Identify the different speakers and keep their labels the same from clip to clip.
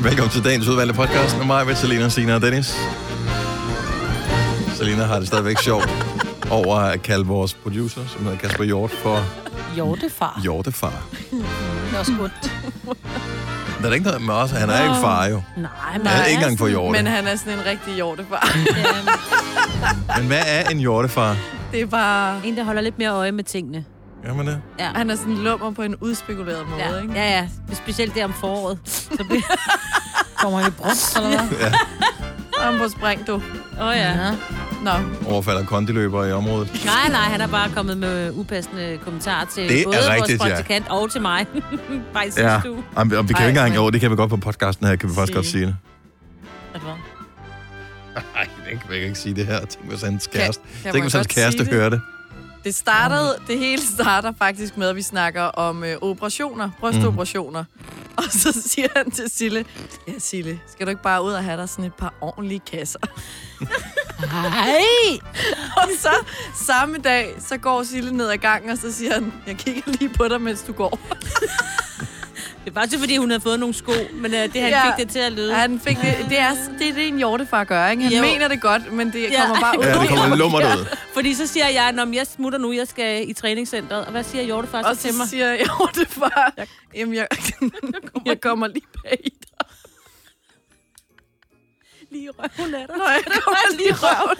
Speaker 1: Velkommen til dagens udvalgte podcast med mig, med Selina, Sina og Dennis. Selina har det stadigvæk sjovt over at kalde vores producer, som hedder Kasper Hjort, for
Speaker 2: Hjortefar.
Speaker 1: Hjortefar.
Speaker 2: Det er også ondt.
Speaker 1: Der er da ikke noget med os, han er ikke far jo.
Speaker 2: Nej,
Speaker 1: Han er ikke engang for hjorte.
Speaker 3: Men han er sådan en rigtig hjortefar.
Speaker 1: Men hvad er en hjortefar?
Speaker 3: det er bare...
Speaker 2: En, der holder lidt mere øje med tingene.
Speaker 1: Gør man det?
Speaker 2: Ja.
Speaker 3: Han er sådan lummer på en udspekuleret måde,
Speaker 2: Ja,
Speaker 3: ikke?
Speaker 2: ja, ja. Specielt der om foråret. Så bliver...
Speaker 4: Kommer han i brunst, eller hvad?
Speaker 1: Ja,
Speaker 3: Om på spring, du.
Speaker 2: Åh oh, ja.
Speaker 3: Nå,
Speaker 1: overfalder kondiløbere i området.
Speaker 2: Nej, nej, han er bare kommet med upassende kommentarer til
Speaker 1: Det er
Speaker 2: både
Speaker 1: rigtigt,
Speaker 2: vores
Speaker 1: ja.
Speaker 2: praktikant og til mig. bare i sidste
Speaker 1: Ja,
Speaker 2: uge.
Speaker 1: Jamen, og vi kan jo
Speaker 3: Ej,
Speaker 1: ikke engang,
Speaker 3: men-
Speaker 1: jo, det kan vi godt på podcasten her, kan vi faktisk
Speaker 2: Sige.
Speaker 1: godt sige det.
Speaker 3: at hvad?
Speaker 1: Nej, det kan vi ikke sige det her. Tænk, hvis hans kæreste,
Speaker 3: kan
Speaker 1: tænk,
Speaker 3: man
Speaker 1: hvis hans
Speaker 3: godt sige
Speaker 1: kæreste
Speaker 3: det?
Speaker 1: hører det.
Speaker 3: Det startede, det hele starter faktisk med, at vi snakker om øh, operationer, brystoperationer. Mm. Og så siger han til Sille, ja Sille, skal du ikke bare ud og have dig sådan et par ordentlige kasser?
Speaker 2: Nej!
Speaker 3: og så samme dag, så går Sille ned ad gangen, og så siger han, jeg kigger lige på dig, mens du går.
Speaker 2: Det er bare til, fordi hun havde fået nogle sko, men uh, det han
Speaker 3: Ja.
Speaker 2: ja. fik det til at lyde.
Speaker 3: Ja, han fik det, det, er, det er det, en hjortefar gør, ikke? Han
Speaker 2: Jo.
Speaker 3: jo. mener det godt, men det
Speaker 2: Ja.
Speaker 3: kommer bare ud.
Speaker 1: Ja, det kommer lummert ud.
Speaker 2: Fordi så siger jeg, at jeg smutter nu, jeg skal i træningscenteret. Og hvad siger Hjorte
Speaker 3: Og
Speaker 2: faktisk til
Speaker 3: så
Speaker 2: mig?
Speaker 3: siger jeg, jo, det var... Jamen, jeg, jeg kommer lige bag i dig.
Speaker 2: Lige i røven af dig.
Speaker 3: Nå, jeg kommer lige i røven.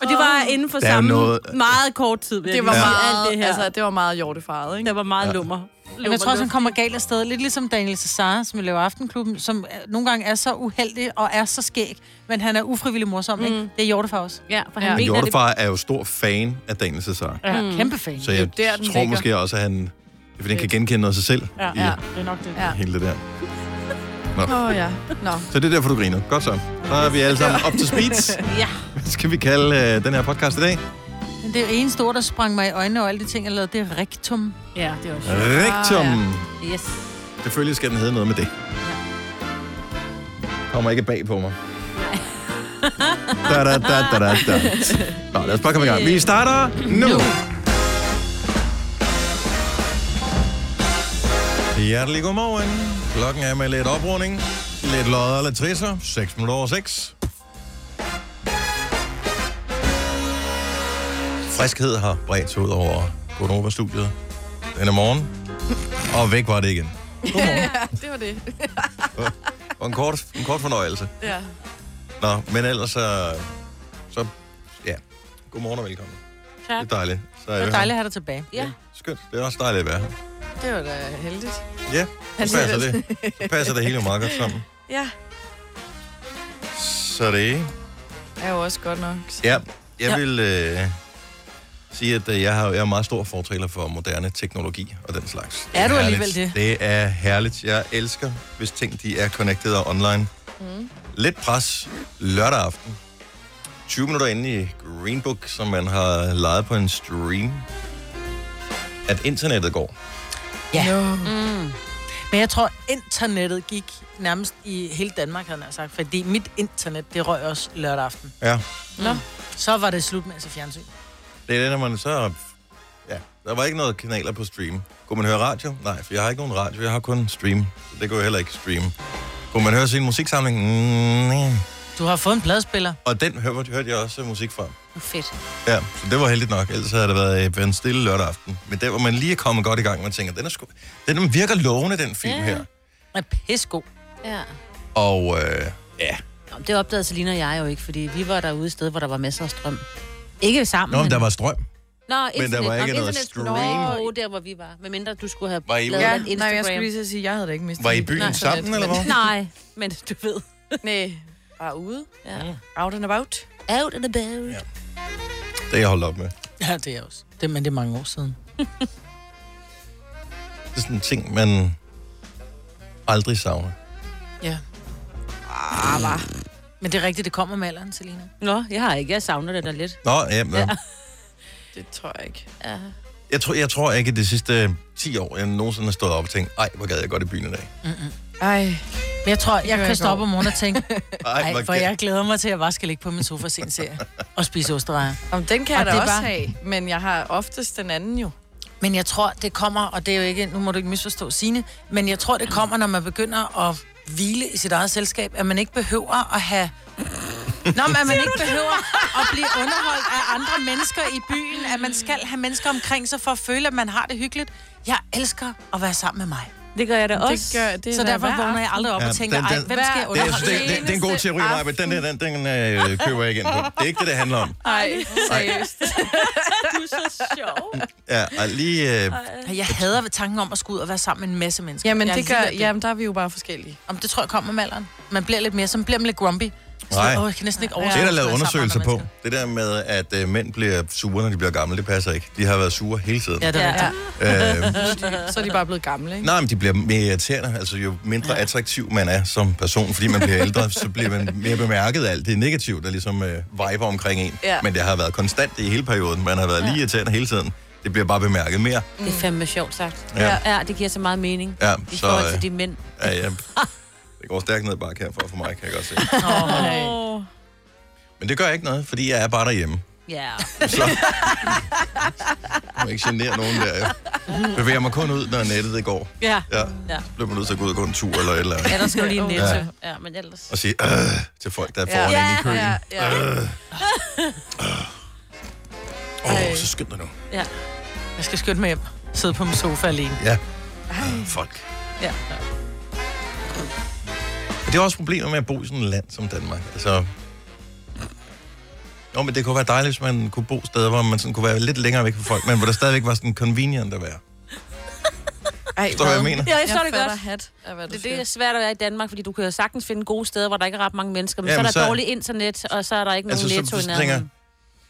Speaker 2: Og det var inden for
Speaker 1: Der er jo
Speaker 2: samme
Speaker 1: noget-
Speaker 2: meget kort tid, vil jeg
Speaker 3: Det
Speaker 2: lige
Speaker 3: var
Speaker 2: sige,
Speaker 3: meget,
Speaker 2: alt det her.
Speaker 3: altså, det var meget hjortefaret, ikke?
Speaker 2: der var meget lummer.
Speaker 4: Men jeg tror også, han kommer galt afsted. Lidt ligesom Daniel Cesar, som vi laver Aftenklubben, som øh, nogle gange er så uheldig og er så skæg, men han er ufrivillig morsom, mm. ikke? Det er Hjortefar også.
Speaker 2: Ja, for han
Speaker 3: Ja.
Speaker 2: ja. mener det.
Speaker 1: Hjortefar er jo stor fan af Daniel Cesar.
Speaker 4: Ja, mm. kæmpe fan.
Speaker 1: Så jeg
Speaker 3: Det er jo der, den
Speaker 1: tror
Speaker 3: ligger.
Speaker 1: måske også, at han... Det er, fordi han kan genkende noget af sig selv ja, i
Speaker 4: Ja, det er nok det.
Speaker 3: Ja.
Speaker 1: hele det der.
Speaker 3: Åh, oh, ja. Nå.
Speaker 1: Så det er derfor, du griner. Godt så. Så er vi alle sammen up to speed.
Speaker 2: Ja.
Speaker 1: Hvad skal vi kalde øh, den her podcast i dag?
Speaker 4: Men det er en stor, der sprang mig i øjnene og alle de ting, jeg lavede, det er rektum.
Speaker 2: ja, det er også.
Speaker 1: Rigtum.
Speaker 3: Ah,
Speaker 2: Yes.
Speaker 1: Selvfølgelig skal den hedde noget med det. Kommer ikke bag på mig. da, da, da, da, da, da. Nå, lad os bare komme i gang. Vi starter nu. Hjertelig godmorgen. Klokken er med lidt oprunding. Lidt lodder eller trisser. 6 minutter over 6. Friskhed har bredt sig ud over Gonova-studiet denne morgen. Og væk var det igen.
Speaker 3: Ja, det var det.
Speaker 1: Og en kort, en kort fornøjelse.
Speaker 3: Ja.
Speaker 1: Nå, men ellers så... så ja. Godmorgen og velkommen.
Speaker 2: Tak.
Speaker 1: Det er dejligt. Så er
Speaker 4: Det
Speaker 1: jeg
Speaker 4: er dejligt at have dig tilbage.
Speaker 2: Ja.
Speaker 1: Skønt. Det er også dejligt at være her.
Speaker 3: Det var da heldigt.
Speaker 1: Ja, så passer det. Så passer det hele jo meget godt sammen.
Speaker 3: Ja,
Speaker 1: Så det er
Speaker 3: er jo også godt nok. Så-
Speaker 1: Ja, jeg ja. vil øh, sige, at øh, jeg, har, jeg er meget stor fortaler for moderne teknologi og den slags.
Speaker 4: Er du
Speaker 1: herligt.
Speaker 4: alligevel det?
Speaker 1: Det er herligt. Jeg elsker, hvis ting de er connected og online. Mm. Lidt pres lørdag aften. 20 minutter inde i Green Book, som man har lejet på en stream. At internettet går.
Speaker 4: Mm. Men jeg tror, internettet gik nærmest i hele Danmark, havde jeg sagt, fordi mit internet, det røg også lørdag aften.
Speaker 1: Ja,
Speaker 4: Så var det slut med at se fjernsyn.
Speaker 1: det er det, når man så... Ja, der var ikke noget kanaler på stream. Kunne man høre radio? Nej, for jeg har ikke nogen radio, jeg har kun stream. Så det kunne jeg heller ikke streame. Kunne man høre sin musiksamling? Mm, nej.
Speaker 4: Du har fået en pladespiller.
Speaker 1: Og den hørte, hørte jeg også musik fra.
Speaker 2: Fedt.
Speaker 1: Ja, så det var heldigt nok. Ellers havde det været øh, en stille lørdag aften. Men der, hvor man lige er kommet godt i gang, man tænker, den, er sgu, den den virker lovende, den film
Speaker 2: Ja.
Speaker 1: ja. her.
Speaker 4: Er pissegod.
Speaker 2: Ja.
Speaker 1: Og øh, ja,
Speaker 2: Nå, men det opdagede Selina og jeg jo ikke, fordi vi var derude et sted, hvor der var masser af strøm. Ikke sammen.
Speaker 1: Nå, men der var strøm.
Speaker 2: Nå, internet.
Speaker 1: der var ikke
Speaker 2: Nå,
Speaker 1: noget
Speaker 2: internet skulle
Speaker 1: stream.
Speaker 2: Nå, der hvor vi var. Medmindre du skulle have
Speaker 1: Var I-
Speaker 2: lavet
Speaker 3: Ja,
Speaker 2: en
Speaker 3: nej, jeg
Speaker 2: Instagram.
Speaker 3: skulle lige så sige, at jeg havde da ikke mistet
Speaker 1: Var I i
Speaker 3: mit
Speaker 1: byen
Speaker 3: internet,
Speaker 1: sammen, eller hvad?
Speaker 3: men-
Speaker 2: Nej, men du ved.
Speaker 3: Nej, bare ude.
Speaker 2: Ja.
Speaker 3: Out and about.
Speaker 2: Out and about.
Speaker 1: Ja. Det er jeg holdt op med.
Speaker 4: Ja, det er jeg også. Det, men det er mange år siden.
Speaker 1: Det er sådan en ting, man aldrig savner.
Speaker 4: Ja. Men det er rigtigt, det kommer med alderen, Selina.
Speaker 2: Nå, jeg har ikke. Jeg savner det da lidt.
Speaker 1: Nå, ja, ja.
Speaker 3: Det tror jeg ikke.
Speaker 1: Jeg, tror, jeg tror ikke, at de sidste 10 år, jeg nogensinde har stået op og tænkt, ej, hvor gad jeg godt i byen i dag.
Speaker 3: Ej,
Speaker 4: Men jeg tror, jeg
Speaker 3: jeg
Speaker 4: kan stå
Speaker 3: ikke
Speaker 4: op om morgenen og tænke,
Speaker 1: Ej,
Speaker 4: Ej,
Speaker 1: hvor
Speaker 4: for
Speaker 1: gad...
Speaker 4: jeg glæder mig til, at jeg bare skal ligge på min sofa og se en serie. Og spise osterejer.
Speaker 3: om den kan jeg
Speaker 4: Og
Speaker 3: da
Speaker 4: det er
Speaker 3: også
Speaker 4: bare-
Speaker 3: have, men jeg har oftest den anden jo.
Speaker 4: Men jeg tror, det kommer, og det er jo ikke, nu må du ikke misforstå Signe, men jeg tror, det kommer, når man begynder at hvile i sit eget selskab, at man ikke behøver at have... Nå, men at man ikke behøver at blive underholdt af andre mennesker i byen, at man skal have mennesker omkring sig for at føle, at man har det hyggeligt. Jeg elsker at være sammen med mig.
Speaker 2: Det gør jeg da også.
Speaker 3: gør- det er
Speaker 4: så
Speaker 3: da
Speaker 4: derfor
Speaker 3: hver
Speaker 4: vågner jeg
Speaker 3: aften.
Speaker 4: aldrig op
Speaker 1: Ja,
Speaker 4: og tænker,
Speaker 1: den-
Speaker 4: ej,
Speaker 1: den-
Speaker 4: hvem skal jeg
Speaker 1: Det, jeg synes,
Speaker 4: underholde?
Speaker 1: det, det, det er en god teori, Maja, men den, der, den, den øh, køber jeg igen på. Det er ikke det, det handler om.
Speaker 3: Nej, seriøst.
Speaker 2: Du er så sjov.
Speaker 1: Ja, og lige... Øh,
Speaker 4: Jeg hader ved tanken om at skulle ud og være sammen med en masse mennesker.
Speaker 3: Jamen,
Speaker 4: jeg
Speaker 3: det
Speaker 4: lider
Speaker 3: gør, jamen, der er vi jo bare forskellige.
Speaker 4: Om det tror jeg kommer med alderen. Man bliver lidt mere, så bliver man lidt grumpy. Så,
Speaker 1: Nej.
Speaker 4: Åh, jeg kan næsten ikke overskue.
Speaker 1: Det er der
Speaker 4: at være
Speaker 1: lavet
Speaker 4: sammen med andre
Speaker 1: undersøgelser på.
Speaker 4: mennesker."
Speaker 1: Det der med, at øh, mænd bliver sure, når de bliver gamle, det passer ikke. De har været sure hele tiden.
Speaker 4: Ja, det er
Speaker 3: Ja.
Speaker 4: rigtigt.
Speaker 1: Øh,
Speaker 3: Så er de bare blevet gamle, ikke?
Speaker 1: nej, men de bliver mere irriterende. Altså, jo mindre attraktiv man er som person, fordi man bliver ældre, så bliver man mere bemærket af alt det negative, der ligesom øh, viber omkring en.
Speaker 3: Ja.
Speaker 1: Men det har været konstant i hele perioden. Man har været lige irriterende hele tiden. Det bliver bare bemærket mere.
Speaker 2: Det er fandme sjovt sagt.
Speaker 1: Ja.
Speaker 2: ja det giver så meget mening.
Speaker 1: Ja,
Speaker 2: I
Speaker 1: så,
Speaker 2: forhold
Speaker 1: øh,
Speaker 2: til de mænd.
Speaker 1: Ja, ja. Det går stærkt ned bare herfra for mig, kan jeg godt se.
Speaker 3: Oh.
Speaker 1: Men det gør ikke noget, fordi jeg er bare derhjemme.
Speaker 2: Ja.
Speaker 1: Så jeg må ikke genere nogen der. Jeg bevæger mig kun ud, når nettet det går.
Speaker 2: Ja.
Speaker 1: Ja.
Speaker 2: Ja.
Speaker 1: Så bliver man nødt til at gå ud og gå en tur eller et eller andet.
Speaker 2: Ja, der skal du lige en netto.
Speaker 1: Ja.
Speaker 2: Ja. men ellers...
Speaker 1: Og sige øh, til folk, der er foran ja.
Speaker 3: Ja.
Speaker 1: inde i køen.
Speaker 3: Ja, ja.
Speaker 1: Øh. Øh. Åh, så skynd dig nu.
Speaker 2: Ja.
Speaker 4: Jeg skal skynde mig hjem. Sidde på min sofa alene.
Speaker 1: Ja. Øh, folk.
Speaker 4: Ja.
Speaker 1: Og det er også problemer med at bo i sådan et land som Danmark. Altså, jo, men det kunne være dejligt, hvis man kunne bo steder, hvor man sådan kunne være lidt længere væk fra folk, men hvor der stadigvæk var sådan convenient at være.
Speaker 3: Ej,
Speaker 1: Forstår du, hvad jeg mener?
Speaker 2: Ja, jeg forstår det godt.
Speaker 3: fatter hat af, hvad du
Speaker 2: Det, er det er
Speaker 3: siger.
Speaker 2: svært at være i Danmark, fordi du kan jo sagtens finde gode steder, hvor der ikke er ret mange mennesker, men
Speaker 1: Ja,
Speaker 2: ja, så er
Speaker 1: men
Speaker 2: der
Speaker 1: så-
Speaker 2: så... dårligt internet, og så er der ikke nogen
Speaker 1: Altså,
Speaker 2: altså,
Speaker 1: så
Speaker 2: netto i
Speaker 1: så tænker
Speaker 2: nærheden.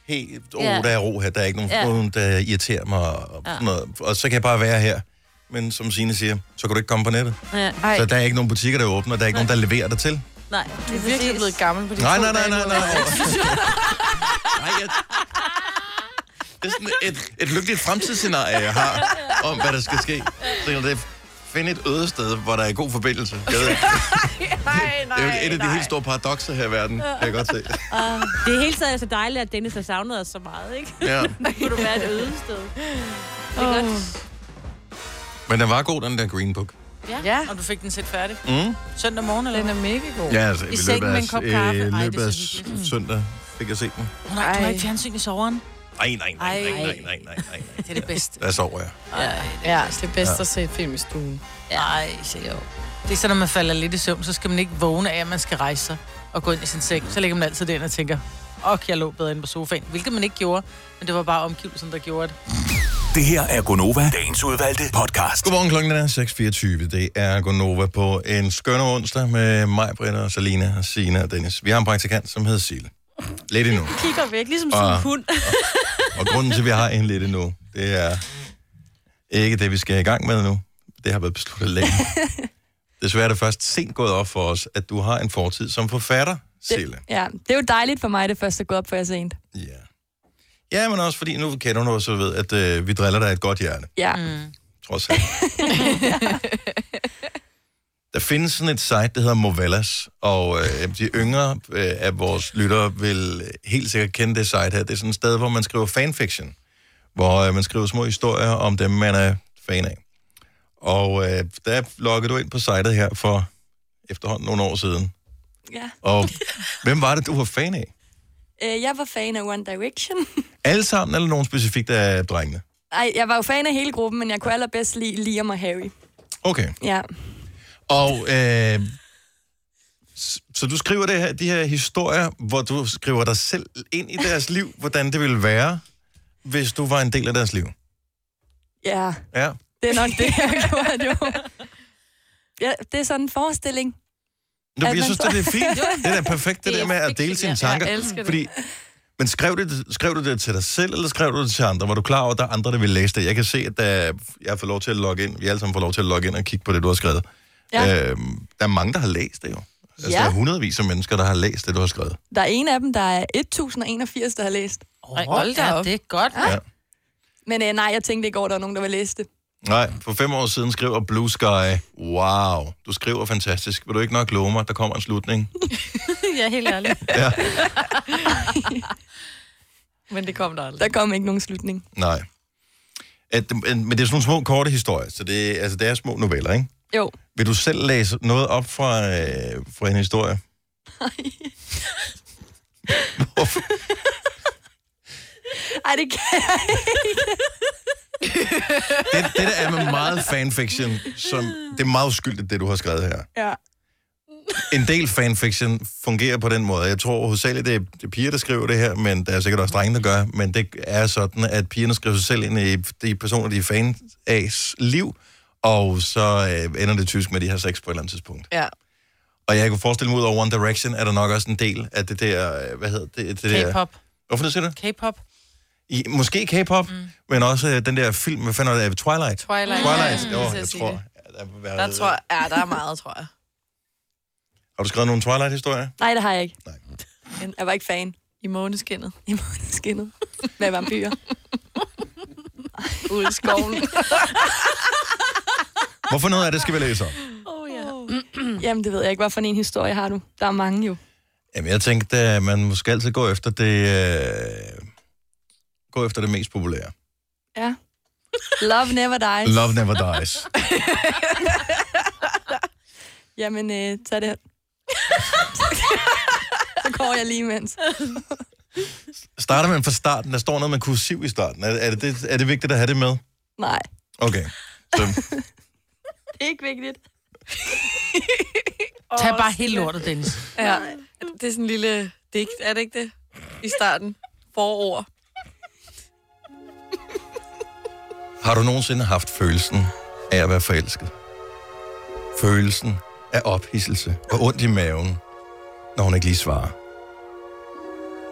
Speaker 1: hey, åh,
Speaker 2: Ja.
Speaker 1: der er ro her, der er ikke
Speaker 2: Ja.
Speaker 1: nogen, ja. der irriterer mig, og,
Speaker 2: Ja.
Speaker 1: sådan noget. og så kan jeg bare være her. Men som Signe siger, så kan du ikke komme på nettet.
Speaker 2: Ja.
Speaker 3: Ej,
Speaker 1: Så der er ikke nogen butikker, der åbner, der er ikke nogen, der leverer dig til.
Speaker 2: Nej,
Speaker 3: du er virkelig blevet gammel på de
Speaker 1: Nej,
Speaker 3: to
Speaker 1: nej, nej,
Speaker 3: dage,
Speaker 1: nej,
Speaker 3: du
Speaker 1: nej.
Speaker 3: har
Speaker 1: nej.
Speaker 3: været.
Speaker 1: jeg... Det er sådan et, et lykkeligt fremtidsscenarie, jeg har, om hvad der skal ske. Så jeg tænker, det er, find et øde sted, hvor der er god forbindelse. Jeg ved, ikke.
Speaker 3: Nej, nej,
Speaker 1: det er jo et af de helt store paradokser her i verden, kan jeg godt se.
Speaker 2: Um, det er hele taget så dejligt, at Dennis har savnet os så meget, ikke?
Speaker 1: Ja.
Speaker 2: Nu kunne du være et øde sted. Det er godt.
Speaker 1: Men den var god, den der Green Book.
Speaker 3: Ja,
Speaker 4: Og du fik den set færdig.
Speaker 1: Mm.
Speaker 4: Søndag morgen, eller
Speaker 3: den
Speaker 4: hvad?
Speaker 3: er mega god.
Speaker 1: Ja, altså, i,
Speaker 4: sengen med en kop kaffe.
Speaker 1: øh,
Speaker 4: Ej,
Speaker 1: I
Speaker 4: det er
Speaker 1: løbet af
Speaker 4: så hyggeligt.
Speaker 1: s- søndag fik jeg set den.
Speaker 4: Oh, nej, du har
Speaker 3: Ej.
Speaker 4: ikke fjernsyn i soveren.
Speaker 1: Nej, nej, nej, nej,
Speaker 4: Ej.
Speaker 1: nej, nej, nej, nej.
Speaker 4: Det er det bedste.
Speaker 1: Der sover jeg.
Speaker 3: Ja, det er bedst at se et film i stuen.
Speaker 4: Nej, ja. Det er så, når man falder lidt i søvn, så skal man ikke vågne af, at man skal rejse sig og gå ind i sin seng. Så ligger man altid derinde og tænker, ok, jeg lå bedre inde på sofaen. Hvilket man ikke gjorde, men det var bare omgivelsen, der gjorde det.
Speaker 5: Det her er Gonova, dagens udvalgte podcast.
Speaker 1: Godmorgen, klokken er 6.24. Det er Gonova på en skønne onsdag med mig, Britta, og Salina, og Sina og Dennis. Vi har en praktikant, som hedder Sile. Lidt endnu.
Speaker 2: Kigger væk, ligesom sådan en
Speaker 1: Ah.
Speaker 2: hund.
Speaker 1: Og grunden til, at vi har en lidt endnu, det er ikke det, vi skal i gang med nu. Det har været besluttet længe. Desværre er det først sent gået op for os, at du har en fortid som forfatter, Sille.
Speaker 6: Ja, det er jo dejligt for mig, det første går op for jer sent.
Speaker 1: Ja. Ja, men også fordi nu kender du os og ved, at øh, vi driller dig et godt hjerte.
Speaker 6: Ja. Mm.
Speaker 4: Mm.
Speaker 1: trods alt. Der findes sådan et site, der hedder Movellas, og øh, de yngre øh, af vores lyttere vil helt sikkert kende det site her. Det er sådan et sted, hvor man skriver fanfiction, hvor øh, man skriver små historier om dem, man er fan af. Og øh, der loggede du ind på sitet her for efterhånden nogle år siden.
Speaker 6: ja.
Speaker 1: Og hvem var det, du var fan af?
Speaker 6: Øh, jeg var fan af One Direction.
Speaker 1: Alle sammen, eller nogen specifikt af drengene?
Speaker 6: Ej, jeg var jo fan af hele gruppen, men jeg kunne allerbedst lide Liam og Harry.
Speaker 1: Okay.
Speaker 6: Ja.
Speaker 1: Og øh, s- så du skriver det her, de her historier, hvor du skriver dig selv ind i deres liv, hvordan det ville være, hvis du var en del af deres liv.
Speaker 6: Ja,
Speaker 1: Ja.
Speaker 6: det er nok det, jeg gjorde jo. Ja, det er sådan en forestilling.
Speaker 1: Nu,
Speaker 6: At
Speaker 1: jeg
Speaker 6: man
Speaker 1: synes,
Speaker 6: tror-
Speaker 1: det er fint. Det er da perfekt, det
Speaker 2: Det er
Speaker 1: der med at dele
Speaker 2: fiction,
Speaker 1: sine
Speaker 2: ja.
Speaker 1: tanker.
Speaker 3: Jeg elsker det.
Speaker 1: Fordi, men skrev du, det, skrev du det til dig selv, eller skrev du det til andre? Var du klar over, at der er andre, der vil læse det? Jeg kan se, at der, jeg får lov til at logge ind. Vi alle sammen får lov til at logge ind og kigge på det, du har skrevet.
Speaker 6: Ja.
Speaker 1: Øhm, der er mange, der har læst det jo. Altså,
Speaker 6: Ja.
Speaker 1: der er hundredvis af mennesker, der har læst det, du har skrevet.
Speaker 6: Der er en af dem, der er 1081, der har læst.
Speaker 4: Ej, hold da op. det er godt.
Speaker 1: Ja.
Speaker 6: Men øh, nej, jeg tænkte ikke over, at der var nogen, der ville læse det.
Speaker 1: Nej, for fem år siden skriver Blue Sky, wow, du skriver fantastisk. Vil du ikke nok love mig, at der kommer en slutning?
Speaker 2: ja, helt ærligt.
Speaker 1: Ja,
Speaker 3: Men det kom der aldrig.
Speaker 6: Der kom ikke nogen slutning.
Speaker 1: nej. At, men det er sådan nogle små, korte historier, så det, altså, det er små noveller, ikke?
Speaker 6: Jo.
Speaker 1: Vil du selv læse noget op fra, øh, fra en historie?
Speaker 6: Ej, det kan jeg
Speaker 1: Det, det der er med meget fanfiction, som, det er meget uskyldigt, det du har skrevet her.
Speaker 6: Ja.
Speaker 1: En del fanfiction fungerer på den måde. Jeg tror hovedsageligt, det er, det er piger, der skriver det her, men der er sikkert også drenge, der gør. Men det er sådan, at pigerne skriver sig selv ind i de personer, de er fan afs liv, og så øh, ender det tysk med, at de har sex på et eller andet tidspunkt.
Speaker 3: Ja.
Speaker 1: Og jeg kunne forestille mig, ud over One Direction, er der nok også en del af det der, øh, hvad hedder det? det der,
Speaker 4: K-pop.
Speaker 1: Hvorfor det siger du?
Speaker 4: K-pop.
Speaker 1: I, måske K-pop, mm. men også øh, den der film, hvad fanden var det, Twilight?
Speaker 3: Twilight.
Speaker 1: Twilight,
Speaker 3: Mm.
Speaker 1: jo,
Speaker 3: Så
Speaker 1: jeg
Speaker 3: sige
Speaker 1: tror.
Speaker 3: det.
Speaker 1: Ja, der, vil være,
Speaker 3: Der tror jeg, ja, der er meget, tror jeg.
Speaker 1: Har du skrevet nogle Twilight-historier?
Speaker 6: Nej, det har jeg ikke.
Speaker 1: Nej.
Speaker 6: Men Jeg var ikke fan
Speaker 3: I måneskinnet.
Speaker 6: i måneskinnet med vampyrer.
Speaker 3: Ude i skoven.
Speaker 1: Hvorfor noget af det skal vi læse om?
Speaker 6: Oh, ja. Jamen, det ved jeg ikke. Hvad for en historie har du? Der er mange jo.
Speaker 1: Jamen, jeg tænkte, at man måske altid går efter det, øh, gå efter det mest populære.
Speaker 6: Ja. Love never dies.
Speaker 1: Love Never Dies.
Speaker 6: Jamen, øh, tag det her. Så går jeg lige imens.
Speaker 1: Starter man fra starten? Der står noget med kursiv i starten. Er, er, det, det, er det vigtigt at have det med?
Speaker 6: Nej,
Speaker 1: Okay. Så,
Speaker 6: det er ikke vigtigt.
Speaker 4: Tag bare helt lortet, Dennis.
Speaker 3: Ja. Det er sådan en lille digt, er det ikke det? I starten. Forår.
Speaker 1: har du nogensinde haft følelsen af at være forelsket? Følelsen af ophisselse og ondt i maven, når hun ikke lige svarer.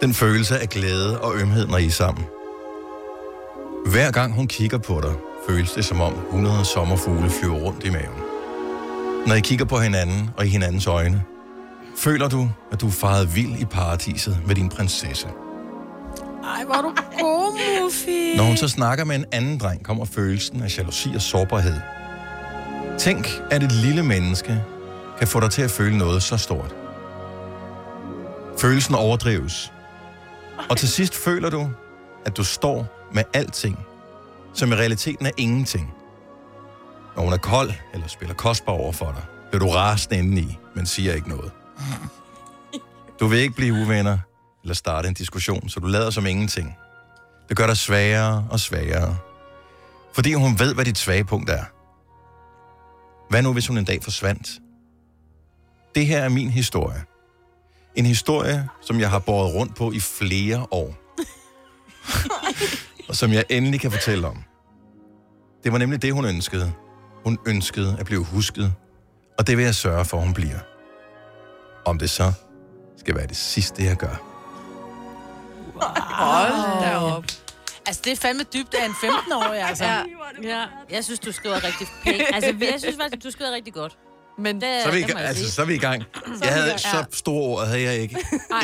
Speaker 1: Den følelse af glæde og ømhed, når I er sammen. Hver gang hun kigger på dig, føles det som om 100 sommerfugle flyver rundt i maven. Når I kigger på hinanden og i hinandens øjne, føler du, at du er faret vild i paradiset med din prinsesse.
Speaker 4: Ej, hvor er du god, Muffy.
Speaker 1: Når hun så snakker med en anden dreng, kommer følelsen af jalousi og sårbarhed. Tænk, at et lille menneske kan få dig til at føle noget så stort. Følelsen overdrives. Og til sidst føler du, at du står med alting, som i realiteten er ingenting. Når hun er kold eller spiller kostbar over for dig, bliver du rasende indeni, men siger ikke noget. Du vil ikke blive uvenner eller starte en diskussion, så du lader som ingenting. Det gør dig svagere og svagere. Fordi hun ved, hvad dit svage punkt er. Hvad nu, hvis hun en dag forsvandt? Det her er min historie. En historie, som jeg har båret rundt på i flere år. og som jeg endelig kan fortælle om. Det var nemlig det, hun ønskede. Hun ønskede at blive husket. Og det vil jeg sørge for, hun bliver. Om det så skal være det sidste, jeg gør.
Speaker 3: Hold da op.
Speaker 4: Altså, det er fandme dybt af en 15-årig, altså.
Speaker 3: Ja.
Speaker 2: Ja, jeg synes, du skriver rigtig pænt. Altså, jeg synes faktisk, du skriver rigtig godt.
Speaker 3: Men
Speaker 2: Det,
Speaker 1: Så er vi, i
Speaker 2: det må
Speaker 1: gang,
Speaker 2: jeg
Speaker 1: altså,
Speaker 2: sige.
Speaker 1: så er vi i gang. Jeg havde så store ord, havde jeg ikke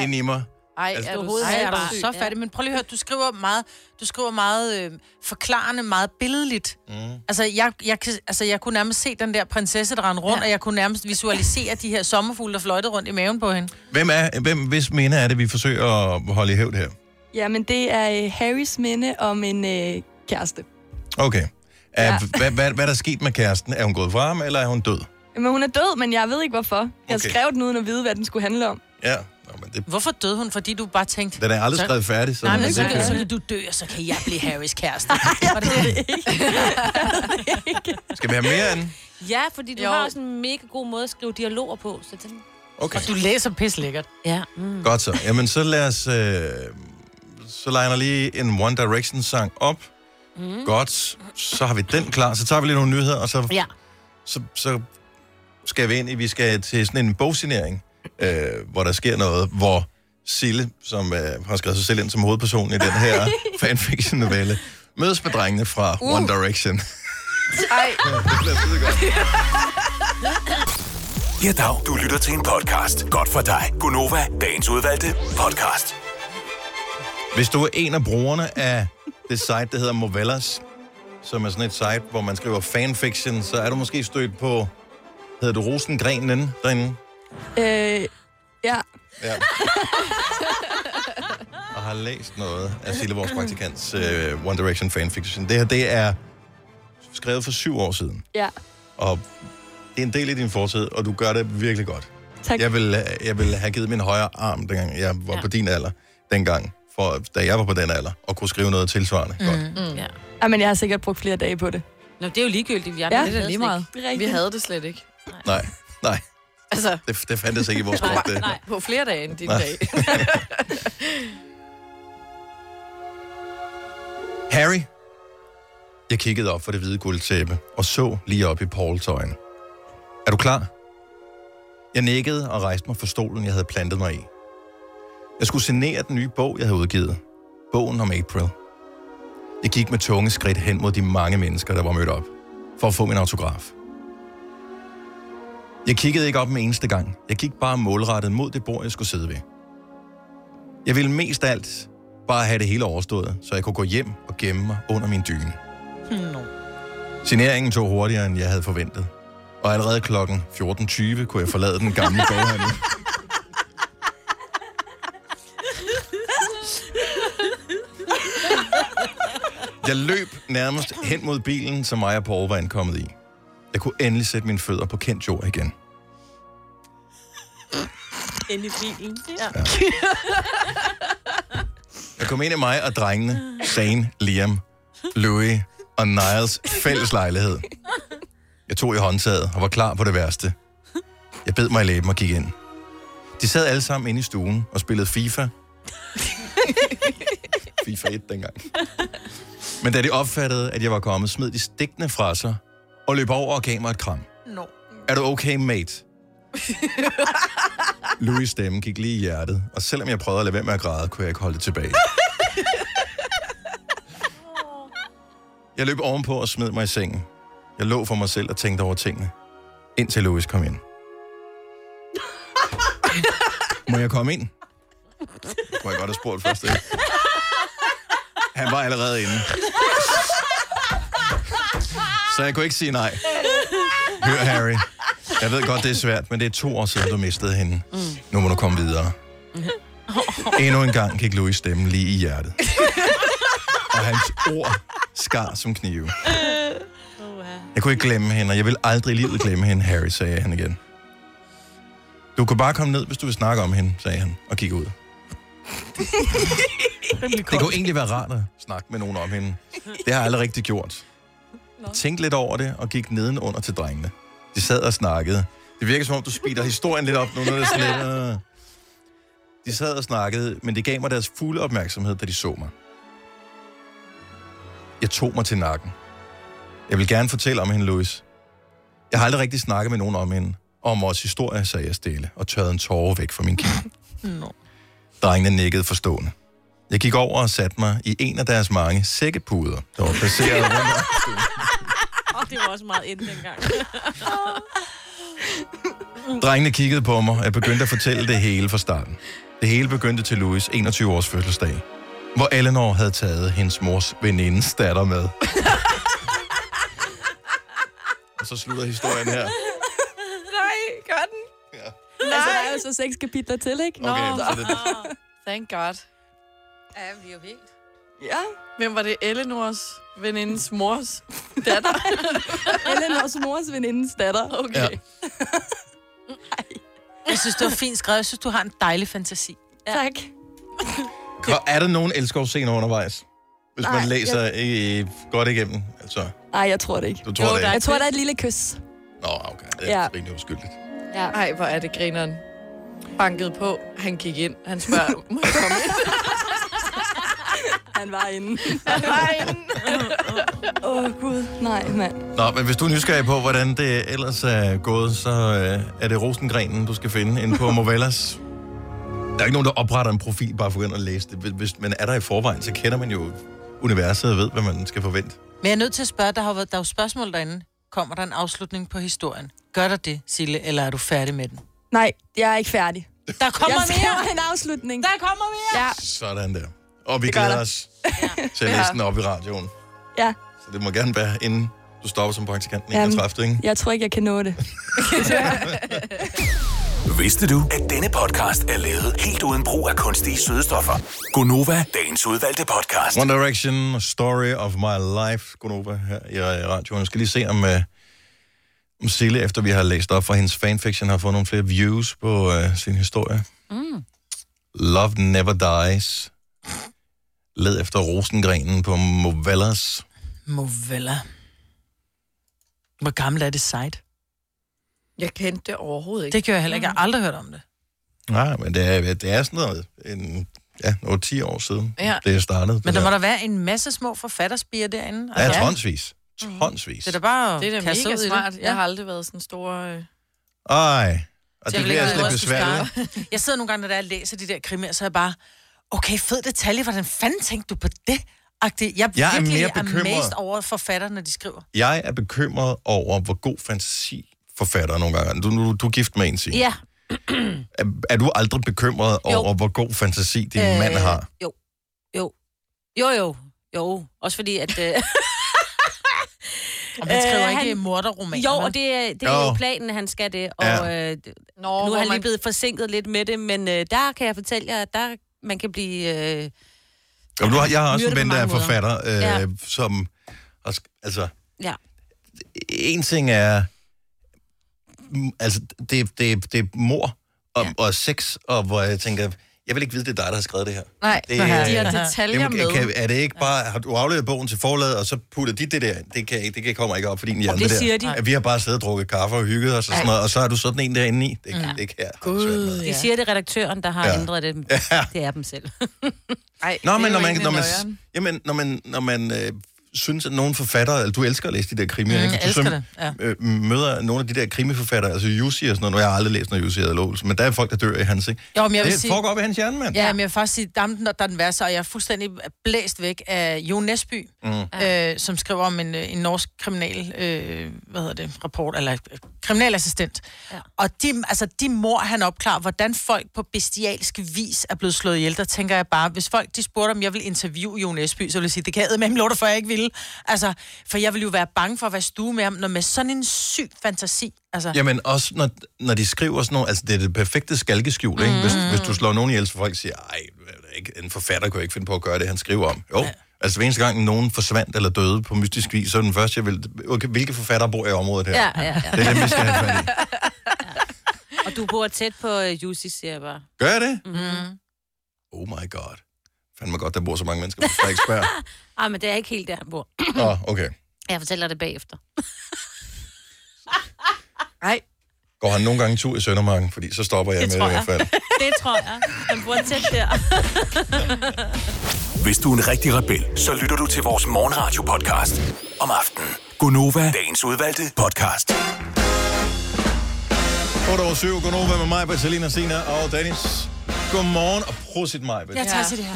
Speaker 1: inde i mig.
Speaker 3: ej,
Speaker 1: Altså,
Speaker 3: er du
Speaker 2: overhovedet
Speaker 4: Ej, er
Speaker 3: sindssyg.
Speaker 4: du så fattig. Men prøv lige at høre, du skriver meget, du skriver meget øh, forklarende, meget billedligt. Mm. Altså, jeg, jeg, kan- altså, jeg kunne nærmest se den der prinsesse, der rendte rundt, ja. og jeg kunne nærmest visualisere de her sommerfugle, der fløjtede rundt i maven på hende.
Speaker 1: Hvem er, hvem, hvis minde er det, vi forsøger at holde i hævd her?
Speaker 6: Jamen, det er øh, Harrys minde om en øh, kæreste.
Speaker 1: Okay. Er, ja. hvad, hvad, hvad er der sket med kæresten? Er hun gået fra ham, eller er hun død?
Speaker 6: Men hun er død, men jeg ved ikke hvorfor. Jeg
Speaker 1: Okay.
Speaker 6: skrev den uden at vide, hvad den skulle handle om.
Speaker 1: Ja. Nå, men det,
Speaker 4: Hvorfor døde hun? Fordi du bare tænkte...
Speaker 1: den er aldrig
Speaker 4: Så-
Speaker 1: skrevet færdig, så,
Speaker 4: Nej, men
Speaker 1: det
Speaker 4: så,
Speaker 1: kan-
Speaker 4: så vil du dø, og så kan jeg blive Harrys kæreste. Var det det?
Speaker 1: skal vi have mere end?
Speaker 2: Ja, fordi du
Speaker 3: Jo.
Speaker 2: jo. har også en mega god måde at skrive dialoger på. Så den...
Speaker 1: Okay,
Speaker 4: Og du læser pis lækkert.
Speaker 2: Ja, mm.
Speaker 1: godt så. Jamen, så lad os... Øh, så liner lige en One Direction-sang op. Mm. Godt, så har vi den klar. Så tager vi lige nogle nyheder, og så
Speaker 2: ja.
Speaker 1: så, så skal vi ind i, vi skal til sådan en bogsignering, øh, hvor der sker noget, hvor Sille, som øh, har skrevet sig selv ind som hovedperson i den her fanfiction-novelle, mødes med drengene fra uh. One Direction.
Speaker 3: Ej,
Speaker 5: Ja, dag. Du lytter til en podcast. Godt for dig. Gunova. Dagens udvalgte podcast.
Speaker 1: Hvis du er en af brugerne af det site, der hedder Movellas, som er sådan et site, hvor man skriver fanfiction, så er du måske stødt på, hedder du Rosengrenen derinde?
Speaker 6: Øh, ja,
Speaker 1: Ja. og har læst noget af Sille, vores praktikants uh, One Direction øh, fanfiction. Det her, det er skrevet for syv år siden,
Speaker 6: Ja,
Speaker 1: og det er en del af din fortid, og du gør det virkelig godt.
Speaker 6: tak.
Speaker 1: Jeg ville, jeg ville have givet min højre arm, dengang jeg var ja. på din alder, dengang, for, da jeg var på den alder, og kunne skrive noget tilsvarende mm. godt.
Speaker 2: Ja.
Speaker 6: Ej, men jeg har sikkert brugt flere dage på det.
Speaker 2: Nå, det er jo ligegyldigt. Vi
Speaker 6: Ja,
Speaker 2: andre,
Speaker 6: det er
Speaker 2: ved
Speaker 3: lige
Speaker 2: slet
Speaker 3: meget.
Speaker 2: ikke.
Speaker 3: Vi
Speaker 6: Rigtigt.
Speaker 3: havde det slet ikke.
Speaker 1: Nej, nej,
Speaker 3: Altså,
Speaker 1: det, det fandtes ikke i vores krop. Det.
Speaker 2: Nej.
Speaker 3: på flere dage end din
Speaker 1: Nej.
Speaker 3: dag.
Speaker 1: Harry, jeg kiggede op for det hvide guldtæppe og så lige op i Pauls øjne. Er du klar? Jeg nikkede og rejste mig fra stolen, jeg havde plantet mig i. Jeg skulle signere den nye bog, jeg havde udgivet. Bogen om April. Jeg gik med tunge skridt hen mod de mange mennesker, der var mødt op, for at få min autograf. Jeg kiggede ikke op en eneste gang. Jeg gik bare målrettet mod det bord, jeg skulle sidde ved. Jeg ville mest af alt bare have det hele overstået, så jeg kunne gå hjem og gemme mig under min dyne.
Speaker 4: Nå.
Speaker 1: Signeringen tog hurtigere, end jeg havde forventet. Og allerede klokken 14.20 kunne jeg forlade den gamle boghandel. Jeg løb nærmest hen mod bilen, som mig og Paul var ankommet i. Jeg kunne endelig sætte mine fødder på kendt jord igen.
Speaker 2: Inde i bilen. Ja.
Speaker 1: Jeg kom ind i mig og drengene, Zane, Liam, Louis og Niles fælles lejlighed. Jeg tog i håndtaget og var klar på det værste. Jeg bed mig i læben og gik ind. De sad alle sammen inde i stuen og spillede FIFA. FIFA 1 dengang. Men da de opfattede, at jeg var kommet, smed de stikkene fra sig og løb over og gav mig et kram.
Speaker 4: Nå.
Speaker 1: Er du okay, mate? Louis' stemme gik lige i hjertet, og selvom jeg prøvede at lade være med at græde, kunne jeg ikke holde det tilbage. Jeg løb ovenpå og smed mig i sengen. Jeg lå for mig selv og tænkte over tingene, indtil Louis kom ind. Må jeg komme ind? Kunne jeg godt have spurgt først, ikke? Han var allerede inde. Så jeg kunne ikke sige nej. Hør, Harry. Jeg ved godt, det er svært, men det er to år siden, du mistede hende.
Speaker 3: Mm.
Speaker 1: Nu må du komme videre. Endnu en gang gik Louis stemmen lige i hjertet. Og hans ord skar som knive. Jeg kunne ikke glemme hende, og jeg vil aldrig i livet glemme hende, Harry, sagde han igen. Du kan bare komme ned, hvis du vil snakke om hende, sagde han, og kigge ud. Det kunne egentlig være rart at snakke med nogen om hende. Det har jeg aldrig rigtig gjort. Jeg tænkte lidt over det, og gik nedenunder til drengene. De sad og snakkede. Det virker som om, du speeder historien lidt op nu, når det er sådan lidt... Øh. De sad og snakkede, men det gav mig deres fulde opmærksomhed, da de så mig. Jeg tog mig til nakken. Jeg vil gerne fortælle om hende, Louis. Jeg har aldrig rigtig snakket med nogen om hende. Og om vores historie, sagde jeg stille, og tørrede en tårer væk fra min kind.
Speaker 3: Mm.
Speaker 4: Nå.
Speaker 1: Drengene nikkede forstående. Jeg gik over og satte mig i en af deres mange sækkepuder, der var placeret rundt om stuen.
Speaker 2: Og det var også meget inden dengang.
Speaker 1: Drengene kiggede på mig, og jeg begyndte at fortælle det hele fra starten. Det hele begyndte til Louis 21-års fødselsdag, hvor Eleanor havde taget hendes mors venindes datter med. og så slutter historien her.
Speaker 3: Nej, gør den.
Speaker 1: Ja.
Speaker 6: Altså, der er jo så seks kapitler til, ikke?
Speaker 1: Okay, så det,
Speaker 3: Thank God.
Speaker 4: Ja, vi er jo helt...
Speaker 3: Ja. Hvem var det? Eleanors venindens mors datter?
Speaker 6: Eleanors mors venindens datter.
Speaker 3: Okay.
Speaker 1: ja.
Speaker 3: Ja.
Speaker 4: Jeg synes, det var fint skrevet. Jeg synes, du har en dejlig fantasi.
Speaker 6: Tak.
Speaker 1: Hvor er der nogen elskovscener undervejs? Hvis man
Speaker 6: Nej,
Speaker 1: læser øh, godt igennem. Altså,
Speaker 6: Nej, jeg tror det ikke.
Speaker 1: du tror det ikke.
Speaker 6: Jeg tror, der er et lille kys.
Speaker 1: Nå, okay. Det er
Speaker 6: Ja.
Speaker 1: rimelig uskyldigt.
Speaker 6: Ja.
Speaker 3: Ej, hvor er det grineren. Bankede på. Han gik ind. Han spørger, må jeg komme ind?
Speaker 6: Han var inde.
Speaker 3: Nej,
Speaker 6: Åh, oh, Gud. Nej, mand.
Speaker 1: Nå, men hvis du er nysgerrig på, hvordan det ellers er gået, så øh, er det Rosengrenen, du skal finde inde på Movellas. Der er ikke nogen, der opretter en profil bare for at gå ind og læse det. Hvis- Hvis man er der i forvejen, så kender man jo universet og ved, hvad man skal forvente.
Speaker 4: Men jeg er nødt til at spørge, der har været, der er jo spørgsmål derinde. Kommer der en afslutning på historien? Gør der det, Sille, eller er du færdig med den?
Speaker 6: Nej, jeg er ikke færdig.
Speaker 4: Der kommer
Speaker 6: Jeg
Speaker 4: mere!
Speaker 6: skriver en afslutning.
Speaker 4: Der kommer mere!
Speaker 6: Ja,
Speaker 1: Sådan der. Og vi
Speaker 6: gør
Speaker 1: glæder
Speaker 6: der.
Speaker 1: os til at læse den op i radioen.
Speaker 6: ja. Øhm,
Speaker 1: Så det må gerne være, inden du stopper som praktikant den
Speaker 6: Jamen.
Speaker 1: 31. Ikke?
Speaker 6: Jeg tror ikke, jeg kan nå det.
Speaker 5: Vidste du, at denne podcast er lavet helt uden brug af kunstige sødestoffer? Gonova, dagens udvalgte podcast.
Speaker 1: One Direction, Story of My Life, Gunova, her i øh, radioen. Jeg skal lige se, om, uh, om Sille, efter vi har læst op fra hendes fanfiction, har fået nogle flere views på uh, sin historie.
Speaker 2: Mm.
Speaker 1: Love Never Dies. Led efter rosengrenen på Movellas.
Speaker 4: Movella. Hvor gammel er det site?
Speaker 3: Jeg kendte det overhovedet ikke.
Speaker 4: Det gør jeg heller ikke. Jeg har aldrig hørt om det.
Speaker 1: Nej, men det er, det er sådan noget, en, ja, over 10 år siden,
Speaker 4: Ja.
Speaker 1: ja. det startede. det
Speaker 4: Men der
Speaker 1: her.
Speaker 4: må der være en masse små forfatterspiger derinde.
Speaker 1: Ja,
Speaker 4: Altså,
Speaker 1: tonsvis. Tonsvis.
Speaker 4: Det er da bare at
Speaker 3: Det er da
Speaker 4: kaste
Speaker 3: mega
Speaker 4: ud i
Speaker 3: smart.
Speaker 4: Det.
Speaker 3: Jeg har aldrig været sådan stor... Øh...
Speaker 1: Ej, og
Speaker 4: Så
Speaker 1: det
Speaker 4: jeg
Speaker 1: bliver
Speaker 4: vil ikke
Speaker 1: altså lidt
Speaker 4: også skulle
Speaker 1: besværligt.
Speaker 4: starte. Jeg sidder nogle gange, når jeg læser de der krimier, så er jeg bare, okay, fed detalje, hvordan fanden tænkte du på det? Agtig. Jeg,
Speaker 1: Jeg er
Speaker 4: virkelig
Speaker 1: mere bekymret.
Speaker 4: amazed over forfatter, når de skriver.
Speaker 1: Jeg er bekymret over, hvor god fantasi forfatter nogle gange. er. Du, du, du er gift med en, Signe.
Speaker 2: Ja.
Speaker 1: Er, er du aldrig bekymret
Speaker 2: Jo.
Speaker 1: over, hvor god fantasi din øh, mand har?
Speaker 2: Jo. Jo. Jo, jo. Jo. Også fordi, at... Øh,
Speaker 4: Og man skriver
Speaker 2: Øh,
Speaker 4: ikke
Speaker 2: han-
Speaker 4: morderromaner.
Speaker 2: jo,
Speaker 4: vel?
Speaker 2: og det, er- det er jo
Speaker 1: Jo.
Speaker 2: planen, han skal det. Og
Speaker 1: Ja.
Speaker 2: ja. øh,
Speaker 3: Nå,
Speaker 2: nu
Speaker 3: hvor
Speaker 2: er
Speaker 3: man-
Speaker 2: han lige blevet forsinket lidt med det, men øh, der kan jeg fortælle jer, at der man kan blive... Øh,
Speaker 1: Jamen, du har, jeg har også en
Speaker 2: myrdet på
Speaker 1: ven, der er
Speaker 2: mange måder.
Speaker 1: forfatter, øh, ja.
Speaker 2: Ja.
Speaker 1: som... Og, sk- altså,
Speaker 2: ja.
Speaker 1: en ting er... mm, Altså, det, det, det er mor og, ja. og sex, og hvor jeg tænker, jeg vil ikke vide, det er dig, der har skrevet det her.
Speaker 3: Nej,
Speaker 1: Det
Speaker 3: det,
Speaker 1: er-
Speaker 3: de har
Speaker 1: Jamen,
Speaker 3: detaljer
Speaker 1: Jamen,
Speaker 3: med.
Speaker 1: kan, er det ikke bare, har du afleveret bogen til forlaget, og så putter de det der? Det, kan, ikke- det kan- kommer ikke op, fordi de andre
Speaker 2: det
Speaker 1: der.
Speaker 2: siger de.
Speaker 1: At vi har bare siddet og drukket kaffe og hygget os og sådan noget, og så er du sådan en derinde i. Det, mm. det kan jeg. Gud.
Speaker 2: De siger, det er redaktøren, der har
Speaker 1: Ja.
Speaker 2: ja. ændret det.
Speaker 1: Ja.
Speaker 2: Det er dem selv.
Speaker 3: Ej,
Speaker 1: Nå,
Speaker 3: det er
Speaker 1: men
Speaker 3: jo
Speaker 1: når man,
Speaker 3: egentlig
Speaker 1: når man,
Speaker 3: løgn.
Speaker 1: jamen, når man, når man øh, synes, at nogle forfattere, eller du elsker at læse de der krimier, mm, ikke?
Speaker 4: jeg
Speaker 1: Du
Speaker 4: elsker
Speaker 1: som-
Speaker 4: det, ja.
Speaker 1: øh, møder nogle af de der krimiforfattere, altså Jussi og sådan noget, nu har jeg aldrig læst noget Jussi Adler Olsen, men der er folk, der dør i hans, ikke?
Speaker 4: Jo, men jeg vil
Speaker 1: det
Speaker 4: sige-
Speaker 1: foregår op i hans hjerne, mand.
Speaker 4: Ja, men jeg vil faktisk sige, dampen, der der er den værste, og jeg er fuldstændig blæst væk af Jo Nesby, mm. øh, som skriver om en, øh, en norsk kriminal, øh, hvad hedder det, rapport, eller øh, kriminalassistent. Ja. Og de, altså, de mor, han opklarer, hvordan folk på bestialsk vis er blevet slået ihjel, der tænker jeg bare, hvis folk de spurgte, om jeg ville interviewe Jo Nesby, så ville jeg sige, det kan jeg med lov for, jeg ikke ville. Altså, for jeg ville jo være bange for at være i stue med ham, når med sådan en syg fantasi. Altså,
Speaker 1: Jamen også, når, når de skriver sådan noget, altså det er det perfekte skalkeskjul, ikke? Hvis, hvis du slår nogen ihjel, så folk siger, ej, hvad er det ikke? en forfatter kunne ikke finde på at gøre det, han skriver om. Jo, ja. altså hver eneste gang nogen forsvandt eller døde på mystisk vis, så er den første, jeg vil, okay, hvilke forfatter bor i området her?
Speaker 2: Ja, ja, ja.
Speaker 1: Det er dem, vi skal have fat i.
Speaker 2: Og du bor tæt på øh, Jussi, siger jeg bare.
Speaker 1: Gør jeg det? Mm. Oh my god. Fandme godt, der bor så mange mennesker på Frederiksberg.
Speaker 2: Ah, men det er ikke helt der, han bor.
Speaker 1: Nå, okay.
Speaker 2: Jeg fortæller det bagefter.
Speaker 3: Nej,
Speaker 1: Går han nogle gange tur i Søndermarken, fordi så stopper jeg
Speaker 2: Det
Speaker 1: med
Speaker 2: tror
Speaker 1: det i hvert fald.
Speaker 2: Det tror jeg. Han bor tæt der.
Speaker 5: Hvis du er en rigtig rebel, så lytter du til vores morgenradio-podcast om aftenen. Gonova, dagens udvalgte podcast.
Speaker 1: 8 over 7, godnova med mig, Bertalina, Sina og Dennis. Godmorgen og prosit mig.
Speaker 4: jeg tager
Speaker 3: Ja.
Speaker 4: ja. til det her.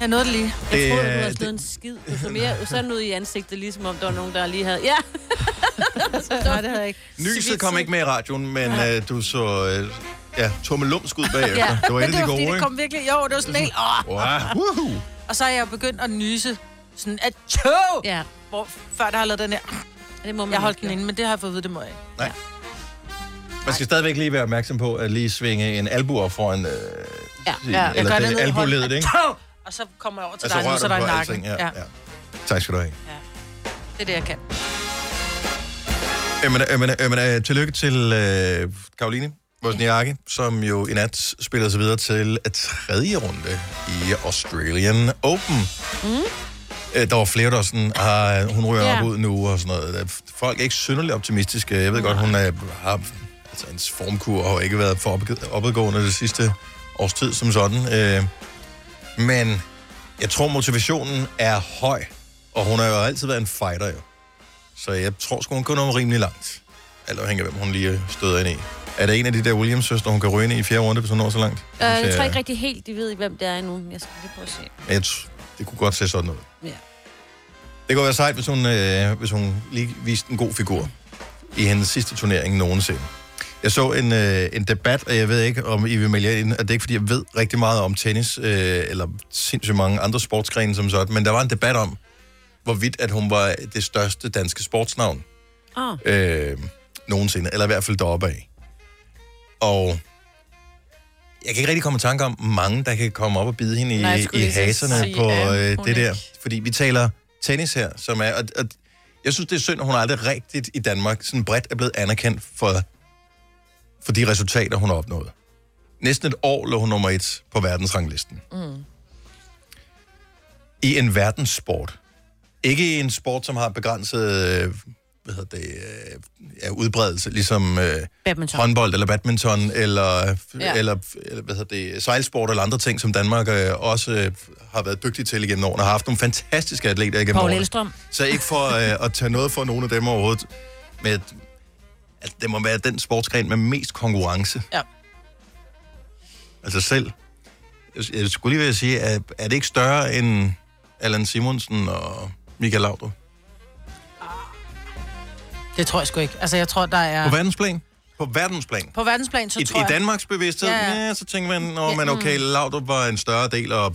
Speaker 4: Jeg nåede det lige.
Speaker 2: Mm. Jeg
Speaker 1: Det-
Speaker 2: troede, du havde
Speaker 1: det-
Speaker 2: slået en skid. Du så mere sådan ud i ansigtet, ligesom om der var nogen, der lige havde... Ja,
Speaker 4: Nej, det havde jeg ikke.
Speaker 1: Nyset kom ikke med i radioen, men øh, du så øh, ja, lumsk ud bagefter.
Speaker 4: Ja,
Speaker 1: Det var et
Speaker 4: men
Speaker 1: af
Speaker 4: det
Speaker 1: de
Speaker 4: var
Speaker 1: gode,
Speaker 4: fordi, det
Speaker 1: ikke?
Speaker 4: kom virkelig... Jo, det var sådan helt... Åh.
Speaker 1: Wow. Woohoo.
Speaker 4: Og så er jeg begyndt at nyse sådan at tjov! Ja.
Speaker 2: ja.
Speaker 4: Hvor før der har lavet den her.
Speaker 2: Det må man
Speaker 4: Jeg holdt den
Speaker 2: ikke.
Speaker 4: inde, men det har jeg fået at vide, det må jeg ikke.
Speaker 1: Man skal stadigvæk lige være opmærksom på at lige svinge en albu op foran... Øh,
Speaker 2: Ja,
Speaker 1: sin-
Speaker 2: ja. Jeg
Speaker 1: Eller
Speaker 4: gør
Speaker 1: det,
Speaker 4: ned i
Speaker 1: albuledet,
Speaker 4: hånden.
Speaker 1: ikke?
Speaker 4: Tjov! Og så kommer jeg over til
Speaker 1: Altså
Speaker 4: dig nu,
Speaker 1: rører
Speaker 4: så
Speaker 1: du
Speaker 4: der er
Speaker 1: på
Speaker 4: i nakken.
Speaker 1: alting. Ja, ja. Tak skal du have.
Speaker 4: Det er det, jeg kan.
Speaker 1: Jamen, jamen, jamen, øh, tillykke til øh, Karoline Wozniacki, som jo i nat spillede sig videre til øh, tredje runde i Australian Open. Mm. Øh, der var flere, der var sådan, ah, hun ryger
Speaker 2: Ja.
Speaker 1: yeah. op ud nu og sådan noget. Øh, Folk er ikke synderligt optimistiske. Jeg ved godt, hun er, har altså, hendes formkur har jo ikke været for opg- opadgående det sidste års tid som sådan. Øh, men jeg tror, motivationen er høj, og hun har jo altid været en fighter jo. Så jeg tror sgu, hun kan nå rimelig langt. Alt afhængig af, hvem hun lige støder ind i. Er det en af de der Williams-søstre, hun kan ryge ind i i fjerde runde, hvis hun når så langt?
Speaker 2: Øh,
Speaker 1: Hun
Speaker 2: jeg
Speaker 1: ser-
Speaker 2: tror ikke rigtig helt, de ved, hvem det er endnu. Jeg skal lige prøve at se.
Speaker 1: Jeg tr- det kunne godt se sådan ud.
Speaker 2: Ja.
Speaker 1: Det kunne være sejt, hvis hun, øh, hvis hun lige viste en god figur i hendes sidste turnering nogensinde. Jeg så en, øh, en debat, og jeg ved ikke, om I vil melde jer ind, og det er ikke, fordi jeg ved rigtig meget om tennis, øh, eller sindssygt mange andre sportsgrene som sådan, men der var en debat om, hvorvidt at hun var det største danske sportsnavn
Speaker 2: Åh, oh,
Speaker 1: øh, nogensinde, eller i hvert fald deroppe af. Og jeg kan ikke rigtig komme i tanke om mange, der kan komme op og bide hende
Speaker 3: Nej, jeg
Speaker 1: i,
Speaker 3: skulle
Speaker 1: i
Speaker 3: lige til at
Speaker 1: haserne
Speaker 3: sige,
Speaker 1: på
Speaker 3: ja,
Speaker 1: øh,
Speaker 3: hun
Speaker 1: det der.
Speaker 3: ikke.
Speaker 1: Fordi vi taler tennis her, som er... Og, og, jeg synes, det er synd, at hun aldrig rigtigt i Danmark sådan bredt er blevet anerkendt for, for de resultater, hun har opnået. Næsten et år lå hun nummer et på verdensranglisten. Mm. I en verdenssport. Ikke i en sport, som har begrænset øh, hvad hedder det, øh, ja, udbredelse, ligesom øh,
Speaker 2: Badminton.
Speaker 1: håndbold eller badminton, eller, ja.
Speaker 3: Ja.
Speaker 1: eller, eller hvad hedder det, sejlsport eller andre ting, som Danmark øh, også øh, har været dygtig til igennem årene, og har haft nogle fantastiske atleter igennem
Speaker 2: Paul
Speaker 1: årene.
Speaker 2: Elstrøm.
Speaker 1: Så ikke for øh, at tage noget for nogen af dem overhovedet, men at, at det må være den sportsgren med mest konkurrence.
Speaker 4: Ja.
Speaker 1: Altså selv. Jeg- Jeg skulle lige ved at sige, at er det ikke større end Allan Simonsen og Michael Laudrup?
Speaker 4: Det tror jeg sgu ikke. Altså, jeg tror, der er...
Speaker 1: På verdensplan? På verdensplan.
Speaker 4: På verdensplan, så
Speaker 1: I,
Speaker 4: tror
Speaker 1: I Danmarks bevidsthed, ja,
Speaker 4: Ja,
Speaker 1: ja.
Speaker 4: ja. mm.
Speaker 1: så tænker man, åh, men okay, Laudrup var en større del af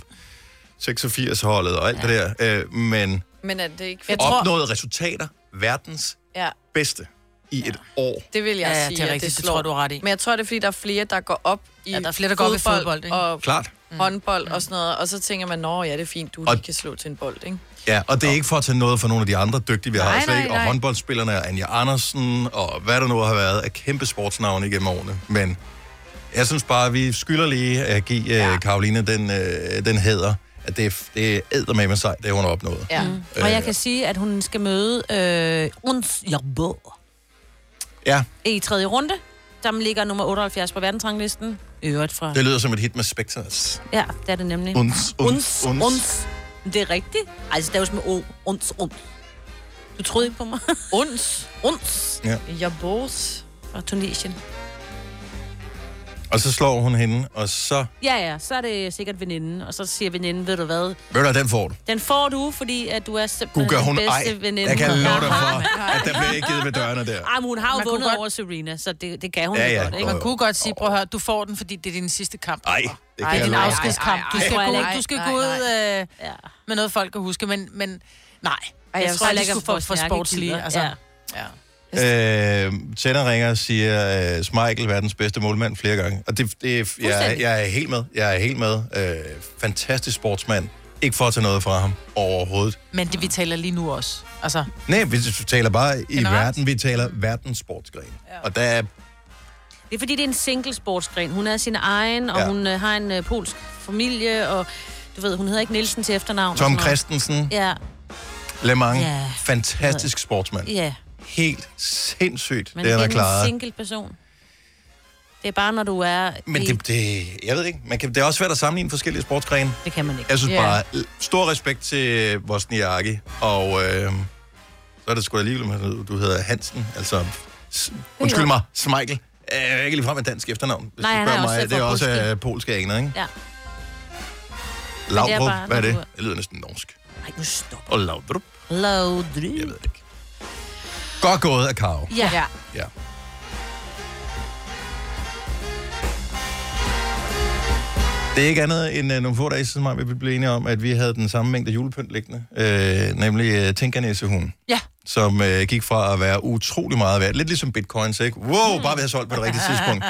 Speaker 1: 86-holdet og alt ja. det der, øh, men
Speaker 3: Men er det ikke...
Speaker 4: Jeg
Speaker 3: Fordi,
Speaker 4: tror-
Speaker 1: opnåede resultater verdens
Speaker 3: ja,
Speaker 1: bedste i et år.
Speaker 3: det vil jeg
Speaker 4: Ja, ja,
Speaker 3: sige,
Speaker 4: det er
Speaker 3: at
Speaker 4: rigtigt.
Speaker 3: det
Speaker 4: Det
Speaker 3: slår.
Speaker 4: tror jeg, du har ret i.
Speaker 3: Men jeg tror, det er, fordi der er flere, der går op i
Speaker 4: Ja, der er flere, der går op i fodbold, ikke?
Speaker 3: og
Speaker 1: Klart.
Speaker 3: mm. håndbold og sådan noget. Og så tænker man, nå ja, det er fint, du
Speaker 1: Og-
Speaker 3: lige kan slå til en bold, ikke?
Speaker 1: Ja, og det er ikke for at tage noget for nogle af de andre dygtige, vi har
Speaker 3: Nej,
Speaker 1: slet
Speaker 3: nej,
Speaker 1: ikke. Og
Speaker 3: nej.
Speaker 1: håndboldspillerne er Anja Andersen, og hvad der nu har været af kæmpe sportsnavne igennem årene. Men jeg synes bare, at vi skylder lige at give ja. Karoline den, øh, den hæder, at det, er- det æder med med sig, det hun har opnået.
Speaker 3: Ja.
Speaker 1: Mm.
Speaker 2: Og jeg kan sige, at hun skal møde øh, Uns Jabo
Speaker 1: Ja,
Speaker 2: i tredje runde, som ligger nummer 78 på verdensranglisten. I Øvrigt fra...
Speaker 1: det lyder som et hit med Spectres.
Speaker 2: Ja, det er det nemlig.
Speaker 1: Uns, uns,
Speaker 2: Uns, uns. uns. Det er rigtigt. Altså, det er jo som O. Uns, uns. Du troede ikke på mig.
Speaker 3: Uns.
Speaker 2: uns
Speaker 3: Jeg bors.
Speaker 2: fra Tunesien.
Speaker 1: Og så slår hun hende, og så...
Speaker 2: Ja, ja, så er det sikkert veninden. Og så siger veninden, ved du hvad,
Speaker 1: Ved du, hvad, den får du.
Speaker 2: den får du, fordi at du er
Speaker 1: Gud,
Speaker 2: simpelthen
Speaker 1: gør hun
Speaker 2: den
Speaker 1: ej.
Speaker 2: bedste veninde.
Speaker 1: Jeg kan
Speaker 2: hun
Speaker 1: love
Speaker 2: har.
Speaker 1: dig for, at der bliver ikke givet ved dørene der.
Speaker 2: Ej, men hun har
Speaker 4: Man
Speaker 2: jo
Speaker 4: kunne
Speaker 2: vundet
Speaker 4: godt-
Speaker 2: over Serena, så det, det gav hun
Speaker 1: Ja,
Speaker 2: ja,
Speaker 1: ja,
Speaker 2: ja. godt, ikke?
Speaker 1: jo,
Speaker 4: Man
Speaker 1: jo.
Speaker 4: kunne godt sige, prøv at høre, du får den, fordi det er din sidste kamp.
Speaker 1: Nej, det
Speaker 4: Det
Speaker 1: kan
Speaker 4: er
Speaker 1: jeg
Speaker 4: din
Speaker 1: love dig.
Speaker 4: afskedskamp. Du
Speaker 2: ej,
Speaker 4: skal,
Speaker 2: ej,
Speaker 4: gå,
Speaker 2: ej,
Speaker 4: du skal
Speaker 3: nej,
Speaker 4: gå ud øh,
Speaker 2: Ja.
Speaker 4: med noget, folk kan huske, men, men nej.
Speaker 3: Ej,
Speaker 4: Jeg, jeg
Speaker 2: heller
Speaker 4: tror heller
Speaker 2: ikke,
Speaker 4: ikke,
Speaker 2: at
Speaker 4: at få for
Speaker 2: Forsberg
Speaker 4: sportslige.
Speaker 2: gider.
Speaker 4: Altså.
Speaker 2: Ja.
Speaker 4: Ja. ja.
Speaker 1: Øh, Tænder ringer og siger, øh, Smeichel verdens bedste målmand flere gange. Og det, det, jeg,
Speaker 2: Fuldstændig.
Speaker 1: jeg er helt med. Jeg er helt med. Øh, fantastisk sportsmand. Ikke for at tage noget fra ham overhovedet.
Speaker 4: Men det, vi taler lige nu også. Altså,
Speaker 1: Nej, vi taler bare i
Speaker 4: Generelt?
Speaker 1: verden. Vi taler verdens sportsgren. Ja. Og der er
Speaker 2: Det er fordi, det er en single sportsgren. Hun er sin egen, og
Speaker 1: Ja.
Speaker 2: ja. hun øh, har en øh, polsk familie, og du ved, hun hedder ikke Nielsen til efternavn. og sådan
Speaker 1: Tom
Speaker 2: noget.
Speaker 1: Christensen,
Speaker 2: Ja,
Speaker 1: Le Mans.
Speaker 2: Ja.
Speaker 1: Fantastisk sportsmand.
Speaker 2: ja.
Speaker 1: Helt sindssygt,
Speaker 2: Men
Speaker 1: det han har
Speaker 2: det er en
Speaker 1: klaret.
Speaker 2: single person. Det er bare, når du er...
Speaker 1: Men
Speaker 2: i-
Speaker 1: det, det, jeg ved ikke, man kan, det er også svært at sammenligne forskellige sportsgrene.
Speaker 2: det kan man ikke.
Speaker 1: Jeg synes
Speaker 3: Ja.
Speaker 1: bare, l- stor respekt til Wozniacki, og øh, så er det sgu da alligevel, at du- du hedder Hansen, altså, s- undskyld mig, Smeichel. Øh, Jeg er ikke ligefrem et dansk efternavn, hvis
Speaker 2: Nej,
Speaker 1: du
Speaker 2: han er
Speaker 1: spørger
Speaker 2: også
Speaker 1: mig.
Speaker 2: fra
Speaker 1: Det er også
Speaker 2: Polske.
Speaker 1: øh, polske aner, ikke?
Speaker 2: Ja.
Speaker 1: Laudrup,
Speaker 2: bare,
Speaker 1: hvad er
Speaker 2: når
Speaker 1: det?
Speaker 2: du er-
Speaker 1: Det lyder næsten norsk.
Speaker 2: Nej, nu stop.
Speaker 1: Og Laudrup,
Speaker 2: Laudry.
Speaker 1: jeg ved det ikke. Godt gået af Karo.
Speaker 2: Ja. ja.
Speaker 1: Ja. Det er ikke andet end uh, nogle få dage siden, Maja, vi blev enige om, at vi havde den samme mængde julepynt liggende, øh, nemlig uh, Tænkernæsehunden,
Speaker 4: ja.
Speaker 1: som øh, gik fra at være utrolig meget værd, lidt ligesom bitcoins, ikke? Wow, bare vi har solgt på det rigtige tidspunkt.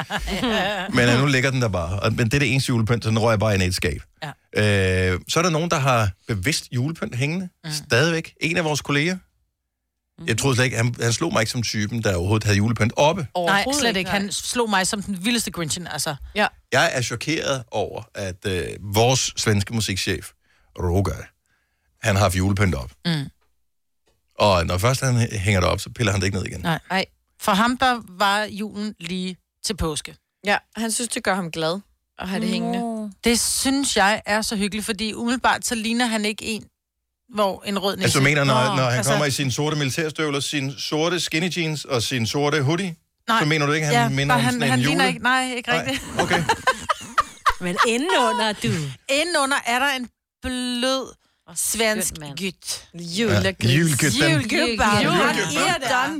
Speaker 1: Men øh, nu ligger den der bare. Og, men det er det eneste julepynt, så den rører jeg bare ind i et skab.
Speaker 4: Ja.
Speaker 1: Øh, så er der nogen, der har bevidst julepynt hængende. Mm. Stadigvæk. En af vores kolleger.
Speaker 4: Mhm.
Speaker 1: Jeg troede slet ikke, han, han slog mig ikke som typen, der overhovedet havde julepynt oppe.
Speaker 4: Nej,
Speaker 3: Overhovedet
Speaker 4: slet ikke. Han slog mig som den vildeste Grinchen, altså.
Speaker 3: Ja.
Speaker 1: Jeg er chokeret over, at øh, vores svenske musikchef, Roger, han har haft julepynt op. Mm. Og når først han hænger det op, så piller han det ikke ned igen.
Speaker 4: Nej.
Speaker 3: Ej.
Speaker 4: For ham, der var julen lige til påske.
Speaker 3: Ja, han synes, det gør ham glad at have det hængende.
Speaker 4: Det synes jeg er så hyggeligt, fordi umiddelbart så ligner han ikke en, hvor en rød næse...
Speaker 1: Altså, du mener, når,
Speaker 4: Nå,
Speaker 1: når han altså... kommer i sine sorte militærstøvler, sine sorte skinny jeans og sin sorte hoodie, så mener du ikke, at han minder
Speaker 4: bare
Speaker 1: om sådan
Speaker 4: han
Speaker 1: en
Speaker 4: ligner
Speaker 1: jule?
Speaker 4: Ikke, nej, ikke
Speaker 1: Nej,
Speaker 4: rigtigt.
Speaker 1: okay.
Speaker 2: Men indenunder, du.
Speaker 4: Indenunder er der en blød svensk
Speaker 2: mand.
Speaker 4: gyt.
Speaker 1: Ja. Julegøsten.
Speaker 4: Julgubbe, han er der.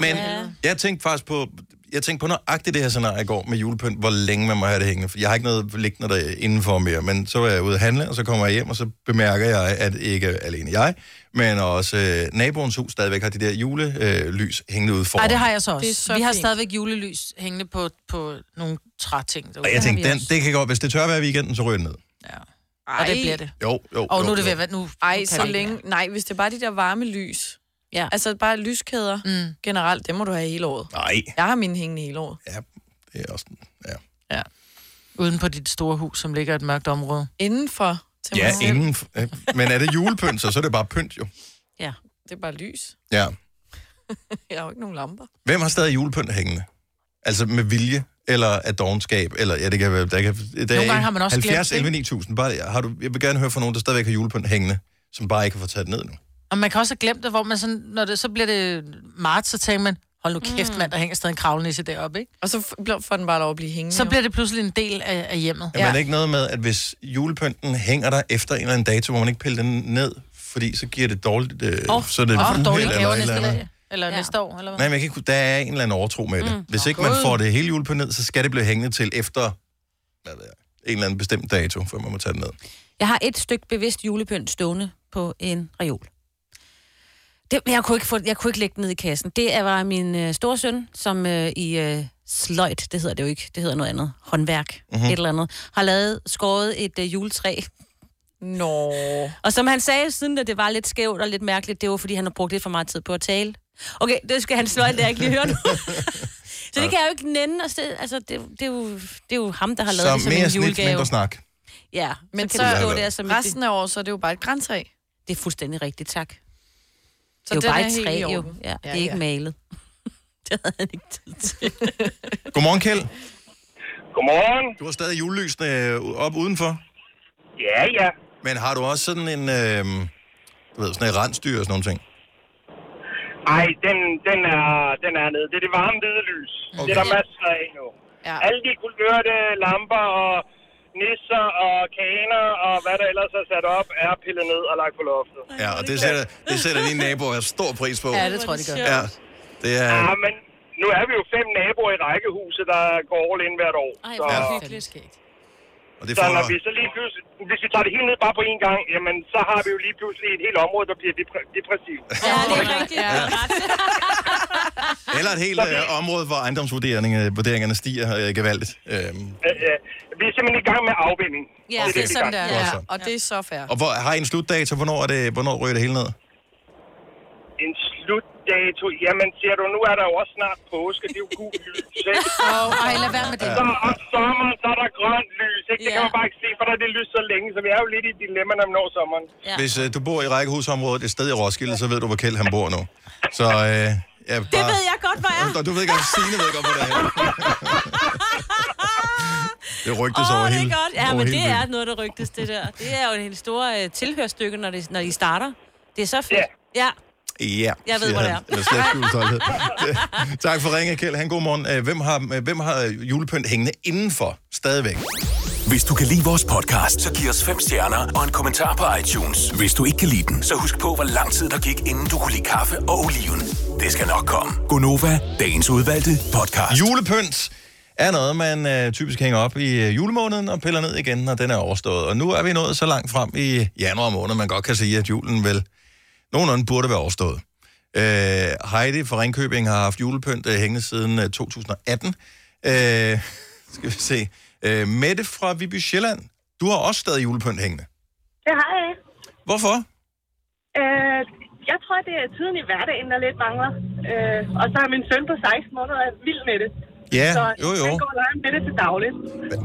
Speaker 1: Men jeg tænkte faktisk på jeg tænkte på nøjagtigt det her scenarie i går med julepynt, hvor længe man må have det hængende. For jeg har ikke noget liggende der indenfor mere, men så var jeg ude at handle, og så kommer jeg hjem, og så bemærker jeg, at ikke alene jeg, men også øh, naboens hus stadigvæk har de der julelys øh, lys hængende ude foran.
Speaker 4: Nej, det har jeg så
Speaker 3: Det er
Speaker 4: også.
Speaker 3: så
Speaker 4: vi har
Speaker 3: fint.
Speaker 4: stadigvæk julelys hængende på, på nogle træting derude.
Speaker 1: og jeg tænkte,
Speaker 4: Det har
Speaker 1: den,
Speaker 4: vi også.
Speaker 1: det kan godt, hvis det tør være i weekenden, så ryger den ned.
Speaker 4: Og det bliver det.
Speaker 1: Jo, jo,
Speaker 4: Og
Speaker 1: jo,
Speaker 4: nu er det ved
Speaker 1: jo.
Speaker 4: at være... Nu
Speaker 3: Ej,
Speaker 4: nu
Speaker 3: så
Speaker 4: kan vi-
Speaker 3: længe. Nej, hvis det er bare de der varme lys.
Speaker 4: Ja.
Speaker 3: Altså bare lyskæder mm. generelt, dem må du have hele året.
Speaker 1: Nej,
Speaker 3: Jeg har mine hængende hele året.
Speaker 1: ja, det er også... Ja,
Speaker 4: Uden på dit store hus, som ligger i et mørkt område.
Speaker 3: Indenfor til mig
Speaker 1: ja
Speaker 3: selv.
Speaker 1: inden... øh, Men er det julepynt, så, så er det bare pynt jo.
Speaker 3: Det er bare lys.
Speaker 1: Ja.
Speaker 3: Jeg har jo ikke nogen lamper.
Speaker 1: Hvem har stadig julepynt hængende? Altså med vilje, eller af dogenskab, eller ja, det kan være... Der kan, der er
Speaker 4: gange har man også
Speaker 1: 70,
Speaker 4: glemt
Speaker 1: 11, 9000. Bare, har du, jeg vil gerne høre fra nogen, der stadigvæk har julepynt hængende, som bare ikke har fået taget det ned nu.
Speaker 4: Og man kan også have glemt det, hvor man sådan, når det, så bliver det marts, så tænker man, hold nu kæft mand, der hænger stadig en kravlenisse deroppe, ikke?
Speaker 3: Mm. Og så f- bliver- får den bare lov at blive hængende.
Speaker 4: Så
Speaker 3: jo.
Speaker 4: bliver det pludselig en del af, af hjemmet.
Speaker 1: Ja. Men er det ikke noget med, at hvis julepynten hænger der efter en eller anden dato, hvor man ikke piller den ned, fordi så giver det dårligt... Øh, oh, så er det et
Speaker 4: Og
Speaker 1: uheld
Speaker 4: dårlige gaver
Speaker 1: et
Speaker 4: næste
Speaker 1: andet.
Speaker 4: dag, eller ja. næste år, eller hvad?
Speaker 1: Nej, men jeg kan ikke, der er en eller anden overtro med det. Mm. Hvis ikke man får det hele jul på ned, så skal det blive hængende til efter hvad ved jeg, en eller anden bestemt dato, før man må tage det ned.
Speaker 2: Jeg har et stykke bevidst julepynt stående på en reol. Det, jeg, kunne ikke få, jeg kunne ikke lægge det ned i kassen. Det er- var min øh, storsøn, som øh, i øh, sløjt, det hedder det jo ikke, det hedder noget andet, håndværk,
Speaker 1: Mhm.
Speaker 2: mm-hmm. et eller andet, har lavet, skåret et øh, juletræ.
Speaker 3: Nå.
Speaker 2: Og som han sagde, siden at det var lidt skævt og lidt mærkeligt, det var, fordi han har brugt lidt for meget tid på at tale. Okay, det skal han sløjt, det jeg ikke lige høre nu. Så det kan jeg jo ikke nænde. Og se- altså, det, det, er jo, det er jo ham, der har lavet det
Speaker 1: Så
Speaker 2: som en
Speaker 1: mere snit,
Speaker 2: julegave.
Speaker 1: mindre snak.
Speaker 2: Ja,
Speaker 3: Men
Speaker 2: men så,
Speaker 3: så-
Speaker 2: kan det stå der som et,
Speaker 3: Resten af året, så er det jo bare et græntræ.
Speaker 2: Det er fuldstændig rigtigt, tak.
Speaker 3: Så
Speaker 2: Så det er jo bare
Speaker 3: den
Speaker 2: et
Speaker 3: helt i
Speaker 2: træ, jo.
Speaker 3: orden.
Speaker 2: Ja, det
Speaker 3: Ja,
Speaker 2: er ikke
Speaker 3: ja.
Speaker 2: malet. Det havde han ikke tid til.
Speaker 1: Godmorgen, Kjeld.
Speaker 7: Godmorgen.
Speaker 1: Du har stadig julelysene øh, op udenfor.
Speaker 7: Ja, ja.
Speaker 1: Men har du også sådan en, øh, du ved, sådan en rensdyr og sådan nogle ting?
Speaker 7: Ej, den, den, er, den er nede. Det er det varme hvide lys. Okay. Det er der masser af nu.
Speaker 3: Ja.
Speaker 7: Ja. Alle de kulørte lamper og nisser og kaner og hvad der ellers er sat op, er pillet ned og lagt på loftet.
Speaker 1: Ja, og det sætter, det sætter dine naboer stor pris på.
Speaker 4: Ja, det tror jeg, det gør.
Speaker 1: Ja, det
Speaker 7: Ja,
Speaker 1: er...
Speaker 7: men nu er vi jo fem naboer i rækkehuset, der går all in hvert år.
Speaker 2: Ej,
Speaker 7: så,
Speaker 2: hvor
Speaker 1: Ja.
Speaker 2: hyggeligt.
Speaker 1: Og det
Speaker 7: så når vi
Speaker 1: får,
Speaker 7: så lige pludselig, hvis vi tager det hele ned bare på én gang, jamen så har vi jo lige pludselig et helt område, der bliver depre- depressivt.
Speaker 2: Ja, det er rigtigt. Ja.
Speaker 1: eller et helt øh, område, hvor ejendomsvurderingerne stiger øh, gevaldigt. Øh,
Speaker 7: Øh, øh, vi er simpelthen i gang med afvinding.
Speaker 2: Ja,
Speaker 7: det,
Speaker 2: det er
Speaker 7: vi i
Speaker 4: sådan
Speaker 7: gang
Speaker 4: der.
Speaker 7: med.
Speaker 1: Godt
Speaker 3: Ja,
Speaker 1: så.
Speaker 3: og det er så fair.
Speaker 1: og hvor, har I en slutdato? Hvornår, er det, hvornår ryger det hele ned?
Speaker 7: En slutdato? Jamen, ser du, nu er der jo også snart påske. Det er jo gul lys, ikke?
Speaker 4: Og ej, lad være med det.
Speaker 7: Så om sommeren, så er der grønt lys, ikke? Det kan
Speaker 2: Ja.
Speaker 7: man bare ikke se, for der er det lys så længe, så vi er jo lidt i et dilemma, når vi når sommeren.
Speaker 2: Ja.
Speaker 1: Hvis øh, du bor i rækkehusområdet et sted i Roskilde, så ved du, hvor Kjeld han bor nu. Så øh, jeg bare...
Speaker 2: Det ved jeg godt, hvor er.
Speaker 1: Og Ah. du ved godt, Signe ved godt, hvor det er. det rygtes
Speaker 2: Åh,
Speaker 1: over
Speaker 2: oh, det
Speaker 1: hele
Speaker 2: er godt. Ja,
Speaker 1: over
Speaker 2: men
Speaker 1: hele
Speaker 2: det
Speaker 1: byen.
Speaker 2: er noget, der rygtes, det der. Det er jo en helt stor uh, tilhørstykke, når, det, når I starter. Det er så fedt.
Speaker 7: Ja.
Speaker 2: Ja.
Speaker 1: Ja,
Speaker 2: Jeg ved,
Speaker 1: siger
Speaker 2: hvor det
Speaker 1: han
Speaker 2: er.
Speaker 1: Med slet skjult stolthed. Det- tak for ringen, Kjeld. Han, god morgen. Øh, Hvem har, øh, hvem har julepynt hængende indenfor stadigvæk?
Speaker 5: Hvis du kan lide vores podcast, så giv os fem stjerner og en kommentar på iTunes. Hvis du ikke kan lide den, så husk på, hvor lang tid der gik, inden du kunne lide kaffe og oliven. Det skal nok komme. Gonova, dagens udvalgte podcast.
Speaker 1: Julepynt er noget, man øh, typisk hænger op i øh, julemåneden og piller ned igen, når den er overstået. Og nu er vi nået så langt frem i januar måned, man godt kan sige, at julen vel nogenlunde burde være overstået. Øh, Heidi fra Ringkøbing har haft julepynt øh, hængende siden øh, 2018. Øh, skal vi se. Øh, Mette fra Viby Sjælland, du har også stadig julepynt hængende.
Speaker 8: Det har jeg.
Speaker 1: Hvorfor?
Speaker 8: Øh, jeg tror, det er tiden i hverdagen, der lidt mangler. Øh, og så er min søn på 16 måneder vild med det.
Speaker 1: Ja,
Speaker 8: så
Speaker 1: jo jo.
Speaker 8: han går og leger med det til dagligt.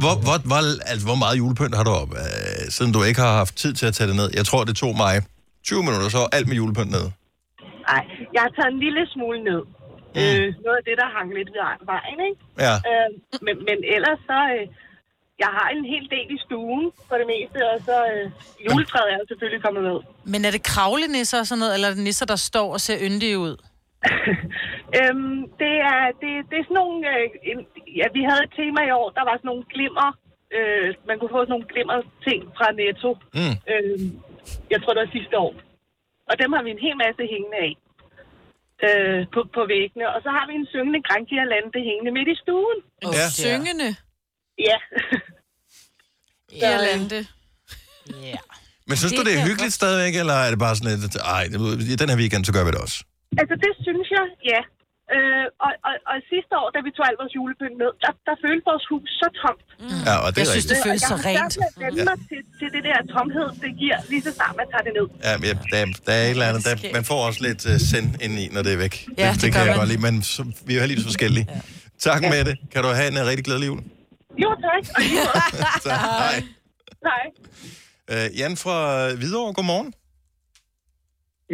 Speaker 1: Hvor, hvor, hvor, altså, hvor meget julepynt har du op, øh, siden du ikke har haft tid til at tage det ned? Jeg tror, det tog mig 20 minutter, så var alt med julepynt ned.
Speaker 8: Nej, jeg har taget en lille smule ned.
Speaker 1: Mm.
Speaker 8: Øh, noget af det, der hang lidt ved vejen, ikke?
Speaker 1: Ja.
Speaker 8: Øh, men, men ellers så... Øh, jeg har en hel del i stuen for det meste, og så øh, juletræet er jo selvfølgelig kommet ned.
Speaker 4: Men er det kravlenisser og sådan noget, eller er det nisser, der står og ser yndige ud?
Speaker 8: Øhm, det, er, det, det er sådan nogle... Øh, en- ja, vi havde et tema i år, der var sådan nogle glimmer. Øh, man kunne få sådan nogle glimmer ting fra Netto. øhm,
Speaker 1: Mm.
Speaker 8: Øh, jeg tror, det var sidste år. Og dem har vi en hel masse hængende af. øh, på, på væggene. Og så har vi en syngende grængialande hængende midt i stuen.
Speaker 3: Og
Speaker 1: Ja.
Speaker 3: syngende
Speaker 8: Ja, øh,
Speaker 3: Irlande.
Speaker 4: Ja.
Speaker 1: Men synes du, det er hyggeligt stadigvæk, eller er det bare sådan lidt, ej, det ved- i den her weekend, så gør vi det også?
Speaker 8: altså det synes jeg, ja. Øh, og, og, og sidste år, da vi tog alt vores julepynt ned, der, der følte vores hus så tomt.
Speaker 1: Ja, og det
Speaker 4: Mm. Jeg
Speaker 1: er
Speaker 4: synes,
Speaker 1: rigtigt.
Speaker 4: det føles så
Speaker 8: Jeg har
Speaker 4: rent.
Speaker 8: svært ved at vende mig til, til det der tomhed, det giver lige så snart man tager det ned.
Speaker 1: Ja, men jeg- der, der er et eller andet, der, man får også lidt uh, send ind i, når det er væk.
Speaker 4: Ja, det
Speaker 1: det
Speaker 4: gør
Speaker 1: kan jeg
Speaker 4: man.
Speaker 1: godt lide, men så, vi er jo lige så forskellige. Ja. Tak med det. Kan du have en øh, rigtig glædelig jul?
Speaker 8: Jo, tak. Og lige måde.
Speaker 1: Tak. Hej.
Speaker 8: Nej.
Speaker 1: Uh, Jan fra øh, Hvidovre, godmorgen.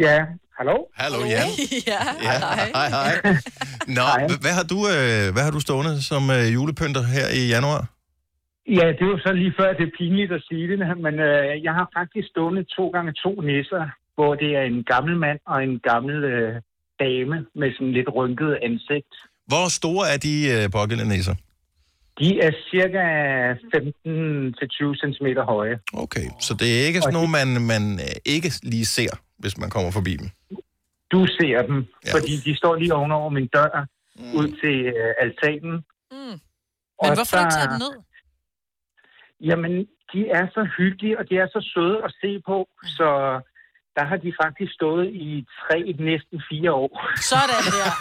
Speaker 9: Ja, hallo?
Speaker 1: Hallo, Jan.
Speaker 3: Ja,
Speaker 1: Ja, hej, hej. Nå,
Speaker 9: Hej.
Speaker 1: h- hvad har, du, øh, hvad har du stående som øh, julepynter her i januar?
Speaker 9: Ja, det er jo så lige før, det er pinligt at sige det, men øh, jeg har faktisk stående to gange to nisser, hvor det er en gammel mand og en gammel øh, dame med sådan lidt rynket ansigt.
Speaker 1: Hvor store er de øh, pågældende næser?
Speaker 9: De er cirka 15-20 cm høje.
Speaker 1: Okay, så det er ikke sådan noget, man, man øh, ikke lige ser, hvis man kommer forbi dem.
Speaker 9: Du ser dem,
Speaker 1: Ja.
Speaker 9: ja. fordi de står lige ovenover min dør mm. ud til øh, altanen.
Speaker 3: Mm.
Speaker 4: Men
Speaker 9: Og
Speaker 4: hvorfor har du ikke taget den ned?
Speaker 9: Jamen, de er så hyggelige, og de er så søde at se på,
Speaker 4: Mm.
Speaker 9: så der har de faktisk stået i tre, næsten fire år.
Speaker 4: Sådan der.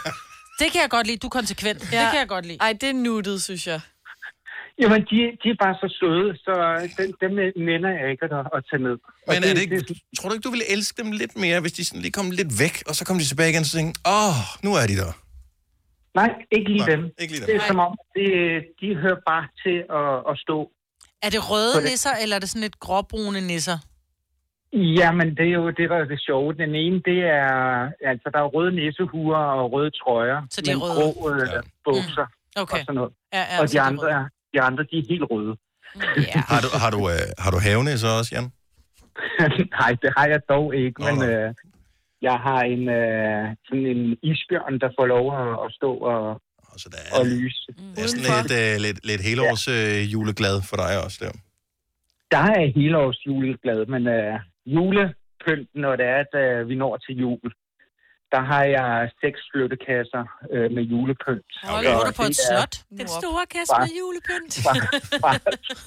Speaker 4: Det kan jeg godt lide. Du er konsekvent. Ja. Det kan jeg godt lide.
Speaker 3: Ej, det er nuttet, synes jeg.
Speaker 9: Jamen, de, de er bare så søde, så dem, dem nænder jeg ikke at, at tage med. Og
Speaker 1: Men er det ikke, tror du ikke, du ville elske dem lidt mere, hvis de sådan lige kom lidt væk, og så kom de tilbage igen, og så tænkte, åh, oh, nu er de der.
Speaker 9: Nej, ikke lige
Speaker 1: Nej,
Speaker 9: dem.
Speaker 1: ikke lige dem.
Speaker 9: Det er som om, det, de hører bare til at, at stå.
Speaker 4: Er det
Speaker 9: På
Speaker 4: røde
Speaker 9: det.
Speaker 4: nisser, eller er det sådan lidt gråbrune nisser?
Speaker 9: Jamen, det er jo det, der er det sjove. Den ene, det er... Altså, der er røde næsehuer og røde trøjer.
Speaker 4: Så de er
Speaker 9: men
Speaker 4: røde. Mm.
Speaker 9: grå øh,
Speaker 1: Ja.
Speaker 9: ja. bukser okay. og
Speaker 4: Okay.
Speaker 9: sådan noget.
Speaker 4: Ja, ja,
Speaker 9: og
Speaker 4: så
Speaker 9: de
Speaker 4: det er
Speaker 9: andre,
Speaker 4: røde.
Speaker 9: er, de andre, de er helt røde.
Speaker 4: Ja.
Speaker 1: Har du, har du, øh, har du havene så også, Jan?
Speaker 9: Nej, det har jeg dog ikke,
Speaker 1: Nå,
Speaker 9: men
Speaker 1: nå.
Speaker 9: øh, jeg har en, øh, sådan en isbjørn, der får lov at, at stå og,
Speaker 1: Og så der
Speaker 9: og
Speaker 1: er,
Speaker 9: lyse.
Speaker 1: der er sådan lidt, øh, lidt, lidt helårs øh, juleglad for dig også der.
Speaker 9: Der er hele års juleglad, men øh, julepynten, når det er, at øh, vi når til jul, der har jeg seks flyttekasser øh, med julepynt.
Speaker 4: Hold,
Speaker 1: Okay.
Speaker 4: bor du på et
Speaker 9: Det er-
Speaker 4: slot?
Speaker 2: Den
Speaker 3: Mor.
Speaker 2: store kasse med julepynt.
Speaker 9: Fra, fra,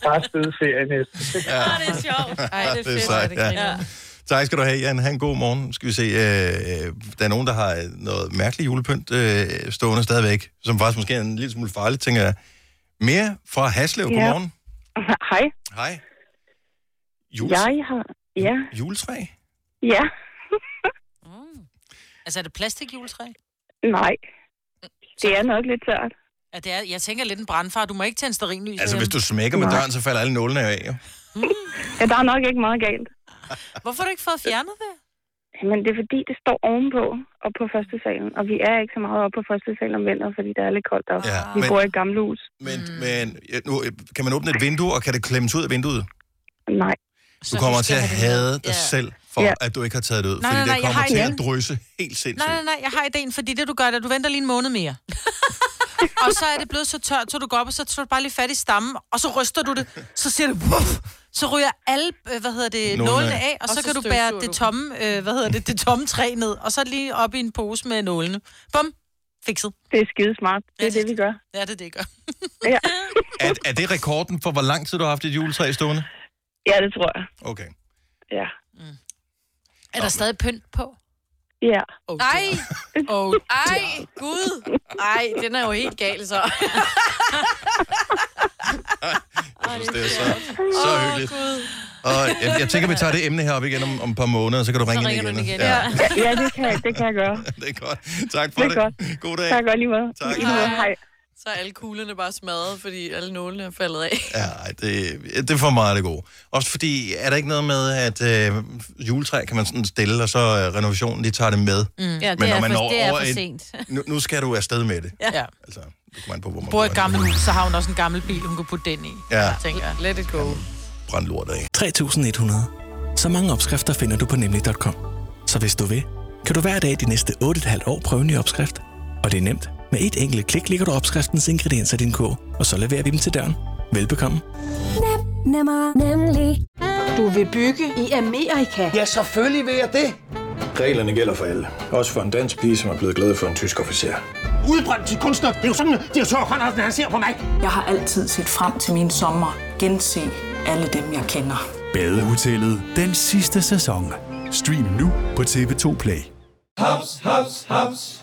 Speaker 9: fra spædferie næsten.
Speaker 1: Ja.
Speaker 2: det er sjovt.
Speaker 3: Ej, det er
Speaker 1: Det Ah, er
Speaker 3: fedt.
Speaker 1: sejt,
Speaker 3: Ej, det
Speaker 1: ja.
Speaker 3: griner.
Speaker 2: Ja.
Speaker 1: Tak skal du have, Jan. Ha' en god morgen. Skal vi se, øh, øh, der er nogen, der har øh, noget mærkeligt julepynt øh, stående stadigvæk, som faktisk måske er en lille smule farligt, tænker jeg. Mere fra Haslev.
Speaker 10: Ja.
Speaker 1: Godmorgen.
Speaker 10: Hej,
Speaker 1: Hej. Jules,
Speaker 10: jeg har... Ja,
Speaker 1: Juletræ?
Speaker 10: ja,
Speaker 4: Mm. Altså, er det plastikjuletræ?
Speaker 10: nej. Det er nok lidt tørt.
Speaker 4: Ja, det er, jeg tænker lidt en brandfar. Du må ikke tænde sterinlys.
Speaker 1: Altså,
Speaker 4: derhjemme.
Speaker 1: hvis du smækker med døren, så falder alle nålene af, jo.
Speaker 10: Ja, der er nok ikke meget galt.
Speaker 4: Hvorfor har du ikke fået fjernet det?
Speaker 10: Men det er fordi, det står ovenpå og på første salen. Og vi er ikke så meget oppe på første salen om vinteren, fordi det er lidt koldt deroppe.
Speaker 1: Ja,
Speaker 10: Vi
Speaker 1: men-
Speaker 10: bor i et gammelt hus.
Speaker 1: Men, men ja, nu, øh, kan man åbne et vindue, og kan det klemmes ud af vinduet?
Speaker 10: Nej,
Speaker 1: Du kommer til at hade dig
Speaker 4: Ja.
Speaker 1: selv for,
Speaker 10: Ja.
Speaker 1: at du ikke har taget det ud.
Speaker 4: Nej,
Speaker 1: fordi
Speaker 4: nej, nej,
Speaker 1: det
Speaker 4: jeg
Speaker 1: kommer
Speaker 4: har
Speaker 1: til
Speaker 4: en
Speaker 1: at drysse helt
Speaker 4: Nej,
Speaker 1: sindssygt.
Speaker 4: nej, nej, jeg har ideen, fordi det du gør, det er, at du venter lige en måned mere. og så er det blevet så tørt, så du går op, og så tager du bare lige fat i stammen, og så ryster du det, så siger det, Wuff! så ryger alle, øh, hvad hedder det,
Speaker 1: Nålene
Speaker 4: nålene
Speaker 1: af.
Speaker 4: af, og,
Speaker 3: Og
Speaker 4: så,
Speaker 3: så
Speaker 4: kan du
Speaker 3: støvsuger
Speaker 4: bære
Speaker 3: du
Speaker 4: det
Speaker 3: dem.
Speaker 4: tomme, øh, hvad hedder det, det tomme træ ned, og så lige op i en pose med nålene. Bum, fikset.
Speaker 10: det er skidesmart. Det er
Speaker 4: Ja.
Speaker 10: det, vi gør.
Speaker 4: Ja, det er det, jeg gør.
Speaker 10: Ja,
Speaker 1: Er, er det rekorden for, hvor lang tid du har haft et juletræ stående?
Speaker 10: ja det tror jeg.
Speaker 1: Okay.
Speaker 10: Ja.
Speaker 4: Mm. Er der stadig pynt på?
Speaker 10: Ja.
Speaker 4: Oh,
Speaker 3: Ej,
Speaker 4: Oh,
Speaker 3: ej, gud. Ej, den er jo helt gal, så.
Speaker 1: Jeg synes, det er så, så hyggeligt. Og jeg, jeg tænker, vi tager det emne her op igen om, om et par måneder, så kan du ringe ind
Speaker 2: ringer
Speaker 1: igen.
Speaker 2: du igen,
Speaker 1: Ja,
Speaker 2: ja.
Speaker 10: Ja, ja det, kan jeg, det kan jeg gøre.
Speaker 1: det er godt. Tak for
Speaker 10: Det er
Speaker 1: det.
Speaker 10: godt.
Speaker 1: God dag.
Speaker 10: Tak og lige måde.
Speaker 1: Tak.
Speaker 10: I lige måde. Hej.
Speaker 3: Så er alle kuglerne bare smadret, fordi alle nålene er faldet af.
Speaker 1: Ja, ej, det, det er for meget det gode. Også fordi, er der ikke noget med, at øh, juletræ kan man sådan stille, og så øh, renovationen, de tager det med. Mm.
Speaker 2: Ja,
Speaker 1: Men
Speaker 2: det,
Speaker 1: når
Speaker 2: er
Speaker 1: man
Speaker 2: for,
Speaker 1: når
Speaker 2: det er
Speaker 1: over
Speaker 2: for
Speaker 1: et-
Speaker 2: sent.
Speaker 1: Nu, nu skal du afsted med det.
Speaker 4: ja.
Speaker 1: Altså, det kommer an på, hvor man
Speaker 4: Bor i et
Speaker 1: bor henne.
Speaker 4: gammelt hus, så har hun også en gammel bil, hun kan putte den i.
Speaker 1: Ja.
Speaker 4: Tænker jeg.
Speaker 3: Let it go.
Speaker 1: Brænd lortet af.
Speaker 5: 3100. Så mange opskrifter finder du på nemlig.com. Så hvis du vil, kan du hver dag de næste 8,5 år prøve en ny opskrift. Og det er nemt. Med et enkelt klik ligger du opskriftens ingredienser i din kog, og så leverer vi dem til døren. Velbekomme.
Speaker 11: Nemmer, nemlig.
Speaker 12: Du vil bygge i Amerika?
Speaker 11: Ja, selvfølgelig vil jeg det. Reglerne gælder for alle. Også for en dansk pige, som er blevet glad for en tysk officer.
Speaker 12: Udbrøndt til kunstner. Det er jo sådan, at de har tørt, han ser på mig. Jeg har altid set frem til min sommer. Gense alle dem, jeg kender.
Speaker 5: Badehotellet den sidste sæson. Stream nu på TV2 Play.
Speaker 13: Haps, haps, haps.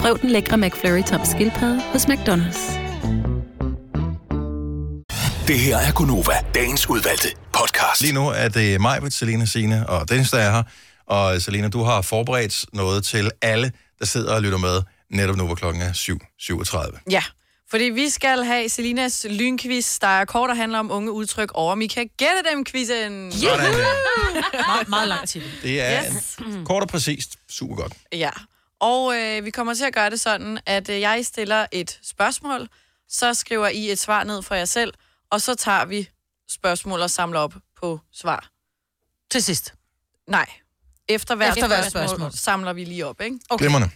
Speaker 14: Prøv den lækre McFlurry tom skildpadde hos McDonald's.
Speaker 5: Det her er Gunova, dagens udvalgte podcast.
Speaker 1: Lige nu er det mig, Selina Sine og Dennis, der er her. Og Selina, du har forberedt noget til alle, der sidder og lytter med netop nu, hvor klokken er 7.37.
Speaker 3: Ja, fordi vi skal have Selinas lynquiz, der er kort og handler om unge udtryk over Mika Gætte Dem-quizzen.
Speaker 1: Sådan der.
Speaker 3: meget, meget lang tid.
Speaker 1: Det er yes. kort og præcist. Super godt.
Speaker 3: Ja, og øh, vi kommer til at gøre det sådan, at øh, jeg stiller et spørgsmål, så skriver I et svar ned for jer selv, og så tager vi spørgsmål og samler op på svar.
Speaker 4: Til sidst?
Speaker 3: Nej. Efter hvert,
Speaker 4: Efter
Speaker 3: Efter
Speaker 4: hvert
Speaker 3: hvert spørgsmål,
Speaker 4: spørgsmål.
Speaker 3: spørgsmål samler vi lige op, ikke?
Speaker 1: Okay. Glemmerne.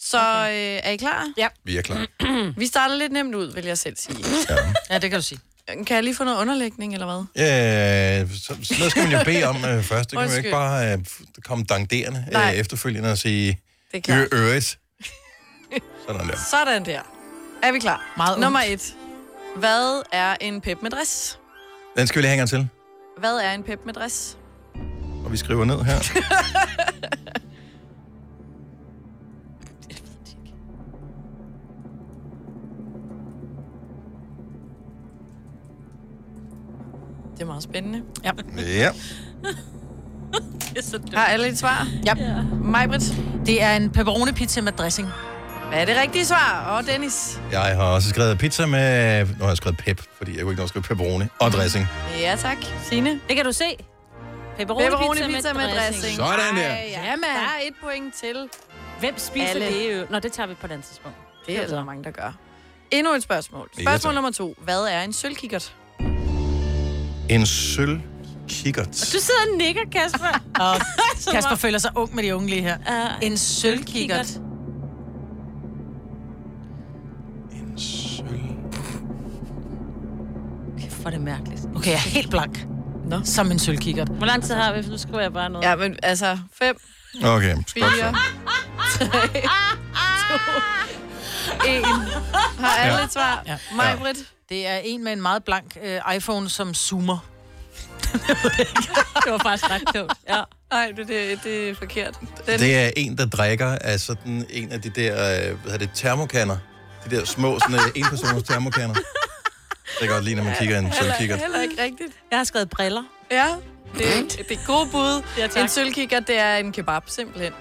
Speaker 3: Så øh, er I klar? Ja.
Speaker 1: Vi er klar.
Speaker 3: Vi starter lidt nemt ud, vil jeg selv sige.
Speaker 4: Ja, det kan du sige.
Speaker 3: Kan jeg lige få noget underlægning, eller hvad?
Speaker 1: Øh, så, så noget skal man jo bede om øh, først. Det kan man jo ikke
Speaker 3: Undskyld.
Speaker 1: bare øh, f- komme dangderende øh,
Speaker 3: Nej.
Speaker 1: efterfølgende og sige...
Speaker 3: Det er klart.
Speaker 1: "Ø- øret." Sådan der.
Speaker 3: Sådan der. Er vi klar? Meget Nummer et. Hvad er en pepmadress?
Speaker 1: Den skal vi lige hænge til,
Speaker 3: Hvad er en pepmadress?
Speaker 1: og vi skriver ned her.
Speaker 3: Det er meget spændende. Ja.
Speaker 1: Ja.
Speaker 3: Har alle et svar? Ja. Majbrit?
Speaker 4: Det er en pepperoni pizza med dressing.
Speaker 3: Hvad er det rigtige svar? Og Dennis?
Speaker 1: Jeg har også skrevet pizza med... Nu har jeg skrevet pep, fordi jeg kunne ikke nå at skrive pepperoni og dressing.
Speaker 3: Ja, tak. Signe?
Speaker 2: Det kan du se. Pepperoni, pizza, pizza med, dressing.
Speaker 1: Sådan der.
Speaker 3: Ej, ja, man. Der er et point til.
Speaker 2: Hvem spiser
Speaker 3: Alle.
Speaker 2: Alle. det? ø? Nå, det tager vi på et andet tidspunkt.
Speaker 3: Det er der mange, der gør. Endnu et spørgsmål.
Speaker 1: Ja,
Speaker 3: Spørgsmål
Speaker 1: tak.
Speaker 3: nummer to. Hvad er en sølvkikkert?
Speaker 1: En sølvkikkert.
Speaker 4: Du sidder og nikker, Kasper. og Kasper føler sig ung med de unge lige her. en sølvkikkert.
Speaker 2: Kæft, hvor er det mærkeligt.
Speaker 4: Okay, jeg er helt blank.
Speaker 3: Nå.
Speaker 4: Som en sølvkikkert.
Speaker 2: Hvor lang tid har vi? Nu skriver jeg bare noget.
Speaker 3: Ja, men altså, fem,
Speaker 1: Okay, godt
Speaker 3: fire,
Speaker 1: så.
Speaker 3: tre, to, Ah! en. Har alle
Speaker 4: Ja.
Speaker 3: et svar? Ja. Majbrit?
Speaker 4: Det er en med en meget blank øh, iPhone, som zoomer.
Speaker 2: det var faktisk ret klogt. Ja.
Speaker 3: Nej, det, det, det er forkert. Den,
Speaker 1: Det er en, der drikker af sådan en af de der, øh, hvad hedder det, termokanner. De der små, sådan øh, enpersoners termokanner. Det kan godt lide, når man kigger i en sølvkikkert. Mm.
Speaker 3: heller ikke rigtigt.
Speaker 2: Jeg har skrevet briller.
Speaker 3: Ja, det, det er gode bud.
Speaker 2: Ja, tak.
Speaker 3: en sølvkikkert, det er en kebab, simpelthen.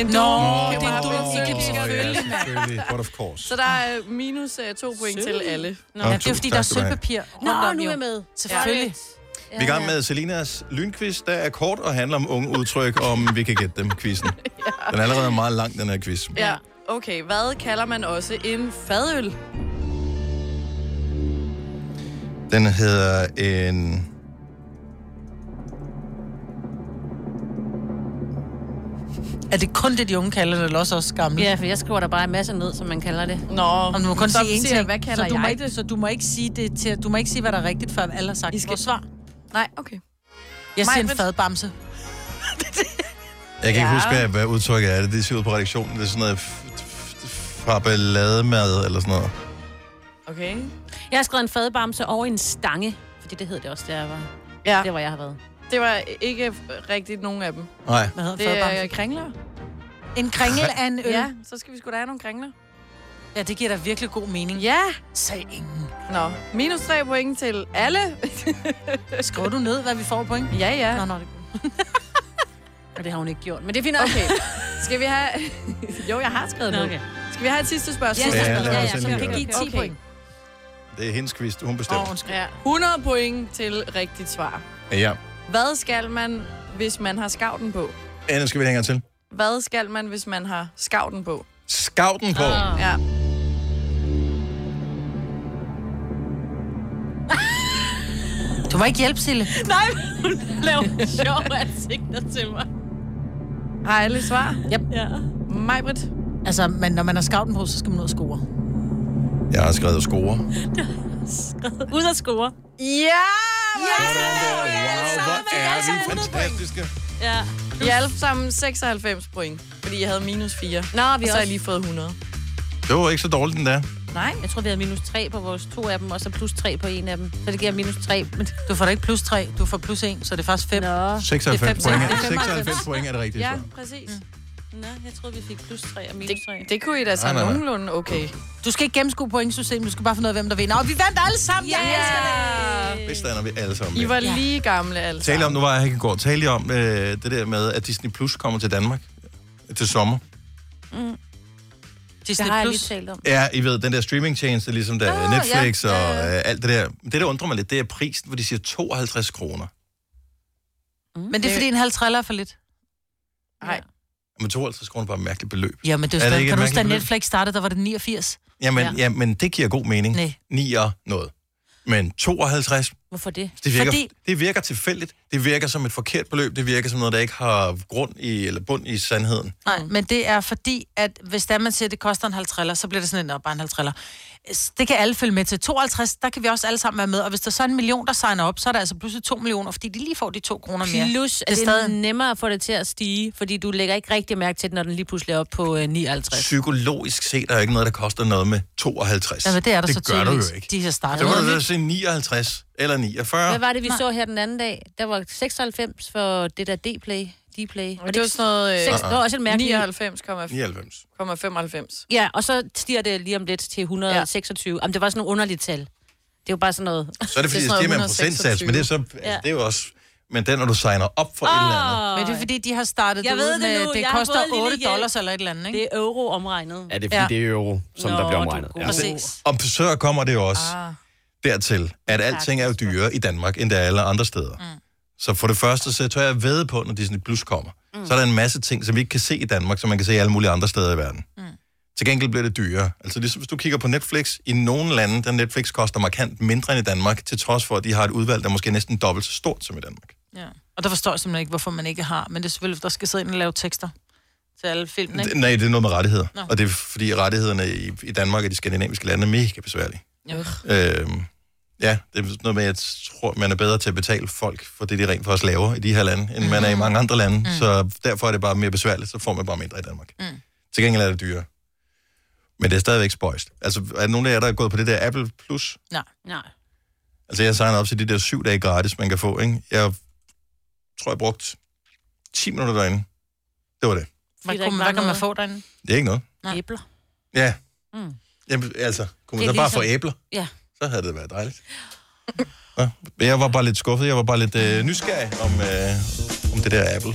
Speaker 3: En
Speaker 4: Nå,
Speaker 3: dum
Speaker 4: det
Speaker 3: kebab
Speaker 4: er en
Speaker 3: med
Speaker 4: dum
Speaker 3: sølvkikkert.
Speaker 1: selvfølgelig. Ja, selvfølgelig. But of course.
Speaker 3: Så der er minus uh, to point til alle.
Speaker 1: Nå, Ja, det er tusind fordi, der er tak skal du have. sølvpapir
Speaker 4: rundt om, jo. Selvfølgelig.
Speaker 1: Vi er i gang med Selinas lynquiz, der er kort og handler om unge udtryk, om vi kan gætte dem, quizzen. Den er allerede meget lang, den her quiz.
Speaker 3: Ja, okay. Hvad kalder man også en fadøl?
Speaker 1: Den hedder en...
Speaker 4: Er det kun det, de unge kalder det, eller også os gamle?
Speaker 2: Ja, for jeg skriver der bare en masse ned, som man kalder det.
Speaker 3: Nå,
Speaker 4: Og du må kun
Speaker 2: så
Speaker 4: sige én
Speaker 2: siger
Speaker 4: ting.
Speaker 2: jeg, hvad kalder
Speaker 4: så du må
Speaker 2: jeg
Speaker 4: ikke, det? Så du må ikke sige, det til, du må ikke sige hvad der er rigtigt, før alle har sagt I skal... vores svar.
Speaker 3: Nej, okay.
Speaker 4: Jeg siger en
Speaker 3: Majbrit.
Speaker 4: fadbamse.
Speaker 1: Jeg kan ikke
Speaker 4: Ja.
Speaker 1: huske, hvad, hvad udtrykket er. Det ser ud på redaktionen. Det er sådan noget f- f- f- fabelademad eller sådan noget.
Speaker 3: Okay.
Speaker 2: Jeg har skrevet en fadbamse over en stange, fordi det hed det også, der jeg var.
Speaker 3: Ja.
Speaker 2: Det, hvor jeg har været.
Speaker 3: Det var ikke rigtigt nogen af dem.
Speaker 1: Nej.
Speaker 4: Hvad hedder en
Speaker 3: Det er
Speaker 4: fadbamse?
Speaker 3: kringler.
Speaker 4: En kringle er en øl.
Speaker 3: Ja, så skal vi sgu da have nogle kringler.
Speaker 4: Ja, det giver da virkelig god mening.
Speaker 3: Ja.
Speaker 4: Sag ingen.
Speaker 3: Nå, minus tre point til alle.
Speaker 4: Skriver du ned, hvad vi får point?
Speaker 3: Ja, ja.
Speaker 4: Nå, nå, det...
Speaker 2: Og det har hun ikke gjort, men det er fint. nok.
Speaker 3: Okay. Skal vi have... jo, jeg har skrevet
Speaker 2: Nå,
Speaker 3: noget.
Speaker 2: okay.
Speaker 3: Skal vi have et sidste spørgsmål?
Speaker 1: Ja, lad os Ja, ja, endelig så
Speaker 3: jeg
Speaker 1: vi gøre kan det. give
Speaker 2: 10 point.
Speaker 1: Det er hendes quiz. Hun bestemmer.
Speaker 3: Ja. 100 point til rigtigt svar.
Speaker 1: Ja.
Speaker 3: Hvad skal man, hvis man har skavten på?
Speaker 1: Anna, skal vi hænge til?
Speaker 3: Hvad skal man, hvis man har skavten på?
Speaker 1: Skavten på. Ah.
Speaker 3: Ja.
Speaker 4: Du må ikke hjælpe, Sille.
Speaker 2: Nej, hun laver sjove ansigter til mig.
Speaker 3: Har alle svar?
Speaker 4: Yep.
Speaker 3: Ja. Majbrit?
Speaker 4: Altså, men når man har skavten på, så skal man ud og score.
Speaker 1: Jeg har skrevet score.
Speaker 2: Ud og score.
Speaker 3: Ja!
Speaker 1: Hvor er vi fantastiske.
Speaker 2: Ja.
Speaker 3: I alle sammen 96 point, fordi jeg havde minus 4.
Speaker 2: Nå, vi
Speaker 3: og så har
Speaker 2: også-
Speaker 3: jeg lige fået 100.
Speaker 1: Det var ikke så dårligt, den der.
Speaker 2: Nej. Jeg tror, vi havde minus 3 på vores to af dem, og så plus 3 på en af dem. Så det giver minus 3. Men...
Speaker 4: Du får da ikke plus 3, du får plus 1, så det er faktisk 5.
Speaker 1: 96 point. 96 point er det rigtige
Speaker 3: Ja,
Speaker 1: svar.
Speaker 3: præcis.
Speaker 2: Nå, jeg troede, vi fik plus 3 og minus 3.
Speaker 3: Mm. Det kunne I da så
Speaker 1: Nej, nej, nej.
Speaker 3: nogenlunde okay.
Speaker 4: Du skal ikke gennemskue pointsystemet, du skal bare finde ud af, hvem der vinder. Og vi vandt alle sammen!
Speaker 3: Ja!
Speaker 1: Det stander vi alle sammen.
Speaker 3: I
Speaker 1: med.
Speaker 3: var lige gamle, altså.
Speaker 1: Tale om, nu var jeg her i går, tale I om øh, det der med, at Disney Plus kommer til Danmark øh, til sommer.
Speaker 2: Mm.
Speaker 4: Disney
Speaker 2: det har jeg lige
Speaker 4: Plus.
Speaker 2: talt om.
Speaker 1: Ja, I ved, den der streamingtjeneste, ligesom der oh, Netflix
Speaker 2: ja.
Speaker 1: ja. og øh, alt det der. Men Det, der undrer mig lidt, det er prisen, hvor de siger 52 kroner.
Speaker 4: Men det er fordi en halv træller er for lidt.
Speaker 3: Mm. Nej.
Speaker 1: Men 52 kroner er bare et mærkeligt beløb.
Speaker 4: Ja, men det
Speaker 1: er
Speaker 4: er, jo
Speaker 1: det
Speaker 4: stadig,
Speaker 1: ikke et
Speaker 4: kan du huske, da
Speaker 1: mærkeligt
Speaker 4: Netflix startede, der var det 89.
Speaker 1: beløb? Jamen, ja. men det giver god mening.
Speaker 4: Nej.
Speaker 1: 9 og noget. Men 52,
Speaker 2: Hvorfor det?
Speaker 1: det virker,
Speaker 4: Fordi,
Speaker 1: Fordi... det virker tilfældigt. Det virker som et forkert beløb. Det virker som noget, der ikke har grund i, eller bund i sandheden.
Speaker 4: nej, men det er fordi, at hvis der man siger, at det koster en halv træller, så bliver det sådan en, "Nå, bare en halv træller. S- Det kan alle følge med til. 52, der kan vi også alle sammen være med. Og hvis der så er en million, der signer op, så er der altså pludselig 2 millioner, fordi de lige får de 2 kroner mere.
Speaker 2: Plus, at det er, stadig... nemmere at få det til at stige, fordi du lægger ikke rigtig mærke til det, når den lige pludselig er oppe på øh, 59.
Speaker 1: Psykologisk set er der ikke noget, der koster noget med 52.
Speaker 2: Jamen, det er der
Speaker 1: det
Speaker 2: så
Speaker 1: gør du
Speaker 2: tydeligvis.
Speaker 1: jo ikke.
Speaker 4: De har startet.
Speaker 1: Så må du da se 59 eller 49.
Speaker 2: Hvad var det, vi så her den anden dag? Der var 96 for det der D-Play. D-Play.
Speaker 3: Og det var sådan
Speaker 4: øh,
Speaker 3: noget...
Speaker 2: Seks, det var også et mærkeligt.
Speaker 1: 99.
Speaker 3: 99,95.
Speaker 2: Ja, og så stiger det lige om lidt til 126. Ja. Jamen, det var sådan nogle underlige tal. Det er jo bare sådan noget...
Speaker 1: Så er det fordi, det stiger med en procentsats, men det er, så, altså,
Speaker 2: Ja.
Speaker 1: det er jo også... Men den, når du signer op
Speaker 2: Ah,
Speaker 1: for oh. et eller andet...
Speaker 4: Men det er fordi, de har startet
Speaker 2: Jeg
Speaker 4: det
Speaker 2: ved det
Speaker 4: ud med,
Speaker 2: nu.
Speaker 4: det
Speaker 2: Jeg har
Speaker 4: koster
Speaker 2: fået en lille
Speaker 4: 8
Speaker 2: hjælp.
Speaker 4: dollars eller et eller andet, ikke?
Speaker 2: Det er euro omregnet.
Speaker 15: Ja, det er fordi, ja. det er euro, som der bliver omregnet.
Speaker 1: Ja. Og så kommer det jo også ah. dertil, at alting er jo dyrere i Danmark, end det er alle andre steder. Mm. Så for det første, så tror jeg, jeg ved på, når Disney Plus kommer, mm. så er der en masse ting, som vi ikke kan se i Danmark, som man kan se i alle mulige andre steder i verden. Mm. Til gengæld bliver det dyrere. Altså ligesom hvis du kigger på Netflix, i nogle lande, der Netflix koster markant mindre end i Danmark, til trods for, at de har et udvalg, der måske er næsten dobbelt så stort som i Danmark.
Speaker 4: Ja. Og der forstår jeg simpelthen ikke, hvorfor man ikke har. Men det er selvfølgelig, der skal sidde ind og lave tekster til alle filmene,
Speaker 1: Det-
Speaker 4: ikke?
Speaker 1: Nej, det er noget med rettigheder.
Speaker 4: Nå.
Speaker 1: Nå. Og det er fordi rettighederne i, i Danmark og de skandinaviske lande er mega besværlige.
Speaker 4: Ja.
Speaker 1: Øhm, ja, det er noget med, at jeg tror, man er bedre til at betale folk for det, de rent faktisk laver i de her lande, end man er i
Speaker 2: Mhm.
Speaker 1: mange andre lande. Mm. Så derfor er det bare mere besværligt, så får man bare mindre i Danmark. Mm. Til gengæld er det dyrere. Men det er stadigvæk spøjst. Altså, er der nogen af jer, der er gået på det der Apple Plus?
Speaker 4: Nej.
Speaker 2: Nej.
Speaker 1: Altså, jeg signer op til de der syv dage gratis, man kan få, ikke? Jeg tror, jeg brugt 10 minutter derinde. Det var det.
Speaker 4: Hvad,
Speaker 2: der
Speaker 4: kunne,
Speaker 2: ikke
Speaker 4: hvad
Speaker 2: var
Speaker 4: kan man
Speaker 2: noget.
Speaker 4: få derinde?
Speaker 1: Det er ikke noget.
Speaker 2: Æbler.
Speaker 1: Ja.
Speaker 2: Mm.
Speaker 1: Jamen, altså, kunne man
Speaker 2: Det
Speaker 1: så
Speaker 2: er
Speaker 1: bare
Speaker 2: ligesom-
Speaker 1: få æbler?
Speaker 2: Ja.
Speaker 1: Så havde det været dejligt. Ja. men Jeg var bare lidt skuffet. Jeg var bare lidt øh, nysgerrig om, øh, om det der Apple. Eller hvad
Speaker 4: Men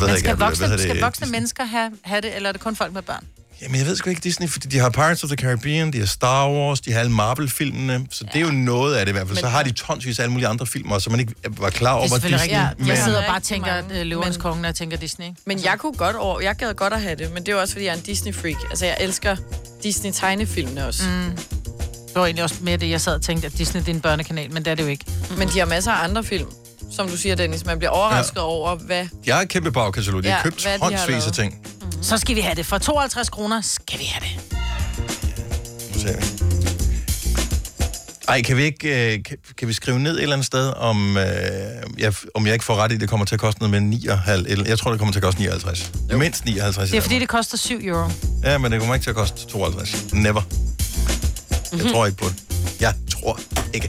Speaker 1: hedder
Speaker 4: skal,
Speaker 1: Apple,
Speaker 4: voksne,
Speaker 1: hvad hedder
Speaker 4: skal voksne mennesker have, have det, eller er det kun folk med børn?
Speaker 1: Jamen, jeg ved sgu ikke Disney, fordi de har Pirates of the Caribbean, de har Star Wars, de har alle Marvel-filmene, så ja. det er jo noget af det i hvert fald. Så
Speaker 4: Men-
Speaker 1: har de tonsvis af alle mulige andre film også, som man ikke var klar over,
Speaker 4: Det er
Speaker 1: var
Speaker 4: selvfølgelig
Speaker 1: Disney.
Speaker 4: rigtigt. Ja,
Speaker 1: men-
Speaker 4: jeg sidder og bare og tænker, at øh, løvernes konge, når jeg tænker Disney. Altså. Ikke?
Speaker 3: Men jeg kunne godt over, jeg gad godt at have det, men det er jo også, fordi jeg er en Disney-freak. Altså, jeg elsker Disney-tegnefilmene også.
Speaker 4: Mm. Det var egentlig også mere det, jeg sad og tænkte, at Disney det er en børnekanal, men det er det jo ikke.
Speaker 3: Mm. Men de har masser af andre film, som du siger, Dennis. Man bliver overrasket ja. over, hvad...
Speaker 1: Jeg har et kæmpe bagkatalog. De har
Speaker 3: Ja,
Speaker 1: købt
Speaker 3: hvad de har
Speaker 1: håndsvis af
Speaker 3: lavet.
Speaker 1: ting.
Speaker 4: Så skal vi have det. For 52 kroner skal vi have
Speaker 1: Altså,
Speaker 4: det.
Speaker 1: Nu ser vi. Ej, kan vi ikke øh, kan, kan vi skrive ned et eller andet sted, om, øh, jeg, om jeg ikke får ret i, at det kommer til at koste noget med 59, eller, jeg tror, det kommer til at koste 59. Jo. Mindst 59.
Speaker 4: Det er fordi, det koster 7 euro.
Speaker 1: Ja, men det kommer ikke til at koste 52. Never. Jeg tror ikke på det. Jeg tror ikke.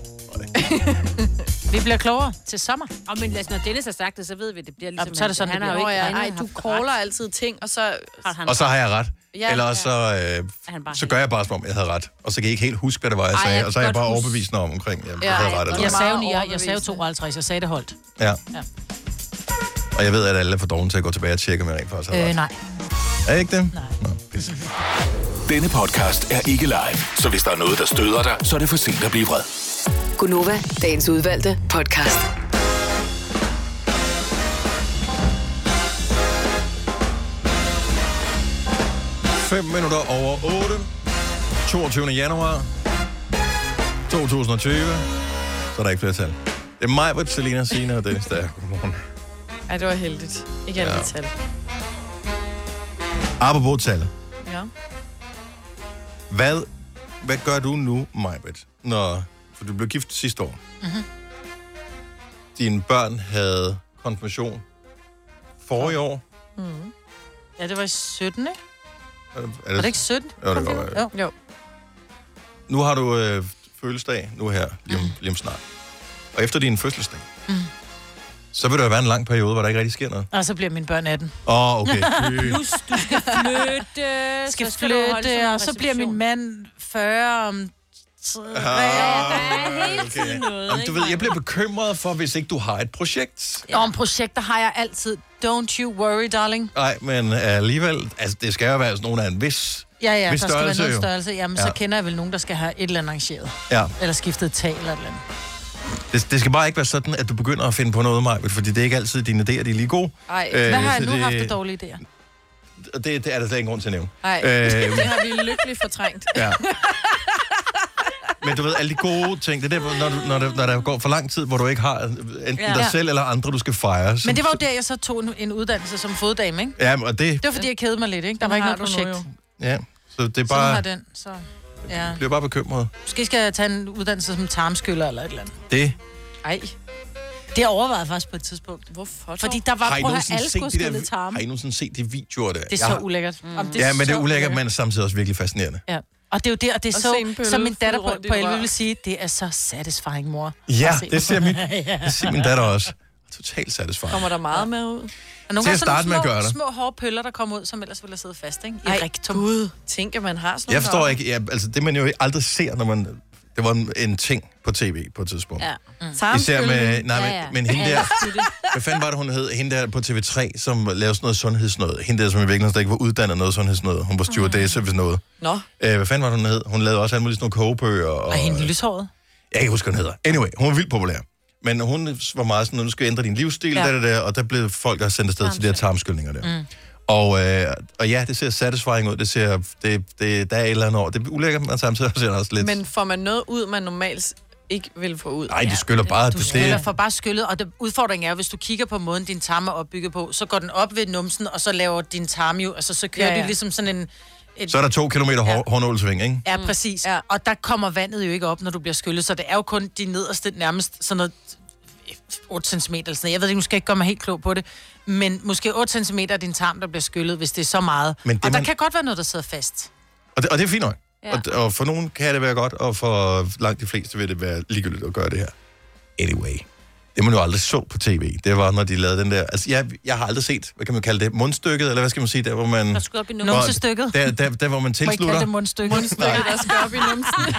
Speaker 4: Vi bliver klogere til sommer.
Speaker 2: Og men lad os, når Dennis har sagt det, så ved vi, at det bliver ligesom...
Speaker 4: Jamen, så er det sådan,
Speaker 2: han,
Speaker 4: det
Speaker 2: har jo
Speaker 4: bliver.
Speaker 2: ikke
Speaker 4: Nå
Speaker 2: regnet,
Speaker 4: ja, ej,
Speaker 2: han
Speaker 4: du
Speaker 2: har haft
Speaker 3: Caller
Speaker 2: ret.
Speaker 3: altid ting, og så...
Speaker 2: han
Speaker 1: Og så har jeg ret.
Speaker 3: Ja,
Speaker 1: Ja, eller også så,
Speaker 2: han
Speaker 1: øh,
Speaker 2: bare
Speaker 1: så gør jeg bare, som om jeg havde ret. Og så kan I ikke helt huske, hvad det var, jeg
Speaker 4: Ej,
Speaker 1: sagde.
Speaker 4: jeg
Speaker 1: og så er jeg
Speaker 4: kan
Speaker 1: bare
Speaker 4: godt huske.
Speaker 1: overbevist om omkring, jeg ja, havde ret eller
Speaker 4: jeg
Speaker 1: ej.
Speaker 4: sagde jo 9, jeg sagde jo 52, jeg sagde det holdt.
Speaker 1: Ja.
Speaker 4: Ja.
Speaker 1: Og jeg ved, at alle er for dogne til at gå tilbage og tjekke, om jeg rent faktisk havde
Speaker 4: Øh,
Speaker 1: ret.
Speaker 4: nej.
Speaker 1: Er ikke det? Nej.
Speaker 5: Denne podcast er ikke live, så hvis der er noget, der støder dig, så er det for sent at blive vred.
Speaker 16: Gunova, dagens udvalgte podcast.
Speaker 1: 5 minutter over 8. 22. januar 2020. Så er der ikke flertal. Det er mig, Britt, Selina, Sina og Dennis, der er. Godmorgen.
Speaker 3: Ej, det var heldigt. Ikke alle ja. tal.
Speaker 1: Apropos tal.
Speaker 3: Ja.
Speaker 1: Hvad, hvad gør du nu, Majbet, når for du blev gift sidste år?
Speaker 4: Mhm.
Speaker 1: Dine børn havde konfirmation forrige år.
Speaker 4: Mm. Ja, det var i 17, ikke?
Speaker 1: Er det,
Speaker 4: Var det ikke 17?
Speaker 1: Jo, det kan godt være.
Speaker 4: Jo. jo.
Speaker 1: Nu har du øh, fødselsdag nu her, lige om, lige om snart. Og efter din fødselsdag,
Speaker 4: Mm.
Speaker 1: så vil der jo være en lang periode, hvor der ikke rigtig sker noget.
Speaker 4: Og så bliver mine børn 18.
Speaker 1: Åh, oh, okay. Fy.
Speaker 4: Plus, du skal flytte. Skal,
Speaker 2: så skal
Speaker 4: skal
Speaker 2: du holde sådan en
Speaker 4: flytte, og så bliver min mand 40 om tre
Speaker 1: Ah, okay. Jamen, du ved, jeg bliver bekymret for, hvis ikke du har et projekt.
Speaker 4: Ja. Om projekter har jeg altid. Don't you worry, darling.
Speaker 1: Nej, men alligevel, altså, det skal jo være sådan nogen af en vis,
Speaker 4: Ja, ja, der
Speaker 1: vis
Speaker 4: skal være noget
Speaker 1: jo.
Speaker 4: størrelse. Jamen, ja.
Speaker 1: ja.
Speaker 4: så kender jeg vel nogen, der skal have et eller andet arrangeret.
Speaker 1: Ja,
Speaker 4: Eller skiftet tag eller et eller andet.
Speaker 1: det, det skal bare ikke være sådan, at du begynder at finde på noget, Maja, fordi det er ikke altid dine idéer, de er lige gode.
Speaker 4: Ej, øh, hvad har jeg
Speaker 1: så
Speaker 4: nu det...
Speaker 1: det,
Speaker 4: haft af dårlige idéer?
Speaker 1: og det, det er der slet ingen grund til at nævne.
Speaker 3: Nej,
Speaker 1: Øhm,
Speaker 3: det har vi lykkeligt fortrængt.
Speaker 1: Ja. Men du ved, alle de gode ting, det er der, hvor- når, du, når, der, når der går for lang tid, hvor du ikke har øh, enten
Speaker 4: Ja.
Speaker 1: ja. dig
Speaker 4: Ja.
Speaker 1: selv eller andre, du skal fejre. Så,
Speaker 4: Men det var jo der, jeg så tog en, en uddannelse som foddame, ikke?
Speaker 1: Ja, og det,
Speaker 4: Det var, fordi jeg kedede mig lidt, ikke? Der var ikke noget projekt. Nu,
Speaker 1: ja, så det er
Speaker 4: så nu
Speaker 1: bare,
Speaker 4: har den, så... Ja.
Speaker 1: bliver bare bekymret.
Speaker 4: Måske skal jeg tage en uddannelse som tarmskyller eller et eller andet.
Speaker 1: Det
Speaker 4: Ej. Det overvejede jeg faktisk på et tidspunkt. Hvorfor? Fordi der var,
Speaker 1: har, I
Speaker 4: prøv at
Speaker 1: nogensinde
Speaker 4: høre, alle
Speaker 1: set
Speaker 4: skulle
Speaker 1: de
Speaker 4: have skyllet
Speaker 1: der, har
Speaker 4: tarme.
Speaker 1: I nogensinde set de videoer der?
Speaker 4: Det er
Speaker 1: Jeg
Speaker 4: så
Speaker 1: har-
Speaker 4: ulækkert. Mm. Jamen,
Speaker 1: Ja, men det er
Speaker 4: så
Speaker 1: ulækkert, men samtidig også virkelig fascinerende.
Speaker 4: Ja. Og det er jo det, og det er
Speaker 3: Og
Speaker 4: så,
Speaker 3: se en bølle
Speaker 4: som min datter
Speaker 3: flyde
Speaker 4: på,
Speaker 3: rundt i
Speaker 4: på
Speaker 3: et
Speaker 4: 11
Speaker 3: rør.
Speaker 4: vil sige, det er så satisfying, mor.
Speaker 1: Ja,
Speaker 4: At se
Speaker 1: det
Speaker 4: på.
Speaker 1: siger, min,
Speaker 4: Ja.
Speaker 1: det siger min datter også. Totalt satisfying.
Speaker 3: Kommer der meget med ud?
Speaker 4: Og nogle
Speaker 1: Til
Speaker 4: gange
Speaker 1: at
Speaker 4: så er der
Speaker 1: starte med at
Speaker 4: små,
Speaker 1: gøre det.
Speaker 4: små hårde pøller, der kommer ud, som ellers ville have siddet fast, ikke? I
Speaker 3: Ej,
Speaker 4: rektum. Gud, tænk, at man har sådan
Speaker 1: Jeg forstår ikke, ja, altså det man jo aldrig ser, når man... Det var en, en ting på tv på et tidspunkt.
Speaker 4: Ja.
Speaker 1: Mm. Især med, nej, men, men hende der, hvad fanden var det, hun hed? Hende der på TV3, som lavede sådan noget sundhedsnød. Hende der, som i virkeligheden slet ikke var uddannet noget sundhedsnød. Hun var
Speaker 4: Mm.
Speaker 1: stewardesse ved noget.
Speaker 3: Nå.
Speaker 1: Øh, hvad fanden var det, hun hed? Hun lavede også alle mulige sådan nogle kogebøger. Og, og
Speaker 4: Hende lyshåret.
Speaker 1: Jeg kan ikke huske, hvad hun hedder. Anyway, hun var vildt populær. Men hun var meget sådan, nu skal jeg ændre din livsstil,
Speaker 4: Ja.
Speaker 1: ja. der, der, der, og der blev folk, der sendt afsted til de her tarmskyldninger der. Mm. Og, øh, og ja, det ser satisfying ud. Det ser, det, det, der er et eller andet over. Det er ulækkert, men samtidig ser det også lidt...
Speaker 3: Men får man noget ud, man normalt ikke vil få ud?
Speaker 1: Nej, de skyller bare...
Speaker 4: Du skyller for bare skyllet, og det, udfordringen er, hvis du kigger på måden, din tarme er opbygget på, så går den op ved numsen, og så laver din tarme jo, altså så kører
Speaker 1: Ja,
Speaker 4: ja,
Speaker 1: ja.
Speaker 4: ja. det ligesom sådan en... Et,
Speaker 1: Så er der to kilometer hår, hårnålsving, ikke?
Speaker 4: Ja, præcis. Mm. Ja. Og der kommer vandet jo ikke op, når du bliver skyllet, så det er jo kun de nederste nærmest sådan noget 8 cm eller sådan noget. Jeg ved det ikke, nu skal jeg ikke gøre mig helt klog på det, men måske 8 cm af din tarm, der bliver skyllet, hvis det er så meget.
Speaker 1: Men
Speaker 4: Men
Speaker 1: det,
Speaker 4: det, og der
Speaker 1: man-
Speaker 4: kan godt være noget, der sidder fast.
Speaker 1: Og det, og det er fint nok.
Speaker 4: Ja.
Speaker 1: Ja. Og, og for nogen kan det være godt, og for langt de fleste vil det være ligegyldigt at gøre det her. Anyway. Det man jo aldrig så på tv, det var, når de lavede den der... Altså, jeg, jeg har aldrig set, hvad kan man kalde det? Mundstykket, eller hvad skal man sige? Der, hvor man...
Speaker 2: Der skulle op i
Speaker 1: hvor-
Speaker 4: numsestykket.
Speaker 1: Der, der, der, hvor man
Speaker 4: Må ikke kalde det
Speaker 1: tilslutter...
Speaker 4: mundstykke.
Speaker 1: Mundstykket,
Speaker 3: der skal op i numsen.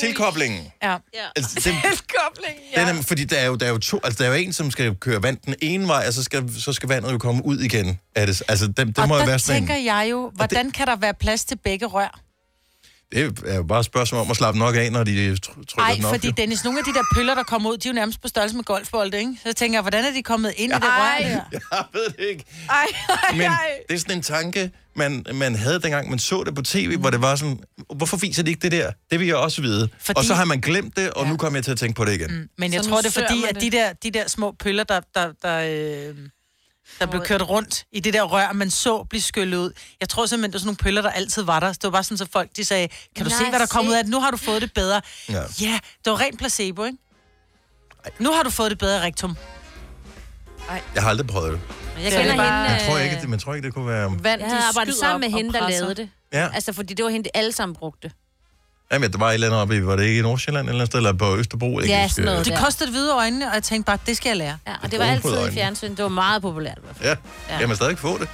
Speaker 1: Tilkoblingen.
Speaker 4: Ja.
Speaker 1: Altså, det-
Speaker 3: Tilkobling, ja.
Speaker 1: Den er, fordi der er, jo, der er jo to... Altså, der er jo en, som skal køre vand den ene vej, og så skal, så skal vandet jo komme ud igen. Er det, altså, det, det
Speaker 4: og
Speaker 1: må jo
Speaker 4: der
Speaker 1: være sådan en...
Speaker 4: tænker jeg jo, hvordan det... kan der være plads til begge rør?
Speaker 1: Det er jo bare et spørgsmål om at slappe nok af, når de tr- trykker
Speaker 4: Nej,
Speaker 1: den op.
Speaker 4: fordi
Speaker 1: jo.
Speaker 4: Dennis, nogle af de der pøller, der kommer ud, de er jo nærmest på størrelse med golfbolde, ikke? Så tænker jeg, hvordan er de kommet ind i det rør der?
Speaker 1: Jeg ved det ikke.
Speaker 3: Ej,
Speaker 1: Men det er sådan en tanke, man, man havde dengang, man så det på tv, hvor det var sådan, hvorfor viser de ikke det der? Det vil jeg også vide. Fordi... Og så har man glemt det, og ja. nu kommer jeg til at tænke på det igen. Mm.
Speaker 4: Men jeg
Speaker 3: Så
Speaker 4: så
Speaker 3: nu
Speaker 4: tror, det er
Speaker 3: sørger
Speaker 4: fordi,
Speaker 3: man
Speaker 4: at
Speaker 3: det.
Speaker 4: de der, de der små pøller, der, der, der, øh, der blev kørt rundt i det der rør, man så blive skyllet ud. Jeg tror simpelthen, det var sådan nogle pøller, der altid var der. Så Det var bare sådan, så folk de sagde, kan du Nej,
Speaker 2: Nej,
Speaker 4: se, hvad der kom
Speaker 2: se.
Speaker 4: ud af det? Nu har du fået det bedre.
Speaker 1: Ja.
Speaker 4: ja det var rent placebo, ikke? Nu har du fået det bedre, Rektum.
Speaker 1: Jeg har aldrig prøvet det.
Speaker 2: Jeg
Speaker 4: Så er
Speaker 2: kender
Speaker 4: det bare-
Speaker 3: øh,
Speaker 2: hende... øh,
Speaker 1: Jeg tror ikke, det, man tror ikke, det kunne være...
Speaker 2: Vand, jeg havde arbejdet sammen med hende, der lavede det.
Speaker 1: Ja.
Speaker 2: Altså, fordi det var hende, alle sammen brugte.
Speaker 1: Jamen, der var et eller andet oppe i, var det ikke i Nordsjælland eller et eller andet sted, eller på Østerbro? Jeg kan
Speaker 2: Ja,
Speaker 1: huske. øh,
Speaker 2: sådan noget.
Speaker 4: Det kostede hvide øjnene, og jeg tænkte bare, det skal jeg lære.
Speaker 2: Ja, og det var
Speaker 1: brune
Speaker 2: altid i
Speaker 1: øjne.
Speaker 2: fjernsyn. Det var meget populært. i hvert fald.
Speaker 1: Ja,
Speaker 2: Ja.
Speaker 1: ja. kan man stadig få det.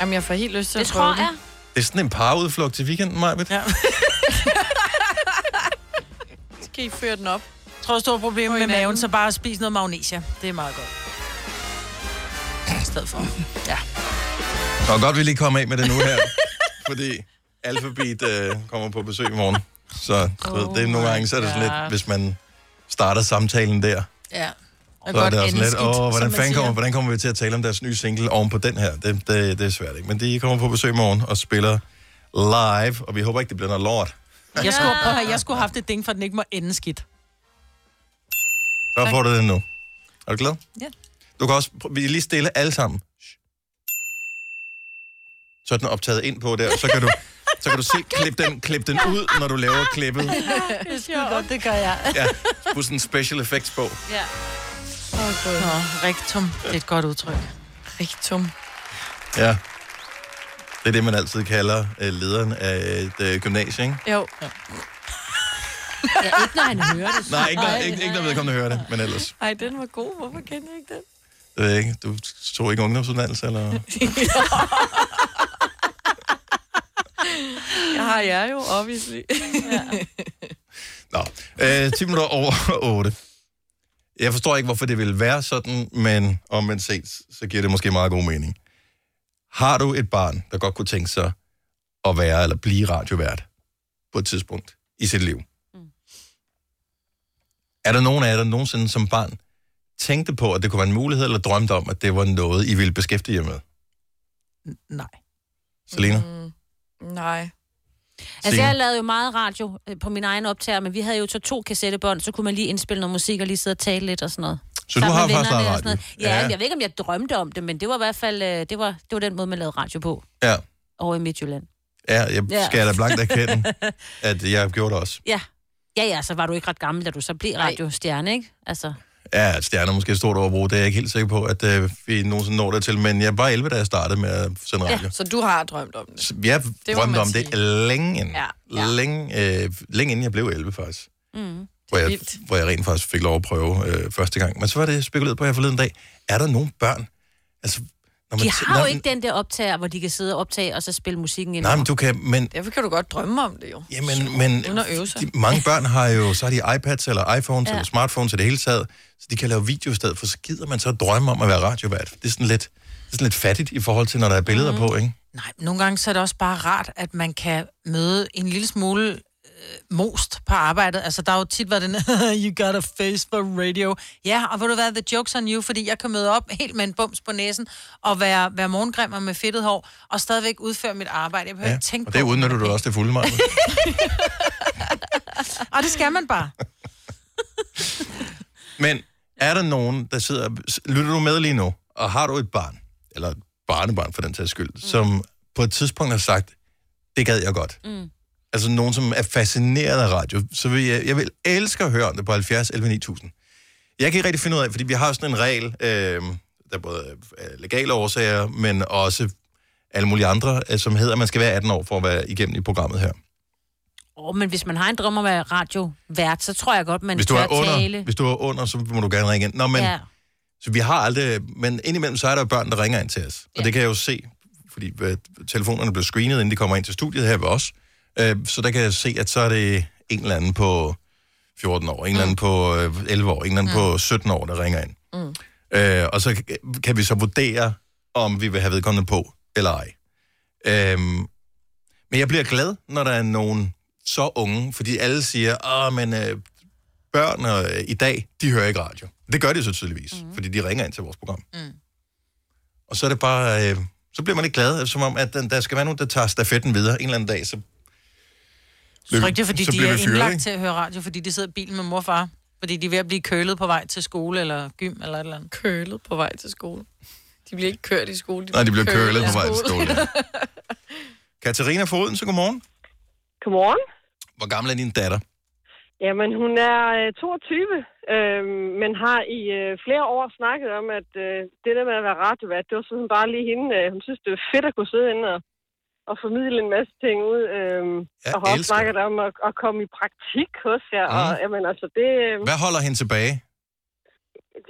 Speaker 3: Jamen, jeg får helt lyst til
Speaker 2: Det
Speaker 3: at prøve
Speaker 2: tror
Speaker 3: det.
Speaker 2: jeg.
Speaker 1: Det er sådan en parudflugt til weekenden, Majbet.
Speaker 4: Ja.
Speaker 3: Så kan I føre den op.
Speaker 4: Jeg tror, stort problem med maven, så bare spis noget magnesia. Det er meget godt. I stedet for. Ja.
Speaker 1: Nå, godt, vi lige kom af med det nu her. fordi Alphabet øh, kommer på besøg i morgen. Så, så oh det er nogle gange, så er det sådan
Speaker 4: God.
Speaker 1: lidt, hvis man starter samtalen der.
Speaker 4: Ja.
Speaker 1: Så er det også sådan lidt, åh, hvordan, fanden kommer, hvordan kommer vi til at tale om deres nye single oven på den her? Det, det, det er svært, ikke? Men de kommer på besøg i morgen og spiller live, og vi håber ikke, det bliver noget lort.
Speaker 4: Jeg skulle, prøv at høre, jeg skulle have haft et ding, for at den ikke må ende skidt.
Speaker 1: Så får du den nu. Er du glad?
Speaker 4: Ja.
Speaker 1: Du kan også, vi er lige stille alle sammen. Så er den optaget ind på der, så kan du, så kan du se, klip den, klip den ud, når du laver klippet.
Speaker 4: det er skide godt, det gør jeg.
Speaker 1: Ja, på sådan en special effects på.
Speaker 4: Ja. Oh, Nå, rektum. Det er et godt udtryk. Rektum.
Speaker 1: Ja. Det er det, man altid kalder øh, lederen af et øh, gymnasie, ikke?
Speaker 3: Jo.
Speaker 2: ja, ikke når han hører det.
Speaker 1: Nej, ikke, når- ikke, ikke når vedkommende hører det, men ellers.
Speaker 3: Ej, den var god. Hvorfor kender jeg ikke den?
Speaker 1: Jeg ved ikke, du tog ikke ungdomsuddannelse, eller?
Speaker 3: jeg har jeg jo, obviously. ja.
Speaker 1: Nå, øh, 10 minutter over 8. Jeg forstår ikke, hvorfor det ville være sådan, men omvendt set, så giver det måske meget god mening. Har du et barn, der godt kunne tænke sig at være eller blive radiovært på et tidspunkt i sit liv? Er der nogen af jer, der nogensinde som barn tænkte på, at det kunne være en mulighed, eller drømte om, at det var noget, I ville beskæftige jer med?
Speaker 4: Nej.
Speaker 1: Selina?
Speaker 3: Nej.
Speaker 2: Altså,
Speaker 1: Signe?
Speaker 2: jeg lavede jo meget radio øh, på min egen optager, men vi havde jo så to kassettebånd, så kunne man lige indspille noget musik og lige sidde og tale lidt og sådan noget.
Speaker 1: Så du
Speaker 2: Sammen
Speaker 1: har
Speaker 2: med
Speaker 1: faktisk lavet
Speaker 2: vennerne og sådan
Speaker 1: radio?
Speaker 2: noget. Ja,
Speaker 1: Ja.
Speaker 2: ja, jeg ved ikke, om jeg drømte om det, men det var i hvert fald øh, det var, det var den måde, man lavede radio på
Speaker 1: Ja,
Speaker 2: over i Midtjylland.
Speaker 1: ja jeg
Speaker 2: Ja.
Speaker 1: skal da blankt erkende, at jeg gjorde det også.
Speaker 2: Ja. Ja, ja, så var du ikke ret gammel, da du så blev radiostjerne, ikke? Altså,
Speaker 1: Ja, at stjerner er måske et stort overbrug, det er jeg ikke helt sikker på, at øh, vi nogensinde når dertil, men jeg var 11, da jeg startede med at sende radio.
Speaker 3: Så du har drømt om det.
Speaker 1: Så Jeg
Speaker 3: Det må
Speaker 1: drømte
Speaker 3: man
Speaker 1: om det længe inden,
Speaker 3: Ja.
Speaker 1: ja. længe, øh, længe inden jeg blev 11 faktisk,
Speaker 3: Mm.
Speaker 1: hvor jeg, hvor jeg rent faktisk fik lov at prøve øh, første gang. Men så var det spekuleret på her forleden dag, er der nogen børn? Altså, når
Speaker 2: de
Speaker 1: tæ-
Speaker 2: har jo
Speaker 1: når-
Speaker 2: ikke den der optager, hvor de kan sidde og optage, og så spille musikken ind.
Speaker 1: Nej, men du kan, men,
Speaker 3: Derfor kan du godt drømme om det jo.
Speaker 1: jamen, men
Speaker 3: Uden at øve sig.
Speaker 1: de, mange børn har jo, så har de iPads eller iPhones
Speaker 3: Ja.
Speaker 1: ja. eller smartphones i det hele taget, så de kan lave video i stedet, for så gider man så drømme om at være radiovært. Det er sådan lidt, det er sådan lidt fattigt i forhold til, når der er billeder mm. på, ikke?
Speaker 4: Nej, nogle gange så er det også bare rart, at man kan møde en lille smule øh, most på arbejdet. Altså, der har jo tit været den, you got a face for radio. Ja, og vil du være the jokes on you, fordi jeg kan møde op helt med en bums på næsen og være, være morgengrimmer med fedtet hår og stadigvæk udføre mit arbejde. Jeg behøver ja,
Speaker 1: Ja,
Speaker 4: ikke tænke
Speaker 1: og det
Speaker 4: på...
Speaker 1: udnytter du også det fulde meget.
Speaker 4: Og det skal man bare.
Speaker 1: Men er der nogen, der sidder... Lytter du med lige nu, og har du et barn, eller et barnebarn for den sags skyld, mm. som på et tidspunkt har sagt, det gad jeg godt.
Speaker 2: Mm.
Speaker 1: Altså nogen, som er fascineret af radio, så vil jeg, jeg vil elske at høre om det på 70 11 9000. Jeg kan ikke rigtig finde ud af, fordi vi har sådan en regel, øh, der både er legale årsager, men også alle mulige andre, øh, som hedder, at man skal være 18 år for at være igennem i programmet her.
Speaker 2: Åh, men hvis man har en drøm om at være radiovært, så tror jeg godt, man
Speaker 1: hvis, du
Speaker 2: tør
Speaker 1: er under,
Speaker 2: tale.
Speaker 1: hvis du er under, så må du gerne ringe ind. Nå, men,
Speaker 2: Ja.
Speaker 1: ja. så vi har aldrig, men indimellem så er der jo børn, der ringer ind til os. Og det kan jeg jo se, fordi øh, telefonerne bliver screenet, inden de kommer ind til studiet her ved os. Øh, så der kan jeg se, at så er det en eller anden på 14 år, en
Speaker 2: Mm.
Speaker 1: eller anden på øh, 11 år, en eller anden mm. på 17 år, der ringer ind.
Speaker 13: Mm.
Speaker 1: Øh, og så kan vi så vurdere, om vi vil have vedkommende på eller ej. Øhm, men jeg bliver glad, når der er nogen så unge, fordi alle siger, at men øh, børn øh, i dag, de hører ikke radio. Det gør de så tydeligvis,
Speaker 4: Mhm.
Speaker 1: mm. fordi de ringer ind til vores program. Mm. Og så er det bare, øh, så bliver man ikke glad, som om, at den, der skal være nogen, der tager stafetten videre en eller anden dag, så
Speaker 4: Jeg tror ikke, det er, fordi
Speaker 1: så
Speaker 4: de
Speaker 1: bliver
Speaker 4: er
Speaker 1: vi fyret,
Speaker 4: indlagt
Speaker 1: ikke?
Speaker 4: til at høre radio, fordi de sidder i bilen med mor og far. Fordi de er ved at blive kølet på vej til skole eller gym eller et eller andet.
Speaker 3: Kølet på vej til skole? De bliver ikke kørt i skole.
Speaker 1: Nej, de bliver kølet på vej til skole,
Speaker 3: ja.
Speaker 1: Katarina Foden, så godmorgen.
Speaker 17: Godmorgen.
Speaker 1: Hvor gammel er din datter?
Speaker 17: Jamen, hun er øh, 22, øh, men har i øh, flere år snakket om, at øh, det der med at være radiovært, det var sådan bare lige hende. Øh, hun synes, det er fedt at kunne sidde inde og, og formidle en masse ting ud. Øh, og har også
Speaker 1: elsker
Speaker 17: snakket om at, at komme i praktik hos jer. Mm. Og,
Speaker 1: Mhm.
Speaker 17: jamen, altså, det, øh,
Speaker 1: Hvad holder hende tilbage?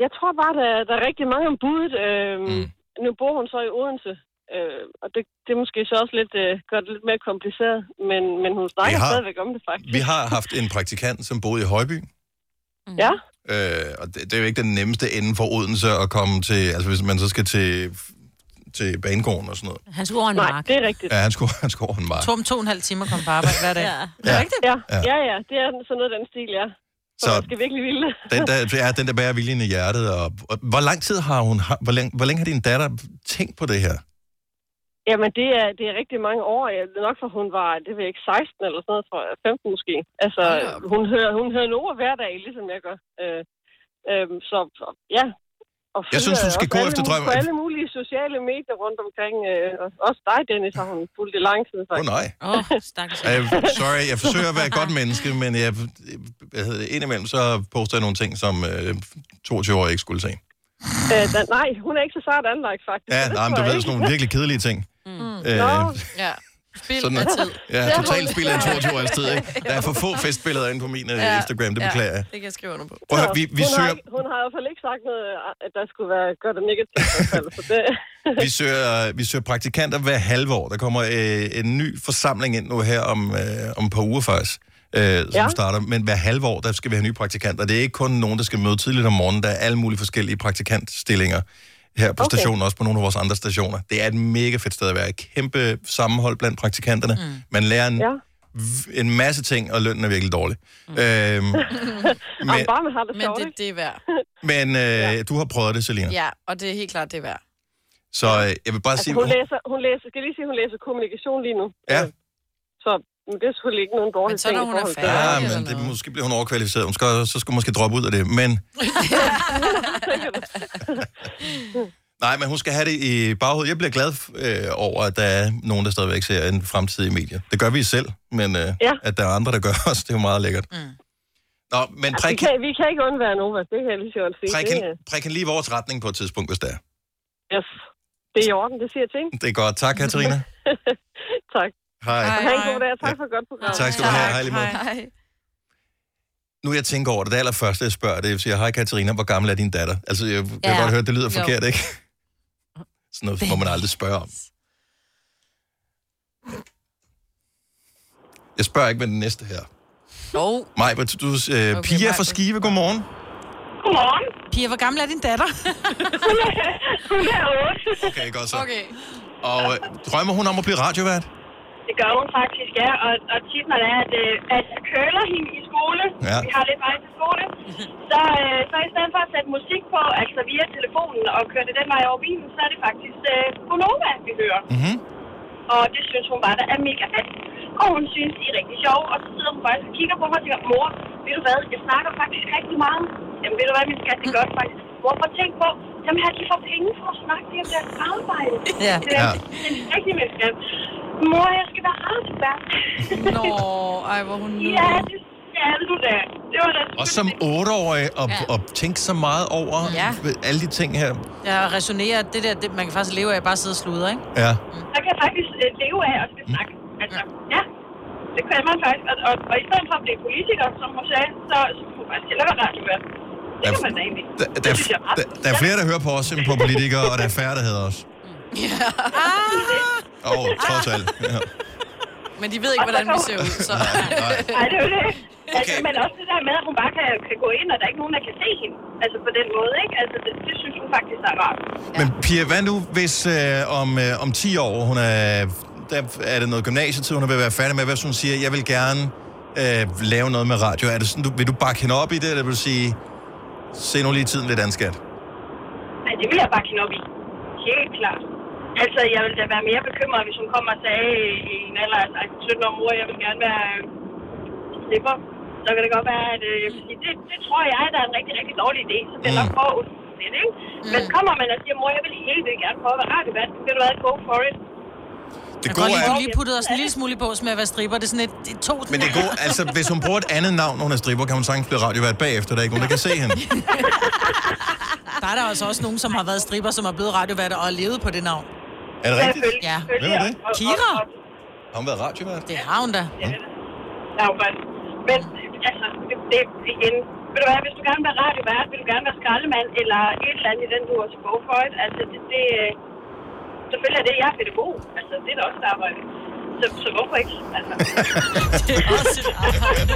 Speaker 17: jeg tror bare, der, der er rigtig mange om budet. Øh, mm. Nu bor hun så i Odense. Øh, og det, det er måske så også lidt, øh, gør det lidt mere kompliceret, men, men hun snakker
Speaker 1: har-
Speaker 17: stadigvæk om det faktisk.
Speaker 1: Vi har haft en praktikant, som boede i Højby,
Speaker 2: Mm.
Speaker 17: Ja,
Speaker 1: Øh, og det, det er jo ikke den nemmeste ende for Odense at komme til, altså hvis man så skal til, til banegården og sådan noget.
Speaker 2: Han skulle over en
Speaker 17: Nej,
Speaker 2: mark.
Speaker 17: det er rigtigt.
Speaker 1: Ja, han skulle, han skulle over en mark.
Speaker 4: Tom to og en halv time at komme på arbejde hver dag.
Speaker 17: Ja.
Speaker 4: Er det rigtigt?
Speaker 17: Ja, ja, ja, det er sådan noget af den stil, ja. Så, man skal virkelig ville det.
Speaker 1: Den der, ja, den der bærer viljen i hjertet. Og, og, hvor lang tid har hun, har- hvor længe, hvor længe har din datter tænkt på det her?
Speaker 17: Jamen, det er, det er rigtig mange år. Jeg ved nok, for hun var, det ved jeg ikke, 16 eller sådan noget, tror jeg. 15 måske. Altså, hun hører, hun hører Nora hver dag, ligesom jeg gør. Øh, øhm, så, så, ja. Og
Speaker 1: Jeg synes, hun
Speaker 17: følger
Speaker 1: skal
Speaker 17: også
Speaker 1: gå
Speaker 17: alle
Speaker 1: efter
Speaker 17: mul-
Speaker 1: drømmen.
Speaker 17: På alle mulige sociale medier rundt omkring. Øh, og også dig, Dennis, har hun fulgt det lang tid. Åh,
Speaker 1: oh, nej.
Speaker 2: Åh, oh, stakkels.
Speaker 1: Uh, sorry, jeg forsøger at være et godt menneske, men jeg, hvad hedder det, indimellem så poster jeg nogle ting, som øh, 22-årige ikke skulle se.
Speaker 17: Øh, da, nej, hun er ikke så sart anlagt, faktisk.
Speaker 1: Ja,
Speaker 17: Det
Speaker 1: nej, men
Speaker 17: tror
Speaker 1: du
Speaker 17: jeg
Speaker 1: ved,
Speaker 17: ikke.
Speaker 1: sådan nogle virkelig kedelige ting.
Speaker 17: Mm.
Speaker 1: Øh,
Speaker 17: Nå, ja.
Speaker 3: Spil
Speaker 1: Sådan,
Speaker 3: af tid.
Speaker 1: ja, totalt spil af en 22-årig tid, ikke? Der er for få festbilleder inde på min øh, Instagram, det beklager jeg.
Speaker 3: Det kan jeg skrive under på.
Speaker 1: Prøv at høre, vi, vi
Speaker 17: hun, har
Speaker 1: søger...
Speaker 17: ikke, hun har i hvert fald ikke sagt noget, at der skulle være godt og negativt. i hvert fald, så det,
Speaker 1: Vi søger, vi søger praktikanter hver halve år. Der kommer øh, en ny forsamling ind nu her om, øh, om et par uger faktisk, øh, som
Speaker 17: Ja.
Speaker 1: ja. starter. Men hver halve år, der skal vi have nye praktikanter. Det er ikke kun nogen, der skal møde tidligt om morgenen. Der er alle mulige forskellige praktikantstillinger her på
Speaker 17: Okay.
Speaker 1: okay. stationen, også på nogle af vores andre stationer. Det er et mega fedt sted at være. Et kæmpe sammenhold blandt praktikanterne. Mm. Man lærer en,
Speaker 17: ja.
Speaker 1: v- en masse ting, og lønnen er virkelig dårlig. Mm. Øhm,
Speaker 17: men, Om bare man har det
Speaker 3: Men
Speaker 17: sjovt,
Speaker 3: det,
Speaker 17: ikke?
Speaker 3: det er værd.
Speaker 1: men øh, ja. du har prøvet det, Selina. Ja.
Speaker 3: Ja, og det er helt klart, det er værd.
Speaker 1: Så øh, jeg vil bare
Speaker 17: Altså,
Speaker 1: sige...
Speaker 17: hun, læser, hun læser, skal jeg lige sige, hun læser kommunikation lige nu.
Speaker 1: Ja.
Speaker 17: Så men det er selvfølgelig ikke nogen dårlig
Speaker 3: Men så når
Speaker 17: ting.
Speaker 3: hun er
Speaker 1: Ja, Ah, men det, måske bliver hun overkvalificeret. Hun skal, så skal hun måske droppe ud af det. Men, nej, men hun skal have det i baghovedet. Jeg bliver glad øh, over, at der er nogen, der stadigvæk ser en fremtid i medier. Det gør vi selv, men øh,
Speaker 17: Ja.
Speaker 1: ja. at der er andre, der gør os, det er jo meget lækkert. Mm. Nå, men
Speaker 17: vi,
Speaker 1: prik,
Speaker 17: kan, vi kan ikke undvære Nova, det kan jeg lige så godt sige.
Speaker 1: prik,
Speaker 17: Det,
Speaker 1: hende- prik hende lige i vores retning på et tidspunkt, hvis det er.
Speaker 17: er- yes, det er i orden, det siger jeg til. hende.
Speaker 1: Det er godt. Tak, Katarina.
Speaker 17: tak.
Speaker 1: Hej.
Speaker 17: Og Ha' en god dag, og tak for et godt program.
Speaker 1: Tak skal du have. Hej lige måde. Nu jeg tænker over det, det allerførste, jeg spørger, det er, jeg siger, hej Katarina, hvor gammel er din datter? Altså, jeg, jeg
Speaker 2: Ja.
Speaker 1: kan godt høre, det lyder
Speaker 2: Jo.
Speaker 1: forkert, ikke? Sådan noget må man aldrig spørge om. Jeg spørger ikke med den næste her.
Speaker 3: Jo.
Speaker 1: Maj, du, du, øh,
Speaker 4: Okay,
Speaker 1: okay, Pia fra
Speaker 4: Maj-Brit.
Speaker 1: Skive, godmorgen.
Speaker 4: Godmorgen. Pia, hvor gammel er din datter?
Speaker 8: Hun er 8.
Speaker 1: Okay, godt så. Okay. Og øh, drømmer hun om at blive radiovært?
Speaker 8: Det gør hun faktisk, ja. Og, og tit, når det er, at, øh, at jeg køler hende i skole,
Speaker 1: Ja.
Speaker 8: vi har lidt vej til skole, så, øh, så i stedet for at sætte musik på, altså via telefonen, og køre det den vej over bilen, så er det faktisk øh, Gonova, vi hører.
Speaker 1: Mm-hmm.
Speaker 8: Og det synes hun bare, der er mega fedt. Og hun synes, I er rigtig sjove. Og så sidder hun faktisk og kigger på mig og tænker, mor, ved du hvad, jeg snakker faktisk rigtig meget. Jamen ved du hvad, min skat, det gør det faktisk. Mor, prøv at tænk på, dem her, de får penge for at snakke det om deres arbejde.
Speaker 4: Ja.
Speaker 8: Det er
Speaker 4: Ja.
Speaker 8: det er rigtig, min skat. Mor, jeg skal være arbejdsvært.
Speaker 3: Nå, ej, hvor hun nu.
Speaker 8: ja, det skal du da. Det var da
Speaker 1: Og som otteårig, og, ja. og tænke så meget over
Speaker 4: Ja.
Speaker 1: ja. alle de ting her.
Speaker 4: Jeg resonerer, at det der, det, man kan faktisk leve af bare at sidde og sludre, ikke? Mm.
Speaker 1: Ja.
Speaker 8: man kan faktisk øh, leve af at skal snakke. Altså, ja, det kan man faktisk. Og, og, og i stedet for at blive politiker, som hun sagde, så, så kunne man faktisk hellere være radiovært. Det kan man da egentlig.
Speaker 1: Der, der, der, der er flere, der hører på os end på politikere, og der er færre, der hedder os.
Speaker 3: Ja.
Speaker 1: Åh, oh, trods alt. Ja.
Speaker 3: Men de ved ikke, hvordan vi ser ud, så...
Speaker 8: Nej, det er jo det. Altså, men også det der med, at hun bare kan, kan gå ind, og der er ikke nogen, der kan se hende. Altså på den måde, ikke? Altså, det, det synes hun faktisk er rart.
Speaker 1: Men Pia, hvad nu, hvis øh, om, øh, om 10 år, hun er, der er det noget gymnasietid, hun er ved at være færdig med, hvad hvis hun siger, jeg vil gerne øh, lave noget med radio. Er det sådan, du, vil du bakke hende op i det, eller vil du sige, se nu lige tiden lidt an, skat?
Speaker 8: Nej, det vil jeg bare hende op i. Helt klart. Altså, jeg ville da være mere bekymret, hvis hun kom og sagde i en alder af 17 år, mor, jeg vil gerne være øh, slipper. Så kan det godt være, at øh, jeg vil sige, det, det tror jeg, der er en rigtig, rigtig dårlig idé. Så det er nok for lidt, ikke? Men kommer man og siger, mor, jeg vil helt vildt gerne prøve at være radiovært, så vil du være go for it.
Speaker 1: Det
Speaker 4: Godt
Speaker 1: gode
Speaker 4: lige,
Speaker 1: er,
Speaker 4: du lige puttede os en lille smule i bås med at være stripper. Det er sådan et, det er to...
Speaker 1: men det gode, altså, hvis hun bruger et andet navn, når hun er stripper, kan hun sagtens blive radiovært bagefter, der er ikke nogen, der kan se hende.
Speaker 4: Der er der altså også nogen, som har været stripper, som er blevet radiovært og har levet på det navn.
Speaker 1: Er det rigtigt?
Speaker 4: Ja.
Speaker 1: Hvem er det?
Speaker 4: Kira.
Speaker 1: Har hun været radiovært?
Speaker 4: Det har hun da.
Speaker 8: Ja, jo, men, men altså, det, det igen. Ved du hvad, hvis du gerne vil være radiovært, vil du gerne være skraldemand eller et eller andet i den, du har til go for it. Altså, det, det, øh, selvfølgelig er det, jeg er pædagog. Altså, det er da også et arbejde. Så, så hvorfor ikke? Altså.
Speaker 4: Det er også et arbejde.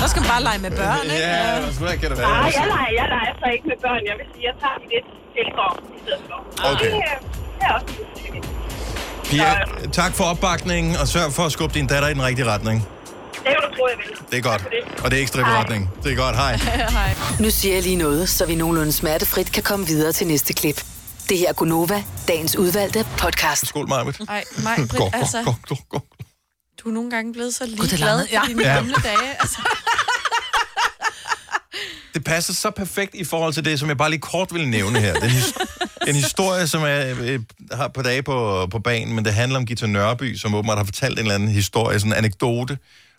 Speaker 4: Så skal man bare lege med børn, ikke?
Speaker 1: Ja, hvad kan det være?
Speaker 8: Nej, jeg leger, jeg leger så ikke med børn. Jeg vil sige, jeg tager de lidt ældre i stedet for.
Speaker 1: Okay.
Speaker 8: Det, øh, det er også positivt.
Speaker 1: Pia, tak for opbakningen, og sørg for at skubbe din datter i den rigtige retning.
Speaker 8: Det er jo, du tror, jeg vil.
Speaker 1: Det er godt. Og det er ikke stripperetning. Det er godt. Hej.
Speaker 8: Hej.
Speaker 16: Nu siger jeg lige noget, så vi nogenlunde smertefrit kan komme videre til næste klip. Det her er Gunova, dagens udvalgte podcast.
Speaker 1: Skål, Marvitt.
Speaker 3: Ej, mig, Britt, altså...
Speaker 1: Go, go, go,
Speaker 3: Du er nogle gange blevet så
Speaker 1: det er
Speaker 3: ligeglad
Speaker 1: landet,
Speaker 3: ja. i
Speaker 1: ja.
Speaker 3: dine
Speaker 1: Ja.
Speaker 3: gamle dage. Altså,
Speaker 1: Det passer så perfekt i forhold til det, som jeg bare lige kort vil nævne her. Den his- en historie, som jeg øh, har på dage på, på banen, men det handler om Gita Nørby, som åbenbart har fortalt en eller anden historie, sådan en anekdote,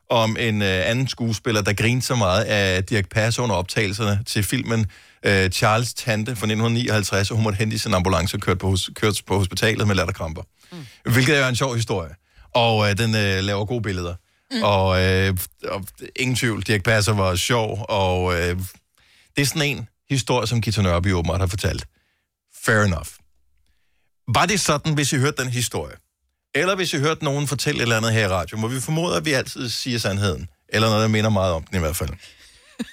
Speaker 1: om en øh, anden skuespiller, der grinede så meget af Dirk Passer under optagelserne til filmen øh, Charles Tante fra 1959, og hun måtte hente i sin ambulance og kørte på, hos- kørt på hospitalet med latterkramper. Mm. Hvilket er jo en sjov historie, og øh, den øh, laver gode billeder. Mm. Og, øh, og ingen tvivl, Dirk Passer var sjov, og øh, det er sådan en historie, som Gita Nørby åbenbart har fortalt. Fair enough. Var det sådan, hvis I hørte den historie? Eller hvis I hørte nogen fortælle et eller andet her i radio, hvor vi formoder, at vi altid siger sandheden. Eller noget, der minder meget om den i hvert fald.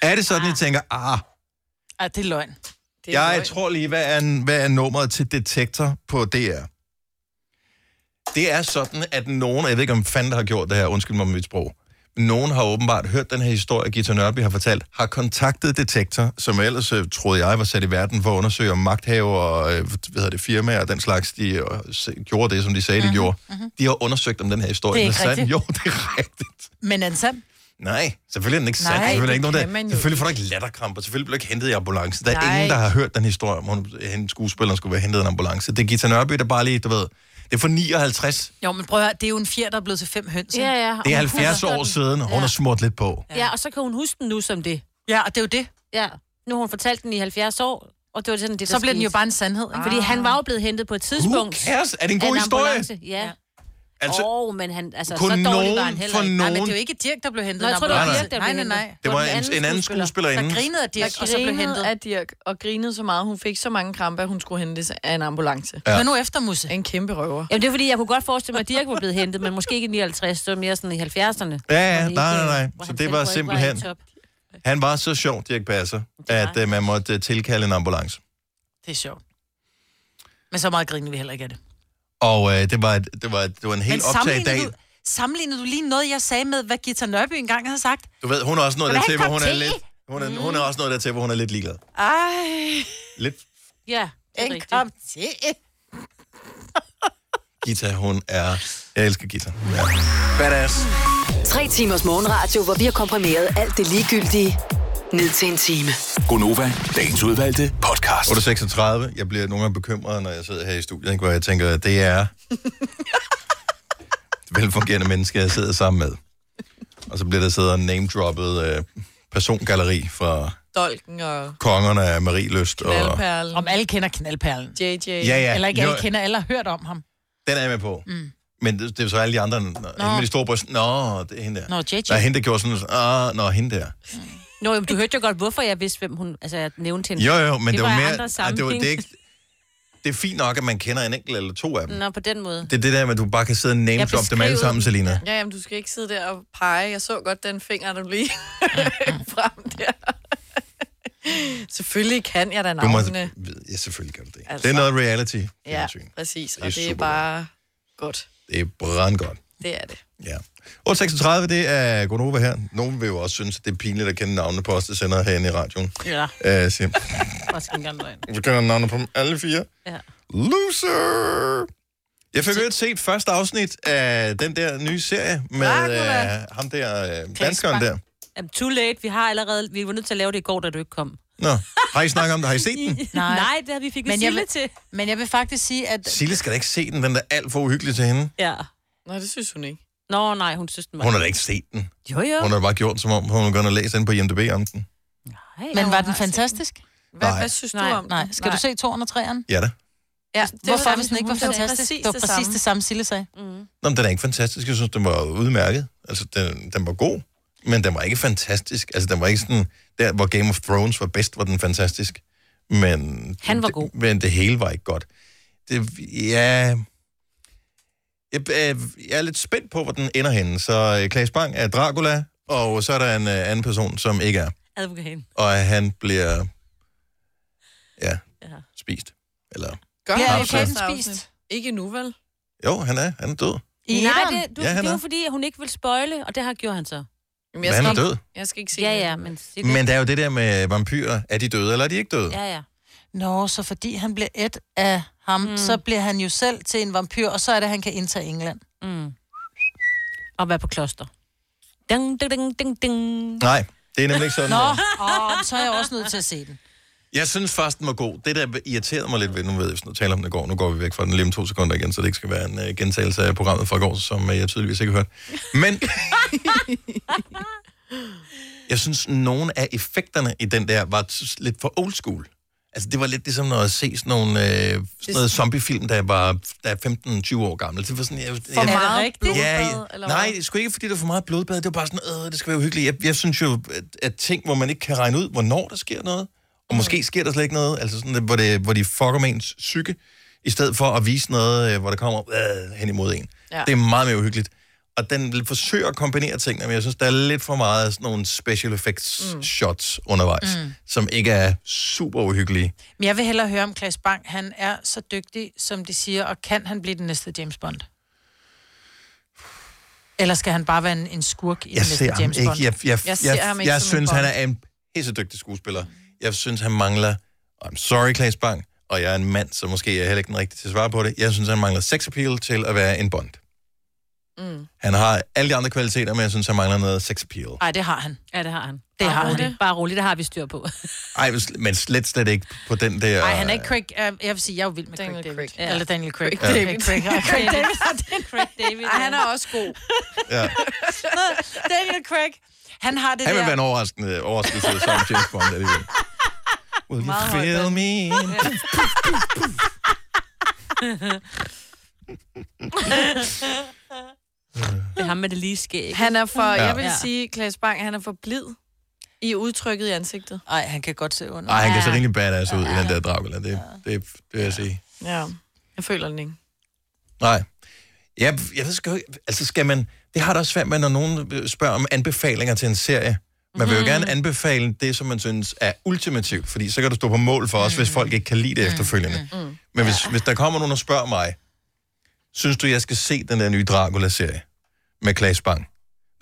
Speaker 1: Er det sådan, I tænker, ah,
Speaker 4: Ej, det er løgn. Det er
Speaker 1: jeg
Speaker 4: løgn.
Speaker 1: tror lige, hvad er, n- hvad er nummeret til detektor på DR? Det er sådan, at nogen, og jeg ved ikke, om fanden der har gjort det her, undskyld mig med mit sprog, men nogen har åbenbart hørt den her historie, Gita Nørby har fortalt, har kontaktet Detektor, som ellers øh, troede jeg var sat i verden for at undersøge om magthaver og øh, hvad hedder det, firmaer og den slags, de øh, se- gjorde det, som de sagde, de gjorde. De har undersøgt, om den her historie
Speaker 4: Mhm, Det er
Speaker 1: den
Speaker 4: ikke
Speaker 1: sand.
Speaker 4: rigtigt.
Speaker 1: Jo, det er rigtigt.
Speaker 4: Men altså, er den sand?
Speaker 1: Nej, selvfølgelig er den ikke
Speaker 4: Nej,
Speaker 1: sand. Selvfølgelig, er
Speaker 4: det
Speaker 1: ikke nogen,
Speaker 4: kan man
Speaker 1: der,
Speaker 4: jo
Speaker 1: selvfølgelig får du ikke latterkramper. Selvfølgelig bliver du ikke hentet i ambulancen. Der er
Speaker 4: Nej.
Speaker 1: ingen, der har hørt den historie om, hun, hende skuespilleren skulle være hentet i en ambulance. Det er Gita Nørby, der bare lige, du ved... Det er for 59.
Speaker 4: Jo, men prøv at høre, det er jo en fjer, der er blevet til fem høns. ikke?
Speaker 2: Ja, ja.
Speaker 1: Det er 70 år siden, og hun har smurt lidt på.
Speaker 2: Ja, og så kan hun huske den nu som det.
Speaker 4: Ja, og det er jo det.
Speaker 2: Ja, nu har hun fortalt den i 70 år, og det var sådan, det der
Speaker 4: Så bliver den jo
Speaker 2: skete.
Speaker 4: bare en sandhed. Ikke? Ah.
Speaker 2: Fordi han var jo blevet hentet på et tidspunkt.
Speaker 1: cares? Er det en
Speaker 2: af
Speaker 1: god historie?
Speaker 2: ambulance. Ja. Altså,
Speaker 1: Altså,
Speaker 2: oh, men han, altså, så
Speaker 1: kun
Speaker 2: dårlig var
Speaker 1: nogen
Speaker 2: han heller
Speaker 1: for
Speaker 2: ikke.
Speaker 1: nogen- Nej, men det er jo
Speaker 4: ikke Dirk, der blev hentet.
Speaker 2: Nå, jeg tror, det
Speaker 1: Nej,
Speaker 2: var
Speaker 1: nej.
Speaker 2: Dirk, der blev
Speaker 4: Nej, nej,
Speaker 2: hentet.
Speaker 4: nej.
Speaker 1: det var
Speaker 4: den
Speaker 1: en,
Speaker 4: anden
Speaker 1: en anden skuespiller inden.
Speaker 4: Der grinede af Dirk,
Speaker 3: jeg
Speaker 4: og så blev hentet.
Speaker 3: grinede af Dirk, og grinede så meget, hun fik så mange krampe, at hun skulle hentes af en ambulance.
Speaker 1: Ja. Hør
Speaker 4: nu efter, Musse.
Speaker 3: En kæmpe røver.
Speaker 2: Jamen, det er fordi, jeg kunne godt forestille mig, at Dirk var blevet hentet, men måske ikke i 59, så mere sådan i 70'erne.
Speaker 1: Ja, ja,
Speaker 2: Hvor det
Speaker 1: nej, nej,
Speaker 2: ikke,
Speaker 1: nej.
Speaker 2: øh, hvor
Speaker 1: Så
Speaker 2: han
Speaker 1: det
Speaker 2: selv
Speaker 1: var
Speaker 2: ikke
Speaker 1: simpelthen-
Speaker 2: i top.
Speaker 1: Han var så sjov, Dirk Passer, at øh, man måtte øh, tilkalde en ambulance.
Speaker 4: Det er sjovt. Men så meget griner vi heller ikke af det.
Speaker 1: Og øh, det, var et, det, var, et- det var en helt optaget dag.
Speaker 4: du, sammenlignede du lige noget, jeg sagde med, hvad Gita Nørby engang havde sagt?
Speaker 1: Du ved, hun er også noget der
Speaker 4: Vil du
Speaker 1: til,
Speaker 4: have
Speaker 1: hvor hun
Speaker 4: en kop
Speaker 1: er
Speaker 4: te?
Speaker 1: lidt... Hun er,
Speaker 4: Mm.
Speaker 1: hun er også noget der til, hvor hun er lidt ligeglad.
Speaker 4: Ej.
Speaker 1: Lidt
Speaker 2: Ja, det er
Speaker 4: en
Speaker 2: rigtigt.
Speaker 4: kop te.
Speaker 1: Gita, hun er... Jeg elsker Gita. Hun er badass.
Speaker 16: Tre timers morgenradio, hvor vi har komprimeret alt det ligegyldige ned til en time.
Speaker 5: Gonova, dagens udvalgte podcast.
Speaker 1: 8.36. Jeg bliver nogle gange bekymret, når jeg sidder her i studiet, ikke? hvor jeg tænker, at det er et velfungerende menneske, jeg sidder sammen med. Og så bliver der siddet name-droppet øh, persongalleri fra
Speaker 3: Dolken og
Speaker 1: kongerne af Marie Løst. Og...
Speaker 3: knaldperlen.
Speaker 4: Om alle kender knaldperlen.
Speaker 3: JJ.
Speaker 1: Ja, ja.
Speaker 4: Eller ikke
Speaker 1: Jo.
Speaker 4: alle kender, alle har hørt om ham.
Speaker 1: Den er jeg med på.
Speaker 4: Mm.
Speaker 1: Men det, det er jo så alle de andre. Nå, hende med de store bryst. Nå, det er hende der.
Speaker 4: Nå, JJ.
Speaker 1: Nej, hende der gjorde sådan, ah, nå, hende der.
Speaker 2: Nå, jamen, du hørte jo godt, hvorfor jeg vidste, hvem hun... Altså, jeg nævnte hende.
Speaker 1: Jo, jo, men det, var,
Speaker 2: i
Speaker 1: mere...
Speaker 2: andre
Speaker 1: Ej, det, var, det, er
Speaker 2: sammenhænge.
Speaker 1: ikke, det er fint nok, at man kender en enkelt eller to af dem.
Speaker 2: Nå, på den måde.
Speaker 1: Det er det der med, at du bare kan sidde og name
Speaker 3: Jeg
Speaker 1: drop dem alle
Speaker 3: beskrev
Speaker 1: sammen,
Speaker 3: den.
Speaker 1: Selina.
Speaker 3: Ja, jamen, du skal ikke sidde der og pege. Jeg så godt den finger, der lige frem der. Selvfølgelig kan jeg da
Speaker 1: Du må,
Speaker 3: navnene.
Speaker 1: ja, selvfølgelig gør du det.
Speaker 3: Altså.
Speaker 1: Altså. Det er noget reality.
Speaker 3: Ja, præcis. Og
Speaker 1: Det er
Speaker 3: det er, det er
Speaker 1: super
Speaker 3: bare godt.
Speaker 1: Det er brandgodt.
Speaker 3: Det er det.
Speaker 1: Ja. 8.36, det er Gonova her. Nogen vil jo også synes, at det er pinligt at kende navnene på os, der sender herinde i radioen.
Speaker 2: Ja.
Speaker 1: Uh, siger,
Speaker 4: Også en gang løgn.
Speaker 1: vi kender navnene på dem alle fire.
Speaker 2: Ja.
Speaker 1: Loser! Jeg fik jo set første afsnit af den der nye serie
Speaker 3: Ah,
Speaker 1: med
Speaker 2: Dracula.
Speaker 1: øh, ham der, øh, danskeren der.
Speaker 2: Jamen, too late. Vi har allerede... Vi var nødt til at lave det i går, da du ikke kom.
Speaker 1: Nå, har I snakket om det? Har I set den?
Speaker 4: Nej,
Speaker 2: Nej det har vi fik
Speaker 4: men jeg
Speaker 2: Sille
Speaker 4: vil, til. Men jeg vil faktisk sige, at...
Speaker 1: Sille skal da ikke se den, den er alt for uhyggelig til hende.
Speaker 2: Ja.
Speaker 3: Nej, det synes hun ikke.
Speaker 2: Nå, nej, hun synes, den var...
Speaker 1: Hun har da ikke set den.
Speaker 2: Jo, jo.
Speaker 1: Hun har bare gjort, som om hun går og læser ind på IMDb om den.
Speaker 4: Men var den fantastisk?
Speaker 1: Hvad- Nej. hvad
Speaker 3: synes
Speaker 4: du om Nej, skal du se 203'eren?
Speaker 1: Ja da.
Speaker 4: Ja,
Speaker 3: det var
Speaker 4: Hvorfor,
Speaker 3: det
Speaker 4: hvis den
Speaker 3: samme,
Speaker 4: ikke var
Speaker 3: hun sagde.
Speaker 4: fantastisk?
Speaker 3: Præcis
Speaker 4: Det var
Speaker 3: det
Speaker 4: præcis
Speaker 3: samme.
Speaker 4: det samme, Sille sagde.
Speaker 3: Mm.
Speaker 1: Nå, men den er ikke fantastisk. Jeg synes, den var udmærket. Altså, den, den var god, men den var ikke fantastisk. Altså, den var ikke sådan... Der, hvor Game of Thrones var bedst, var den fantastisk. Men...
Speaker 2: Han var
Speaker 1: det-
Speaker 2: god.
Speaker 1: Men det hele var ikke godt. Det, ja... Jeg, øh, jeg er lidt spændt på, hvor den ender henne. Så øh, Claes Bang er Dracula, og så er der en øh, anden person, som ikke er.
Speaker 2: Advokaten.
Speaker 1: Og han bliver... Ja, spist. Eller...
Speaker 3: Gør
Speaker 1: Ja,
Speaker 3: ja,
Speaker 1: okay, den
Speaker 3: spist? Ikke nu, vel?
Speaker 1: Jo, han er. Han er død.
Speaker 2: Nej, det, du,
Speaker 1: Ja,
Speaker 2: ja,
Speaker 1: han
Speaker 2: det
Speaker 1: er.
Speaker 2: var fordi, at hun ikke ville spøjle, og det har gjort han så.
Speaker 3: Jamen, jeg
Speaker 1: Men han
Speaker 3: skal
Speaker 1: er
Speaker 3: ikke-
Speaker 1: død.
Speaker 3: Jeg skal ikke sige
Speaker 2: Ja,
Speaker 3: det.
Speaker 2: ja, men... sig det.
Speaker 1: Men der er jo det der med vampyrer. Er de døde, eller er de ikke døde?
Speaker 4: Ja, ja. Nå, så fordi han bliver et af ham, mm. så bliver han jo selv til en vampyr, og så er det, at han kan indtage England.
Speaker 2: Mm. Og være på kloster. Ding, ding, ding, ding, ding.
Speaker 1: Nej, det er nemlig ikke sådan.
Speaker 4: Nå,
Speaker 1: noget.
Speaker 4: åh, så er jeg også nødt til at se den.
Speaker 1: Jeg synes faktisk, den var god. Det, der irriterede mig lidt ved, nu ved jeg, hvis nu taler om den i går, nu går vi væk fra den lige om to sekunder igen, så det ikke skal være en uh, gentagelse af programmet fra i går, som uh, jeg tydeligvis ikke har hørt. Men jeg synes, nogle af effekterne i den der var t- lidt for old school. Altså, det var lidt ligesom, når jeg ser sådan nogle øh, sådan noget zombiefilm, der var der er 15-20 år gammel. Det var sådan, jeg,
Speaker 13: For
Speaker 1: jeg,
Speaker 13: meget blodbad,
Speaker 1: ja,
Speaker 13: eller
Speaker 1: eller Nej, det skulle ikke, fordi det var for meget blodbad. Det var bare sådan, øh, det skal være uhyggeligt. Jeg, jeg synes jo, at, at ting, hvor man ikke kan regne ud, hvornår der sker noget, og
Speaker 13: Mm.
Speaker 1: måske sker der slet ikke noget, altså sådan, hvor, det, hvor de fucker med ens psyke, i stedet for at vise noget, øh, hvor der kommer øh, hen imod en.
Speaker 13: Ja.
Speaker 1: Ja. Det er meget mere uhyggeligt. Og den vil forsøge at kombinere tingene, men jeg synes, der er lidt for meget af sådan nogle special effects mm. shots undervejs,
Speaker 4: Mm.
Speaker 1: mm. som ikke er super uhyggelige.
Speaker 4: Men jeg vil hellere høre om Klaas Bang. Han er så dygtig, som de siger, og kan han blive den næste James Bond? Eller skal han bare være en, en skurk i
Speaker 1: Jeg
Speaker 4: den næste
Speaker 1: ser ham
Speaker 4: James
Speaker 1: ikke.
Speaker 4: Bond?
Speaker 1: Jeg, jeg, jeg,
Speaker 4: ser ham
Speaker 1: jeg,
Speaker 4: ikke
Speaker 1: jeg
Speaker 4: som en
Speaker 1: synes, han
Speaker 4: Bond.
Speaker 1: er en pissedygtig skuespiller. Jeg synes, han mangler... I'm sorry, Claes Bang, og jeg er en mand, så måske er jeg heller ikke den rigtige til at svare på det. Jeg synes, han mangler sex appeal til at være en Bond.
Speaker 4: Mm.
Speaker 1: Han har alle de andre kvaliteter, men jeg synes, han mangler noget sex appeal.
Speaker 4: Ej, det har han.
Speaker 2: Ja, Oh. det har han.
Speaker 4: Det
Speaker 2: Bare
Speaker 4: har
Speaker 2: rolig.
Speaker 4: han.
Speaker 2: Bare rolig, det har vi styr på.
Speaker 1: Ej, men sl- men slet, slet ikke på den der...
Speaker 4: Nej, han er ikke Craig... Jeg, jeg vil sige, jeg er jo vild med Craig David. Ja. Eller Daniel Craig.
Speaker 1: Craig David.
Speaker 4: Craig, Craig, Craig,
Speaker 3: Craig
Speaker 4: David.
Speaker 2: Craig David.
Speaker 3: Ej, han er også god.
Speaker 1: Ja.
Speaker 4: Daniel Craig. Han har det
Speaker 1: Han vil
Speaker 4: der...
Speaker 1: være en overraskende overraskelse som James Bond alligevel. Will you
Speaker 4: Meget høj
Speaker 1: feel me?
Speaker 2: det er ham med det lige skæg.
Speaker 3: Han er for, ja.
Speaker 1: Ja.
Speaker 3: jeg vil
Speaker 1: Ja.
Speaker 3: sige, Klaas Bang, han er for blid i udtrykket i ansigtet.
Speaker 4: Nej, han kan godt se under.
Speaker 1: Nej, han kan så rimelig badass ud i den der Dracula. Det, det, det vil jeg sige.
Speaker 3: Ja, jeg føler den ikke.
Speaker 1: Nej. Jeg, jeg ved sgu ikke- altså skal man, det har det også svært med, når nogen spørger om anbefalinger til en serie. Man vil jo gerne anbefale det, som man synes er ultimativt, fordi så kan du stå på mål for os, hvis folk ikke kan lide det efterfølgende. Men hvis, hvis der kommer nogen og spørger mig, synes du, jeg skal se den der nye Dracula-serie med Claes Bang? Nu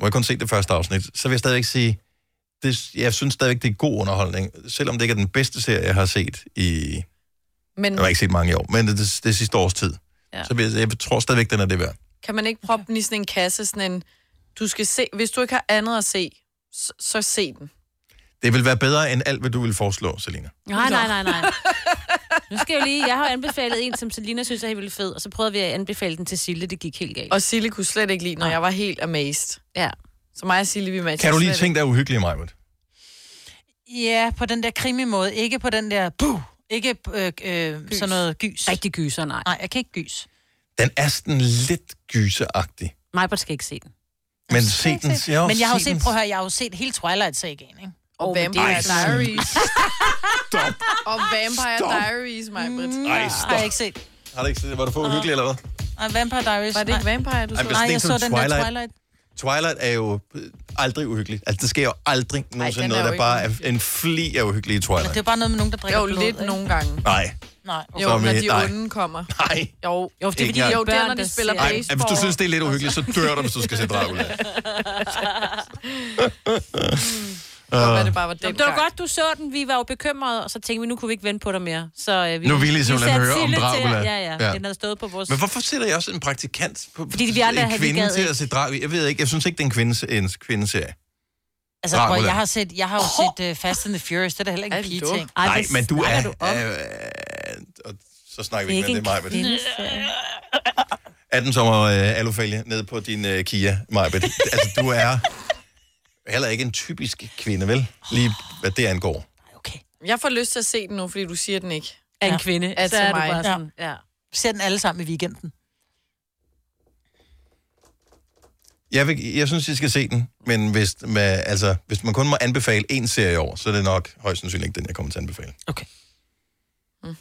Speaker 1: har jeg kun set det første afsnit, så vil jeg stadigvæk sige, det, jeg synes stadigvæk, det er god underholdning, selvom det ikke er den bedste serie, jeg har set i
Speaker 3: Men
Speaker 4: Mm.
Speaker 1: jeg har ikke set mange i år, men det, det, det sidste års tid.
Speaker 3: Ja.
Speaker 1: Ja. Så jeg, jeg tror stadigvæk, den er det værd.
Speaker 3: kan man ikke proppe den i sådan en kasse, sådan en, du skal se, hvis du ikke har andet at se, så, så se den.
Speaker 1: Det vil være bedre end alt, hvad du vil foreslå, Selina.
Speaker 2: Nej, nej, nej, nej. Nu skal jeg jo lige... Jeg har anbefalet en, som Selina synes er helt vildt fed, og så prøvede vi at anbefale den til Sille. Det gik helt galt.
Speaker 3: Og Sille kunne slet ikke lide, når jeg var helt amazed.
Speaker 2: Ja.
Speaker 3: Så mig og Sille, vi matcher
Speaker 1: Kan du lige
Speaker 3: slet
Speaker 1: ting, der er uhyggelige, mig?
Speaker 4: Ja, på den der krimi-måde. Ikke på den der... Puh! Ikke øh, øh, sådan noget gys. Rigtig
Speaker 2: gyser, nej.
Speaker 4: Nej, jeg kan ikke gys.
Speaker 1: Den er sådan lidt gyseagtig.
Speaker 2: Majbert skal ikke se den.
Speaker 1: Men se den. Jo,
Speaker 4: Men jeg har jo
Speaker 1: se
Speaker 4: set,
Speaker 1: den.
Speaker 4: prøv at høre, jeg har jo set hele Twilight-sagen, ikke?
Speaker 3: Og
Speaker 4: men det er
Speaker 3: Vampire
Speaker 4: altså-
Speaker 3: Diaries. Stop. Og Vampire
Speaker 4: Stop.
Speaker 3: Diaries, mig, Britt.
Speaker 1: Ej, stop.
Speaker 4: Mm. Har jeg ikke set.
Speaker 1: Har du ikke set det? Var du for uhyggelig, eller hvad?
Speaker 4: Nej, Vampire Diaries.
Speaker 3: Var det ikke Vampire, du
Speaker 1: Ej,
Speaker 3: så?
Speaker 1: men sådan
Speaker 4: Nej,
Speaker 1: en
Speaker 4: jeg
Speaker 1: som
Speaker 4: så den der
Speaker 1: Twilight.
Speaker 4: Twilight.
Speaker 1: Twilight er jo øh, aldrig uhyggelig. Altså, det sker jo aldrig nogensinde
Speaker 4: den er
Speaker 1: noget,
Speaker 4: jo
Speaker 1: der
Speaker 4: ikke
Speaker 1: bare er en fli af uhyggelige i
Speaker 4: Men Altså, det
Speaker 1: Twilight.
Speaker 4: er bare noget med nogen, der drikker
Speaker 3: Jo,
Speaker 4: blod,
Speaker 3: lidt
Speaker 4: ikke?
Speaker 3: nogle gange.
Speaker 1: Nej.
Speaker 4: Nej.
Speaker 1: okay.
Speaker 3: Jo,
Speaker 1: Så er
Speaker 3: når
Speaker 1: vi-
Speaker 3: de
Speaker 1: nej.
Speaker 3: onde kommer.
Speaker 1: Nej.
Speaker 3: Jo, jo det er
Speaker 1: Ikke
Speaker 3: fordi,
Speaker 1: engang.
Speaker 3: jo, det er, når de spiller
Speaker 1: Ej,
Speaker 3: baseball.
Speaker 1: hvis du synes, det er lidt uhyggeligt, så dør du, hvis du skal se Dracula.
Speaker 3: Hvad det
Speaker 1: Uh,
Speaker 3: bare var den
Speaker 2: Jamen, det var
Speaker 3: gang.
Speaker 2: godt, du så den. Vi var jo bekymrede, og så tænkte vi, nu kunne vi ikke vente på dig mere. Så, øh, vi,
Speaker 1: nu vil I
Speaker 2: satte
Speaker 1: simpelthen høre om
Speaker 2: Sille til-
Speaker 1: Dracula.
Speaker 2: Ja, ja, ja. Den havde stået på vores...
Speaker 1: Men hvorfor sætter jeg også en praktikant på
Speaker 2: Fordi vi andre
Speaker 1: en
Speaker 2: havde- vi
Speaker 1: kvinde
Speaker 2: gad
Speaker 1: til
Speaker 2: ikke.
Speaker 1: at se Dracula? Jeg ved ikke, jeg synes ikke, det er en, kvindes, en kvindeserie.
Speaker 4: Altså, prøv,
Speaker 1: Dracula.
Speaker 4: jeg har, set, jeg har jo set uh, Fast and the Furious. Det er da heller ikke en pige-ting.
Speaker 1: Ej, Nej, men du er... Du øh, og så snakker vi ikke med det, Majbet. Er den som øh, alufalie ned på din øh, Kia, Majbet? altså, du er heller ikke en typisk kvinde, vel? Lige hvad det angår.
Speaker 3: Jeg får lyst til at se den nu, fordi du siger den ikke.
Speaker 2: Af en kvinde,
Speaker 3: Er
Speaker 2: så
Speaker 3: til
Speaker 2: er du
Speaker 3: mig.
Speaker 2: bare sådan, ja.
Speaker 4: Vi ser den alle sammen i weekenden.
Speaker 1: Jeg, vil, jeg synes, I skal se den, men hvis man, altså, hvis man kun må anbefale én serie over, så er det nok højst sandsynligt ikke den, jeg kommer til at anbefale.
Speaker 4: Okay.
Speaker 1: Mm.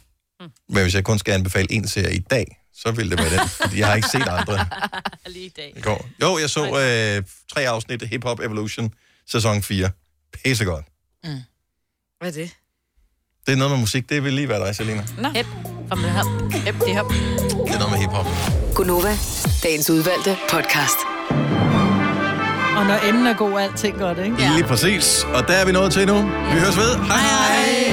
Speaker 1: Men hvis jeg kun skal anbefale én serie i dag, så vil det være den, fordi jeg har ikke set andre
Speaker 2: Lige i dag.
Speaker 1: i går. Jo, jeg så øh, tre afsnit af Hip Hop Evolution, sæson 4. Pissegodt.
Speaker 3: Hvad er det?
Speaker 1: Det er noget med musik, det vil lige være dig, Selina. Det
Speaker 3: Nå.
Speaker 2: Hep. Kom med hop. Hep, det hop.
Speaker 1: er noget med hip-hop.
Speaker 16: Gunova, dagens udvalgte podcast.
Speaker 4: Og når enden er god, er alting godt, ikke?
Speaker 1: Lige præcis. Og der er vi nået til nu. Vi høres ved. Hej hej.